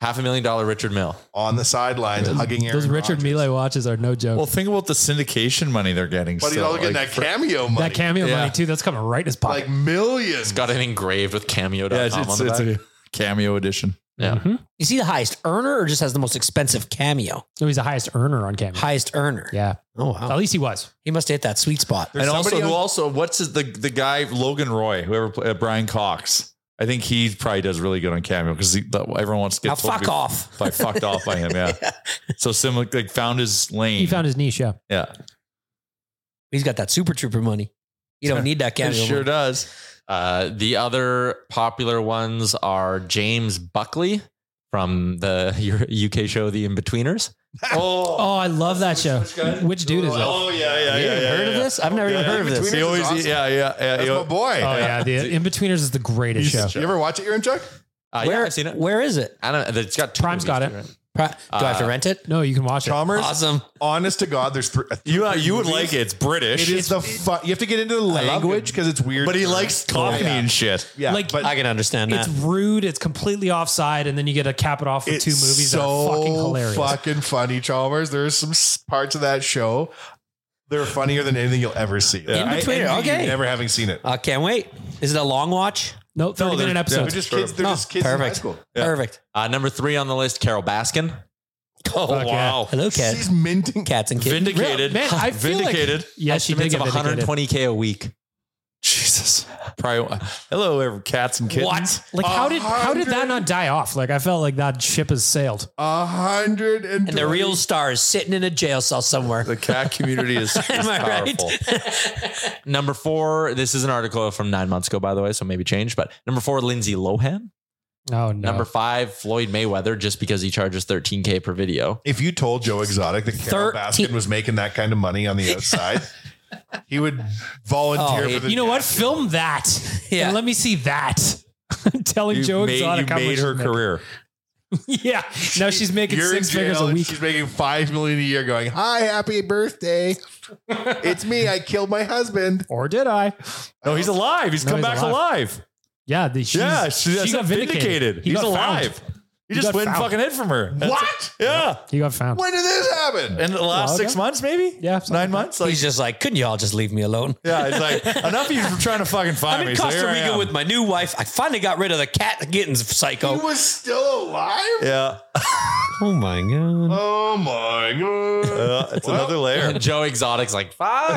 Speaker 7: half a million dollar Richard Mill
Speaker 8: on the sidelines hugging
Speaker 5: Those Richard Mille watches are no joke.
Speaker 6: Well, think about the syndication money they're getting.
Speaker 8: But he's
Speaker 6: still,
Speaker 8: all getting
Speaker 6: like,
Speaker 8: that
Speaker 6: for-
Speaker 8: cameo money.
Speaker 5: that Cameo
Speaker 6: Yeah.
Speaker 5: money too. That's coming right in his pocket.
Speaker 8: like millions.
Speaker 7: It's got it engraved with cameo.com
Speaker 6: Yeah, it's, it's,
Speaker 7: on the
Speaker 6: it's
Speaker 7: back.
Speaker 6: a cameo edition.
Speaker 7: Yeah.
Speaker 5: Mm-hmm.
Speaker 9: Is he the highest earner or just has the most expensive cameo?
Speaker 5: No, Oh, he's the highest earner on Cameo.
Speaker 9: Highest earner.
Speaker 5: Yeah.
Speaker 9: Oh wow.
Speaker 5: At least he was.
Speaker 9: He must have hit that sweet spot.
Speaker 6: and also, who also, what's his, the the guy Logan Roy, whoever played uh, Brian Cox? I think he probably does really good on cameo because everyone wants to get
Speaker 9: Now
Speaker 6: told to
Speaker 9: fuck
Speaker 6: be-
Speaker 9: off.
Speaker 6: by fucked off by him.
Speaker 9: <laughs>
Speaker 6: Yeah. So similar, like found his lane.
Speaker 5: He found his niche. Yeah.
Speaker 6: yeah.
Speaker 9: He's got that super trooper money. You don't need
Speaker 7: <laughs>
Speaker 9: that cameo.
Speaker 6: It sure
Speaker 9: money.
Speaker 6: does.
Speaker 7: Uh, the other popular ones are James Buckley
Speaker 6: <laughs>
Speaker 7: from the U- UK show The Inbetweeners.
Speaker 8: Oh,
Speaker 5: Oh, I love that show. Which dude is that?
Speaker 8: oh yeah, yeah,
Speaker 9: You
Speaker 8: yeah.
Speaker 9: haven't
Speaker 8: yeah,
Speaker 9: heard
Speaker 8: yeah.
Speaker 9: of this? I've never even heard of this.
Speaker 8: Betweeners
Speaker 6: He
Speaker 8: is
Speaker 6: always,
Speaker 8: awesome.
Speaker 6: yeah, yeah, yeah.
Speaker 8: That's
Speaker 6: you-
Speaker 8: my boy.
Speaker 5: Oh yeah, the Inbetweeners is the greatest show.
Speaker 8: you ever watch it, Aaron Chuck?
Speaker 7: Uh, yeah,
Speaker 9: Where,
Speaker 7: I've seen it.
Speaker 9: where is it?
Speaker 7: I don't. It's got two
Speaker 5: Prime's
Speaker 7: movies
Speaker 5: got
Speaker 7: too,
Speaker 5: it.
Speaker 7: right?
Speaker 9: Pro- Do I have to
Speaker 7: Uh,
Speaker 9: rent it?
Speaker 5: No, you can watch it.
Speaker 8: Chalmers,
Speaker 9: Awesome.
Speaker 8: honest to God, there's three.
Speaker 6: You, uh, you would like it. It's British.
Speaker 8: It is the fun. You have to get into the language because it's weird.
Speaker 6: but he likes coffee
Speaker 8: Yeah.
Speaker 6: and shit.
Speaker 8: Yeah,
Speaker 5: Like,
Speaker 8: but
Speaker 9: I can understand that.
Speaker 5: It's rude. It's completely offside, and then you get to cap it off with
Speaker 8: it's
Speaker 5: two movies
Speaker 8: so
Speaker 5: that are fucking hilarious.
Speaker 8: fucking funny, Chalmers. There's some s- parts of that show that are funnier than anything you'll ever see.
Speaker 9: In between,
Speaker 8: I envy
Speaker 9: okay.
Speaker 8: you never having seen it.
Speaker 9: I Uh, can't wait. Is it a long watch?
Speaker 5: No, thirty minute
Speaker 8: They're
Speaker 5: episodes.
Speaker 8: just kids. They're
Speaker 9: Oh,
Speaker 8: just kids in high
Speaker 9: perfect.
Speaker 8: school.
Speaker 9: Perfect.
Speaker 7: Uh, number three on the list, Carol Baskin.
Speaker 9: Oh,
Speaker 5: Fuck yeah.
Speaker 9: wow. Hello,
Speaker 8: She's
Speaker 9: cats.
Speaker 8: minting.
Speaker 9: Cats and kittens.
Speaker 6: Vindicated.
Speaker 5: Man, I feel like-
Speaker 6: Vindicated.
Speaker 5: yeah, she did
Speaker 7: Estimates
Speaker 5: get
Speaker 7: of
Speaker 5: vindicated.
Speaker 7: 120k a week.
Speaker 6: Jesus. Probably, uh, hello, every cats and kittens.
Speaker 9: What?
Speaker 5: Like how did how did
Speaker 8: 100?
Speaker 5: that not die off? Like I felt like that ship has sailed.
Speaker 8: A hundred and
Speaker 9: And the real star is sitting in a jail cell somewhere.
Speaker 6: The cat community
Speaker 9: <laughs>
Speaker 6: is, is
Speaker 9: Am I right?
Speaker 6: powerful.
Speaker 7: Number four. This is an article from nine months ago, by the way, so maybe changed. But number four, Lindsay Lohan.
Speaker 5: Oh no.
Speaker 7: Number five, Floyd Mayweather, just because he charges 13k per video.
Speaker 8: If you told Joe Exotic that Carol
Speaker 9: Thirteen-
Speaker 8: Baskin was making that kind of money on the outside, he would volunteer
Speaker 9: Oh,
Speaker 8: for the.
Speaker 5: you know what?
Speaker 8: jacket.
Speaker 5: Film that.
Speaker 9: Yeah.
Speaker 5: And let me see that. <laughs> I'm telling
Speaker 6: You
Speaker 5: Joe
Speaker 6: made,
Speaker 5: Exotic
Speaker 6: you
Speaker 5: how much
Speaker 6: made her
Speaker 5: she's making.
Speaker 6: career.
Speaker 5: <laughs> Yeah. Now she's making
Speaker 8: You're
Speaker 5: six
Speaker 8: in jail
Speaker 5: figures a
Speaker 8: and
Speaker 5: week.
Speaker 8: She's making five million a year. Going, hi, happy birthday! it's me. I killed my husband.
Speaker 5: Or did I?
Speaker 6: No, he's alive. He's
Speaker 5: No,
Speaker 6: come
Speaker 5: he's
Speaker 6: back
Speaker 5: alive.
Speaker 6: alive.
Speaker 5: Yeah, the, she's,
Speaker 6: yeah,
Speaker 5: she,
Speaker 6: that's
Speaker 5: got vindicated. He
Speaker 6: He's
Speaker 5: got found.
Speaker 6: alive. He,
Speaker 5: He
Speaker 6: just
Speaker 5: got
Speaker 6: went and
Speaker 5: found.
Speaker 6: fucking hid from her. That's-
Speaker 8: What?
Speaker 6: Yeah.
Speaker 5: He got found.
Speaker 8: When did this happen?
Speaker 6: In the last
Speaker 5: Well,
Speaker 6: six
Speaker 5: okay.
Speaker 6: months, maybe?
Speaker 5: Yeah, something
Speaker 6: Nine
Speaker 5: like
Speaker 6: months? Like,
Speaker 9: He's just like, couldn't you all just leave me alone?
Speaker 6: yeah, it's like, <laughs> enough of you for trying to fucking find
Speaker 9: I'm
Speaker 6: me.
Speaker 9: in
Speaker 6: So
Speaker 9: Costa
Speaker 6: here I
Speaker 9: Rica
Speaker 6: am.
Speaker 9: with my new wife. I finally got rid of the cat and kittens
Speaker 8: he <laughs>
Speaker 9: psycho.
Speaker 8: was still alive.
Speaker 6: Yeah.
Speaker 9: Oh my god.
Speaker 8: Oh my god!
Speaker 6: Uh, it's another layer.
Speaker 7: Joe Exotic's
Speaker 9: <laughs>
Speaker 7: like, fuck.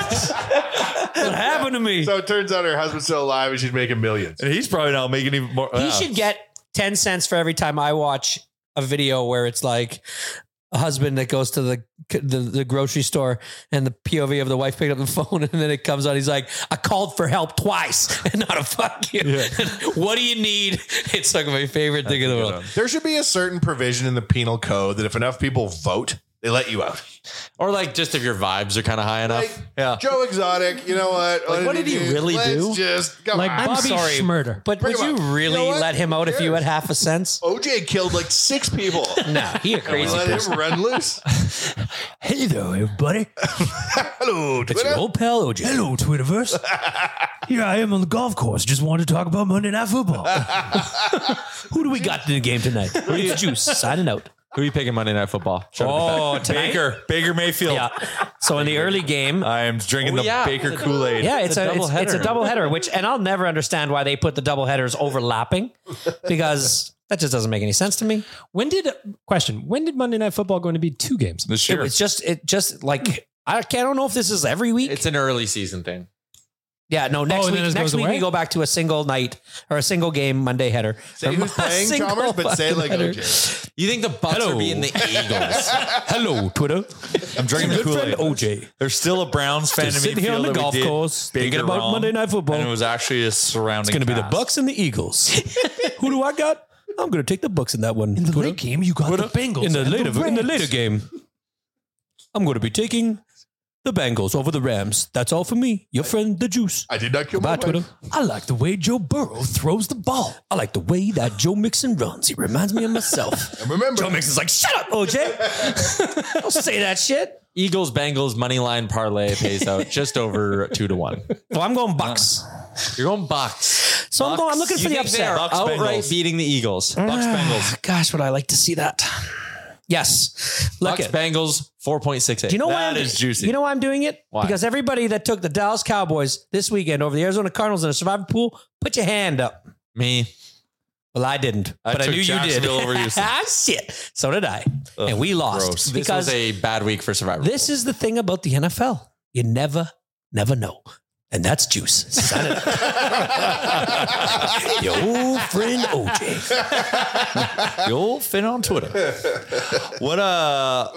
Speaker 9: What happened to me?
Speaker 8: so it turns out her husband's still alive, and she's making millions.
Speaker 6: And he's probably not making even more.
Speaker 9: He
Speaker 6: yeah.
Speaker 9: should get 10 cents for every time I watch a video where it's like a husband that goes to the the, the grocery store and the POV of the wife picked up the <laughs> phone and then it comes out. He's like, I called for help twice <laughs> and not a fuck you. <laughs> what do you need? <laughs> It's like my favorite thing in the world.
Speaker 8: There should be a certain provision in the penal code that if enough people vote, They let you out.
Speaker 7: Or like just if your vibes are kind of high enough. yeah.
Speaker 8: Joe Exotic, you know what?
Speaker 7: Like, what did he really
Speaker 8: Let's
Speaker 7: do?
Speaker 8: Just come
Speaker 7: Like
Speaker 8: on.
Speaker 7: I'm Bobby sorry, Schmurder.
Speaker 9: But
Speaker 8: Pretty
Speaker 9: would you
Speaker 8: much.
Speaker 9: really
Speaker 8: know what?
Speaker 9: let him
Speaker 8: Who
Speaker 9: out if you
Speaker 8: cares?
Speaker 9: had half a sense?
Speaker 8: OJ killed like six
Speaker 7: <laughs>
Speaker 8: people.
Speaker 9: No, he a
Speaker 8: And we
Speaker 9: crazy
Speaker 8: let
Speaker 9: person.
Speaker 8: him run loose.
Speaker 12: Hey there, everybody.
Speaker 8: Hello,
Speaker 12: It's your old pal OJ. Hello,
Speaker 9: <laughs>
Speaker 12: Twitterverse. Here I am on the golf course. Just wanted to talk about Monday Night Football.
Speaker 9: <laughs>
Speaker 12: Who do we got in the game tonight? It's Juice signing out.
Speaker 7: Who are you picking Monday Night Football? Shut up.
Speaker 9: Oh, tonight?
Speaker 6: Baker, Baker Mayfield.
Speaker 9: Yeah. So in the early game,
Speaker 6: I am
Speaker 7: Oh,
Speaker 6: drinking the Baker Kool Aid.
Speaker 9: Yeah, it's, a, it's, it's a double header, which and I'll never understand why they put the double headers overlapping because that just doesn't make any sense to me.
Speaker 5: When did question? When did Monday Night Football going to be two games
Speaker 6: this
Speaker 9: It was just it just like I can't I don't know if this is every week.
Speaker 7: It's an early season thing.
Speaker 9: Yeah, no. Next
Speaker 7: and then
Speaker 9: week,
Speaker 7: it
Speaker 9: next
Speaker 7: goes
Speaker 9: week
Speaker 7: away?
Speaker 9: we go back to a single night or a single game Monday header.
Speaker 8: Say
Speaker 9: Or
Speaker 8: who's playing,
Speaker 9: single
Speaker 8: Chalmers, but say it like
Speaker 9: fucking header.
Speaker 8: OJ.
Speaker 7: You think the Bucks
Speaker 9: Hello.
Speaker 7: are being
Speaker 9: <laughs>
Speaker 7: the Eagles?
Speaker 12: Hello, Twitter.
Speaker 6: I'm drinking the
Speaker 12: Good
Speaker 6: Kool
Speaker 12: friend
Speaker 6: Aid.
Speaker 12: OJ.
Speaker 6: There's still a Browns fan
Speaker 12: Just
Speaker 6: in me
Speaker 12: sitting here on
Speaker 6: feel
Speaker 12: the
Speaker 6: that we
Speaker 12: golf
Speaker 6: did
Speaker 12: course,
Speaker 6: Baker
Speaker 12: thinking about
Speaker 6: wrong,
Speaker 12: Monday Night Football.
Speaker 6: And it was actually a surrounding.
Speaker 12: It's going to be the
Speaker 6: pass.
Speaker 12: Bucks and the Eagles. <laughs> Who do I got? I'm going to take the Bucks in that one. In the late game, you got the Bengals. In the and the later, in the Rams. later game, I'm going to be taking the Bengals over the Rams. That's all for me. Your friend, the Juice.
Speaker 11: I did not kill
Speaker 12: Bye,
Speaker 11: my
Speaker 12: Twitter. I like the way Joe Burrow throws the ball. I like the way that Joe Mixon runs. He reminds me of <laughs> myself.
Speaker 11: And remember,
Speaker 12: Joe Mixon's like, shut up, <laughs> OJ. Don't say that shit.
Speaker 7: Eagles Bengals money line parlay pays out just over two to one.
Speaker 9: Well, I'm going Bucks.
Speaker 7: Uh, You're going Bucks.
Speaker 9: So I'm going. I'm looking
Speaker 7: You
Speaker 9: for the
Speaker 7: think they
Speaker 9: upset.
Speaker 7: are outright beating the Eagles. Bucks Bengals.
Speaker 9: Ah, Gosh, would I like to see that? Yes. Look
Speaker 7: Bucks
Speaker 9: at.
Speaker 7: Bengals four point six eight.
Speaker 9: Do you know why I'm- You know why I'm doing it?
Speaker 7: Why?
Speaker 9: Because everybody that took the Dallas Cowboys this weekend over the Arizona Cardinals in a survivor pool, put your hand up.
Speaker 7: Me.
Speaker 9: Well, I didn't,
Speaker 7: I
Speaker 9: but I
Speaker 7: took
Speaker 9: knew you did.
Speaker 7: Jacksonville over
Speaker 9: <laughs>
Speaker 7: Houston.
Speaker 9: Ah, Shit. So did I, and we lost
Speaker 7: This
Speaker 9: because
Speaker 7: was a bad week for Survivor.
Speaker 9: this is the thing about the NFL. You never, never know. And that's juice. <laughs> Son of a- Your old friend OJ.
Speaker 6: the old Finn on Twitter. What uh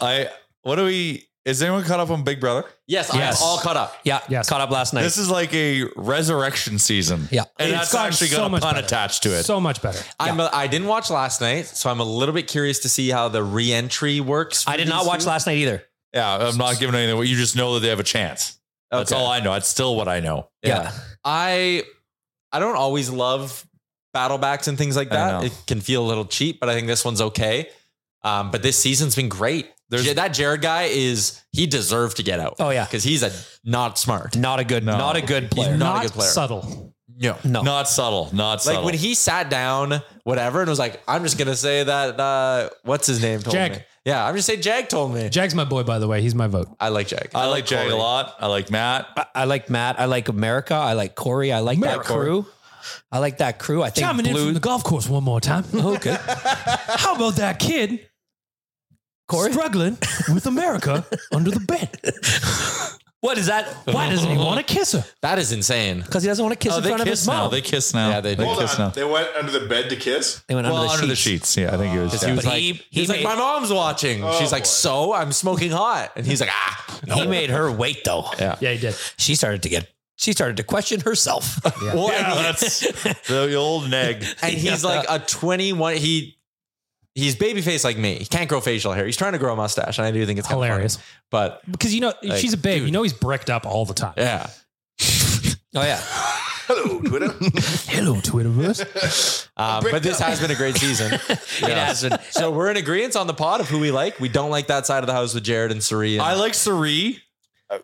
Speaker 6: I what do we is anyone caught up on Big Brother?
Speaker 7: Yes,
Speaker 6: Yes.
Speaker 7: I'm all caught up.
Speaker 9: Yeah. Caught up last night.
Speaker 6: This is like a resurrection season.
Speaker 9: Yeah.
Speaker 6: And
Speaker 7: It's
Speaker 6: that's
Speaker 7: gotten
Speaker 6: actually
Speaker 7: so
Speaker 6: got a
Speaker 7: much
Speaker 6: pun
Speaker 7: better.
Speaker 6: attached to it.
Speaker 5: So much better.
Speaker 7: I'm a, I didn't watch last night, so I'm a little bit curious to see how the re-entry works.
Speaker 9: I did not watch last night either.
Speaker 6: yeah, I'm not giving anything away. You just know that they have a chance. That's all I know. That's still what I know.
Speaker 7: Yeah. I I don't always love battle backs and things like that. It can feel a little cheap, but I think this one's okay. Um, but this season's been great. There's, that Jared guy is he deserved to get out.
Speaker 9: Oh, yeah.
Speaker 7: because he's a not smart,
Speaker 9: not a good, not a good player,
Speaker 7: not, a good player.
Speaker 5: Subtle.
Speaker 7: No,
Speaker 9: no,
Speaker 6: not subtle, not subtle.
Speaker 7: Like when he sat down, whatever, and was like, "I'm just gonna say that." Uh, what's his name? Told
Speaker 5: Jag.
Speaker 7: me. Yeah, I'm just saying. Jag told me.
Speaker 5: Jag's my boy, by the way. He's my vote.
Speaker 7: I like Jag.
Speaker 6: I, like, Jag a lot. I like Matt.
Speaker 9: I, I like Matt. I like America. I like Corey. I like that crew. I like that crew. I think
Speaker 12: Chiming in
Speaker 9: Blue-
Speaker 12: from the golf course one more
Speaker 9: <laughs>
Speaker 12: time. Okay. <laughs> How about that kid struggling with
Speaker 9: <laughs>
Speaker 12: America under the bed?
Speaker 9: What is that?
Speaker 12: Why doesn't he
Speaker 9: <laughs>
Speaker 12: want to kiss her?
Speaker 7: That is insane.
Speaker 9: Because he doesn't want to kiss
Speaker 6: Oh,
Speaker 9: in
Speaker 6: they
Speaker 9: front of
Speaker 6: kiss
Speaker 9: his
Speaker 6: now.
Speaker 9: mom.
Speaker 6: They kiss now.
Speaker 7: Yeah, they do.
Speaker 6: kiss now.
Speaker 11: They went under the bed to kiss.
Speaker 9: They went
Speaker 6: well,
Speaker 9: under, the sheets.
Speaker 6: sheets. Yeah, I think it was.
Speaker 7: Because he was
Speaker 9: But
Speaker 7: like,
Speaker 9: he-
Speaker 7: he,
Speaker 9: he
Speaker 7: was
Speaker 9: made-
Speaker 7: like, my mom's watching. She's like, so I'm smoking hot, and he's like, ah,
Speaker 9: He made her wait though.
Speaker 5: Yeah, he did.
Speaker 9: She started to get. She started to question
Speaker 5: <laughs>
Speaker 9: herself.
Speaker 6: Well, that's the old <laughs> neg.
Speaker 9: <laughs>
Speaker 7: and he's like a 21. He he's babyface like me. He can't grow facial hair. He's trying to grow a mustache, and I do think it's kinda funny.
Speaker 5: Hilarious.
Speaker 7: But
Speaker 5: Because you know
Speaker 7: Like,
Speaker 5: she's a babe. You know he's bricked up all the time.
Speaker 7: yeah,
Speaker 9: Oh yeah.
Speaker 11: Hello, Twitter.
Speaker 12: Hello, Twitterverse.
Speaker 9: <laughs>
Speaker 7: um, but this has been a great season.
Speaker 9: It has been.
Speaker 7: So we're in agreement on the pod of who we like. We don't like that side of the house with Jared and Suri.
Speaker 6: I like Sari.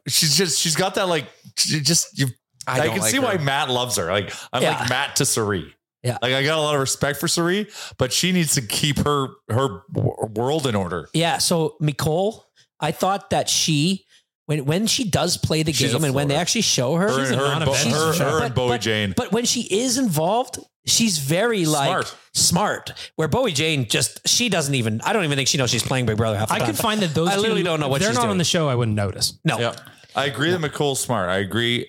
Speaker 6: She's just she's got that like she just you.
Speaker 7: I
Speaker 6: I,
Speaker 7: don't
Speaker 6: can
Speaker 7: like
Speaker 6: see
Speaker 7: her.
Speaker 6: why Matt loves her. Like I'm
Speaker 9: Yeah.
Speaker 6: like Matt to Sari.
Speaker 9: Yeah.
Speaker 6: like I got a lot of respect for Sari, but she needs to keep her her w- world in order.
Speaker 9: Yeah. So Nicole, I thought that she when when she does play the
Speaker 6: She's a
Speaker 9: game and when they
Speaker 6: floater.
Speaker 9: actually show her,
Speaker 6: Her,
Speaker 9: she's
Speaker 6: and,
Speaker 9: a
Speaker 6: her, and, Bo-
Speaker 9: non-event.
Speaker 6: her,
Speaker 9: She's-
Speaker 6: her and
Speaker 9: but-
Speaker 6: Bowie
Speaker 9: but-
Speaker 6: Jane.
Speaker 9: But when she is involved, she's very like smart.
Speaker 6: Smart.
Speaker 9: Where Bowie Jane just she doesn't even. I don't even think she knows she's playing Big Brother half the
Speaker 5: I
Speaker 9: time.
Speaker 5: could find that those.
Speaker 9: I literally
Speaker 5: two,
Speaker 9: don't know what
Speaker 5: if they're
Speaker 9: she's
Speaker 5: not on
Speaker 9: doing.
Speaker 5: the show. I wouldn't notice.
Speaker 9: no.
Speaker 6: Yeah, I agree that McCool's smart. I agree.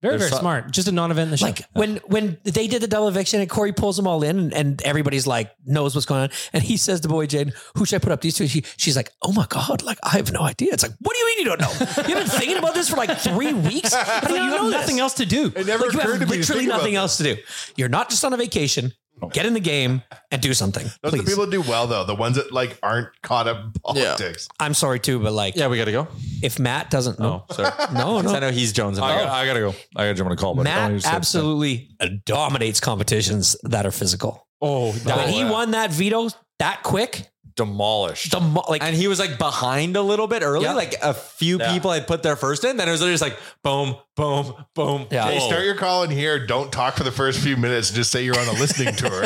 Speaker 5: Very very
Speaker 6: There's so-
Speaker 5: smart. Just a non-event in the show.
Speaker 9: Like when when they did the double eviction and Corey pulls them all in and, and everybody's like knows what's going on and he says to Boy Jane, "Who should I put up these two? She, she's like, "Oh my god, like I have no idea." It's like, "What do you mean you don't know? You've been thinking about this for like three
Speaker 7: <laughs>
Speaker 9: weeks. How do
Speaker 5: you
Speaker 9: you
Speaker 5: have
Speaker 9: know
Speaker 5: nothing
Speaker 9: this?
Speaker 5: else to do.
Speaker 11: It never
Speaker 9: Like, you
Speaker 11: occurred to
Speaker 9: have
Speaker 11: me. to
Speaker 9: literally
Speaker 11: think about
Speaker 9: nothing else to do. You're not just on a vacation.
Speaker 13: Get in the game and do something.
Speaker 8: Those are the people that do well though. The ones that like aren't caught up in politics.
Speaker 13: I'm sorry too, but like,
Speaker 7: yeah, we got to go. Oh,
Speaker 13: If Matt doesn't know,
Speaker 7: sorry.
Speaker 13: no, no,
Speaker 7: I know he's Jones.
Speaker 13: I gotta- I
Speaker 7: gotta go.
Speaker 6: I got to jump on a call. but I don't
Speaker 13: Matt
Speaker 6: understand.
Speaker 13: absolutely dominates competitions that are physical.
Speaker 6: Oh,
Speaker 13: when he won that veto that quick,
Speaker 6: demolished.
Speaker 13: like,
Speaker 7: and he was like behind a little bit early.
Speaker 13: Yeah.
Speaker 7: Like a few people had put their first in. Then it was literally just like boom, boom, boom.
Speaker 8: Hey,
Speaker 13: Oh.
Speaker 7: boom.
Speaker 8: start your call in here. Don't talk for the first few minutes. Just say you're on a
Speaker 13: <laughs>
Speaker 8: listening tour.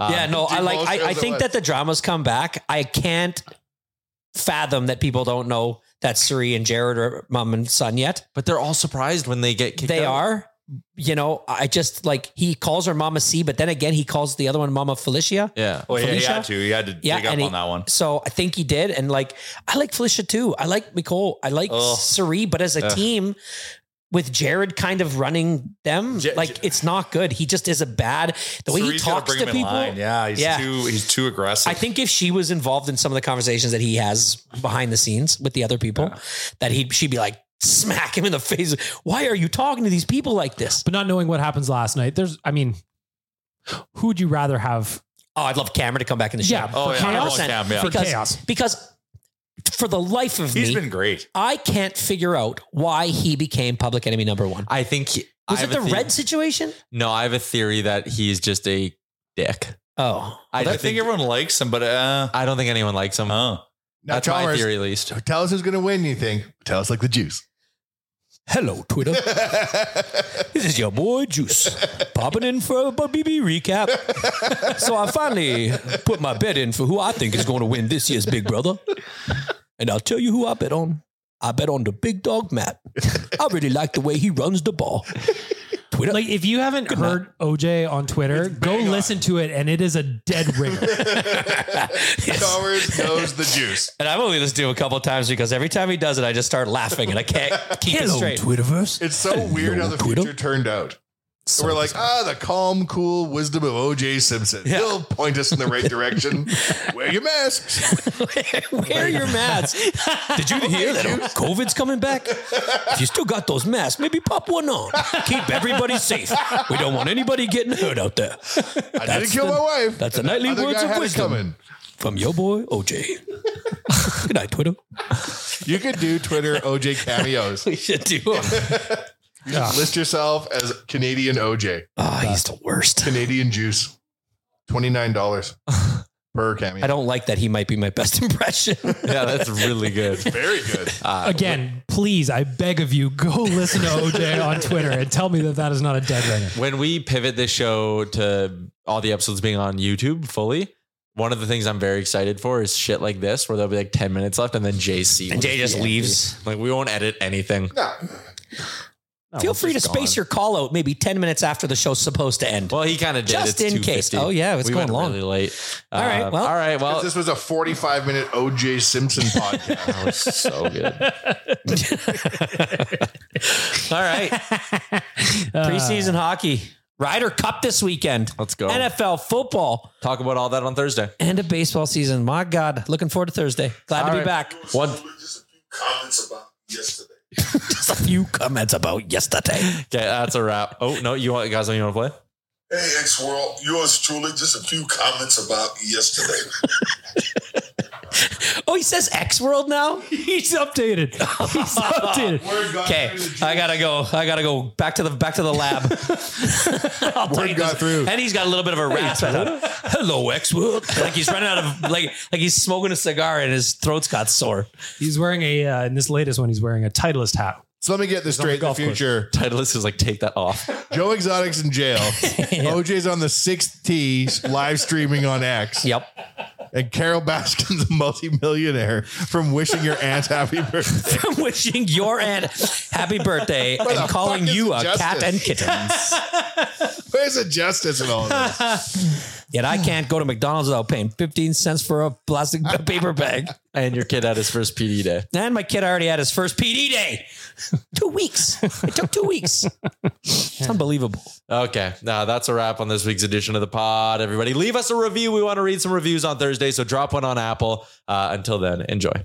Speaker 13: yeah,
Speaker 9: no, I like.
Speaker 8: most
Speaker 9: I, I
Speaker 8: shows at
Speaker 9: think
Speaker 8: once.
Speaker 9: that the dramas come back. I can't fathom that people don't know that Suri and Jared are mom and son yet.
Speaker 7: But they're all surprised when they get kicked.
Speaker 9: They
Speaker 7: out.
Speaker 9: are. You know, I just like he calls her Mama C, but then again he calls the other one Mama Felicia.
Speaker 7: Yeah.
Speaker 6: Well, yeah, he
Speaker 9: Felicia?
Speaker 6: had to. He had to dig up on
Speaker 9: and he-
Speaker 6: that one.
Speaker 9: So I think he did, and like I like Felicia too. I like Nicole. I like
Speaker 6: Ugh.
Speaker 9: Suri, but as a
Speaker 6: Ugh.
Speaker 9: team with Jared kind of running them, like it's not good. He just is a bad the way he
Speaker 6: Suri's gotta
Speaker 9: talks
Speaker 6: bring
Speaker 9: to
Speaker 6: him in
Speaker 9: people.
Speaker 6: line.
Speaker 13: Ah,
Speaker 6: Yeah, he's too he's too aggressive.
Speaker 9: I think if she was involved in some of the conversations that he has behind the scenes with the other people, that he she'd be like smack him in the face. Why are you talking to these people like this?
Speaker 5: But not knowing what happens last night, there's, I mean, who would you rather have?
Speaker 9: Oh, I'd love Cameron to come back in the show.
Speaker 5: Yeah, Oh,
Speaker 9: for
Speaker 5: yeah, I
Speaker 9: chaos.
Speaker 5: want Cam, yeah. For
Speaker 9: Because,
Speaker 5: chaos.
Speaker 9: because for the life of me,
Speaker 6: He's been great.
Speaker 9: I can't figure out why he became public enemy number one.
Speaker 7: I think he,
Speaker 9: was it
Speaker 7: I have
Speaker 9: the
Speaker 7: a theory-
Speaker 9: red situation?
Speaker 7: No, I have a theory that he's just a dick.
Speaker 9: Oh,
Speaker 6: I, think, everyone likes him, but uh,
Speaker 7: I don't think anyone likes him.
Speaker 6: Oh,
Speaker 8: Now,
Speaker 7: that's my
Speaker 8: Chalmers,
Speaker 7: theory, at least.
Speaker 8: Tell us who's going to win. You think? Tell us like the juice.
Speaker 13: Hello,
Speaker 9: <laughs>
Speaker 13: Twitter. this is your boy Juice popping in for a BB recap. so I finally put my bet in for who I think is going to win this year's Big Brother. And I'll tell you who I bet on. I bet on the big dog Matt. I really like the way he runs the ball. Twitter.
Speaker 5: Like, if you haven't heard OJ on Twitter, go listen to it, and it is a dead ringer.
Speaker 9: <laughs>
Speaker 8: Chalmers knows the juice.
Speaker 9: And I've only listened to him a couple of times because every time he does it, I just start laughing and I can't keep it straight.
Speaker 13: Twitterverse.
Speaker 8: It's so weird how the future turned out.
Speaker 13: So
Speaker 8: We're like, ah, the calm, cool wisdom of OJ Simpson. He'll point us in the right
Speaker 13: <laughs>
Speaker 8: direction. Wear your masks.
Speaker 9: Wear your masks.
Speaker 13: <laughs> Did you hear that COVID's coming back? If you still got those masks, maybe pop one on. Keep everybody safe. We don't want anybody getting hurt out there.
Speaker 8: I didn't kill my wife.
Speaker 13: That's the
Speaker 8: And that
Speaker 13: nightly
Speaker 8: other
Speaker 13: words
Speaker 8: guy
Speaker 13: of
Speaker 8: had it
Speaker 13: wisdom
Speaker 8: coming.
Speaker 13: from your boy OJ. <laughs> Good night, Twitter.
Speaker 8: You could do Twitter OJ cameos.
Speaker 13: <laughs>
Speaker 9: we should do
Speaker 8: You just list yourself as Canadian OJ.
Speaker 9: Ah, he's the worst.
Speaker 8: Canadian juice.
Speaker 7: <laughs>
Speaker 8: $29 per cameo.
Speaker 9: I don't like that he might be my
Speaker 13: <laughs>
Speaker 9: best impression.
Speaker 7: yeah, that's really good.
Speaker 8: Very
Speaker 7: <laughs>
Speaker 8: good.
Speaker 7: Ah.
Speaker 5: Again, please, I beg of you, go <laughs> listen to OJ on Twitter and tell me that that is not a dead ringer.
Speaker 7: When we pivot this show to all the episodes being on YouTube fully, one of the things I'm very excited for is shit like this, where there'll be like 10 minutes left and then JC.
Speaker 9: And Jay just leaves.
Speaker 7: Like, we won't edit anything.
Speaker 8: No.
Speaker 9: Feel free to space your call out maybe 10 minutes after the show's supposed to end.
Speaker 7: Well, he kind of did.
Speaker 9: Just
Speaker 7: It's
Speaker 9: in case.
Speaker 7: 2:50.
Speaker 9: Oh, yeah, it's
Speaker 7: we
Speaker 9: going
Speaker 7: went
Speaker 9: long.
Speaker 7: really late.
Speaker 9: All right,
Speaker 7: Um,
Speaker 9: well-
Speaker 7: all right. Well,
Speaker 8: this was a 45 minute OJ Simpson podcast.
Speaker 7: that was so good.
Speaker 9: All <laughs> right. Preseason hockey. Uh, Ryder Cup this weekend.
Speaker 7: Let's go.
Speaker 9: NFL football
Speaker 7: Talk about all that
Speaker 9: <laughs>
Speaker 7: on Thursday.
Speaker 9: and a baseball season. My God. Looking forward to Thursday. Glad to
Speaker 7: All
Speaker 9: be
Speaker 7: right.
Speaker 9: back.
Speaker 7: One.
Speaker 8: Comments about yesterday.
Speaker 9: Just a few comments about yesterday.
Speaker 7: Okay, that's a wrap. Oh no, you want guys? You want to play?
Speaker 14: Hey, X World, yours truly. Just a few comments about yesterday.
Speaker 9: Oh, he says X World
Speaker 5: <laughs>
Speaker 9: now?
Speaker 5: He's updated. He's updated.
Speaker 9: Okay, I gotta go. I gotta go back to the back to
Speaker 8: <laughs>
Speaker 9: the lab. I'll tell you
Speaker 8: got
Speaker 9: this.
Speaker 8: through.
Speaker 9: and he's got a little bit of a rasp. Hello, X World. Like he's running out of like like he's smoking a cigar and his throat's got sore.
Speaker 5: He's wearing a uh, in this latest one. He's wearing a Titleist hat.
Speaker 8: So let me get this
Speaker 5: on the
Speaker 8: straight. The
Speaker 5: golf course.
Speaker 8: future.
Speaker 7: Titleist is like take that off.
Speaker 8: <laughs> Joe Exotic's in
Speaker 7: <laughs>
Speaker 8: jail. OJ's on the sixth tee, live streaming on X.
Speaker 9: Yep.
Speaker 8: And Carol Baskin's a multimillionaire from wishing your aunt happy birthday.
Speaker 9: <laughs> I'm wishing your aunt happy birthday
Speaker 8: Where the
Speaker 9: and calling
Speaker 8: fuck is
Speaker 9: you
Speaker 8: the
Speaker 9: a cat
Speaker 8: justice?
Speaker 9: and kitten.
Speaker 8: <laughs> Where's the justice in all of this?
Speaker 9: Yet I can't go to McDonald's without paying 15 cents for a plastic <laughs> paper bag.
Speaker 7: And your kid had his first PD day.
Speaker 9: And my kid already had his first PD day. <laughs> Two weeks. It took two weeks. It's unbelievable.
Speaker 7: Okay, now that's a wrap on this week's edition of the pod. Everybody, leave us a review. We want to read some reviews on Thursday, so drop one on Apple. Uh, until then, enjoy.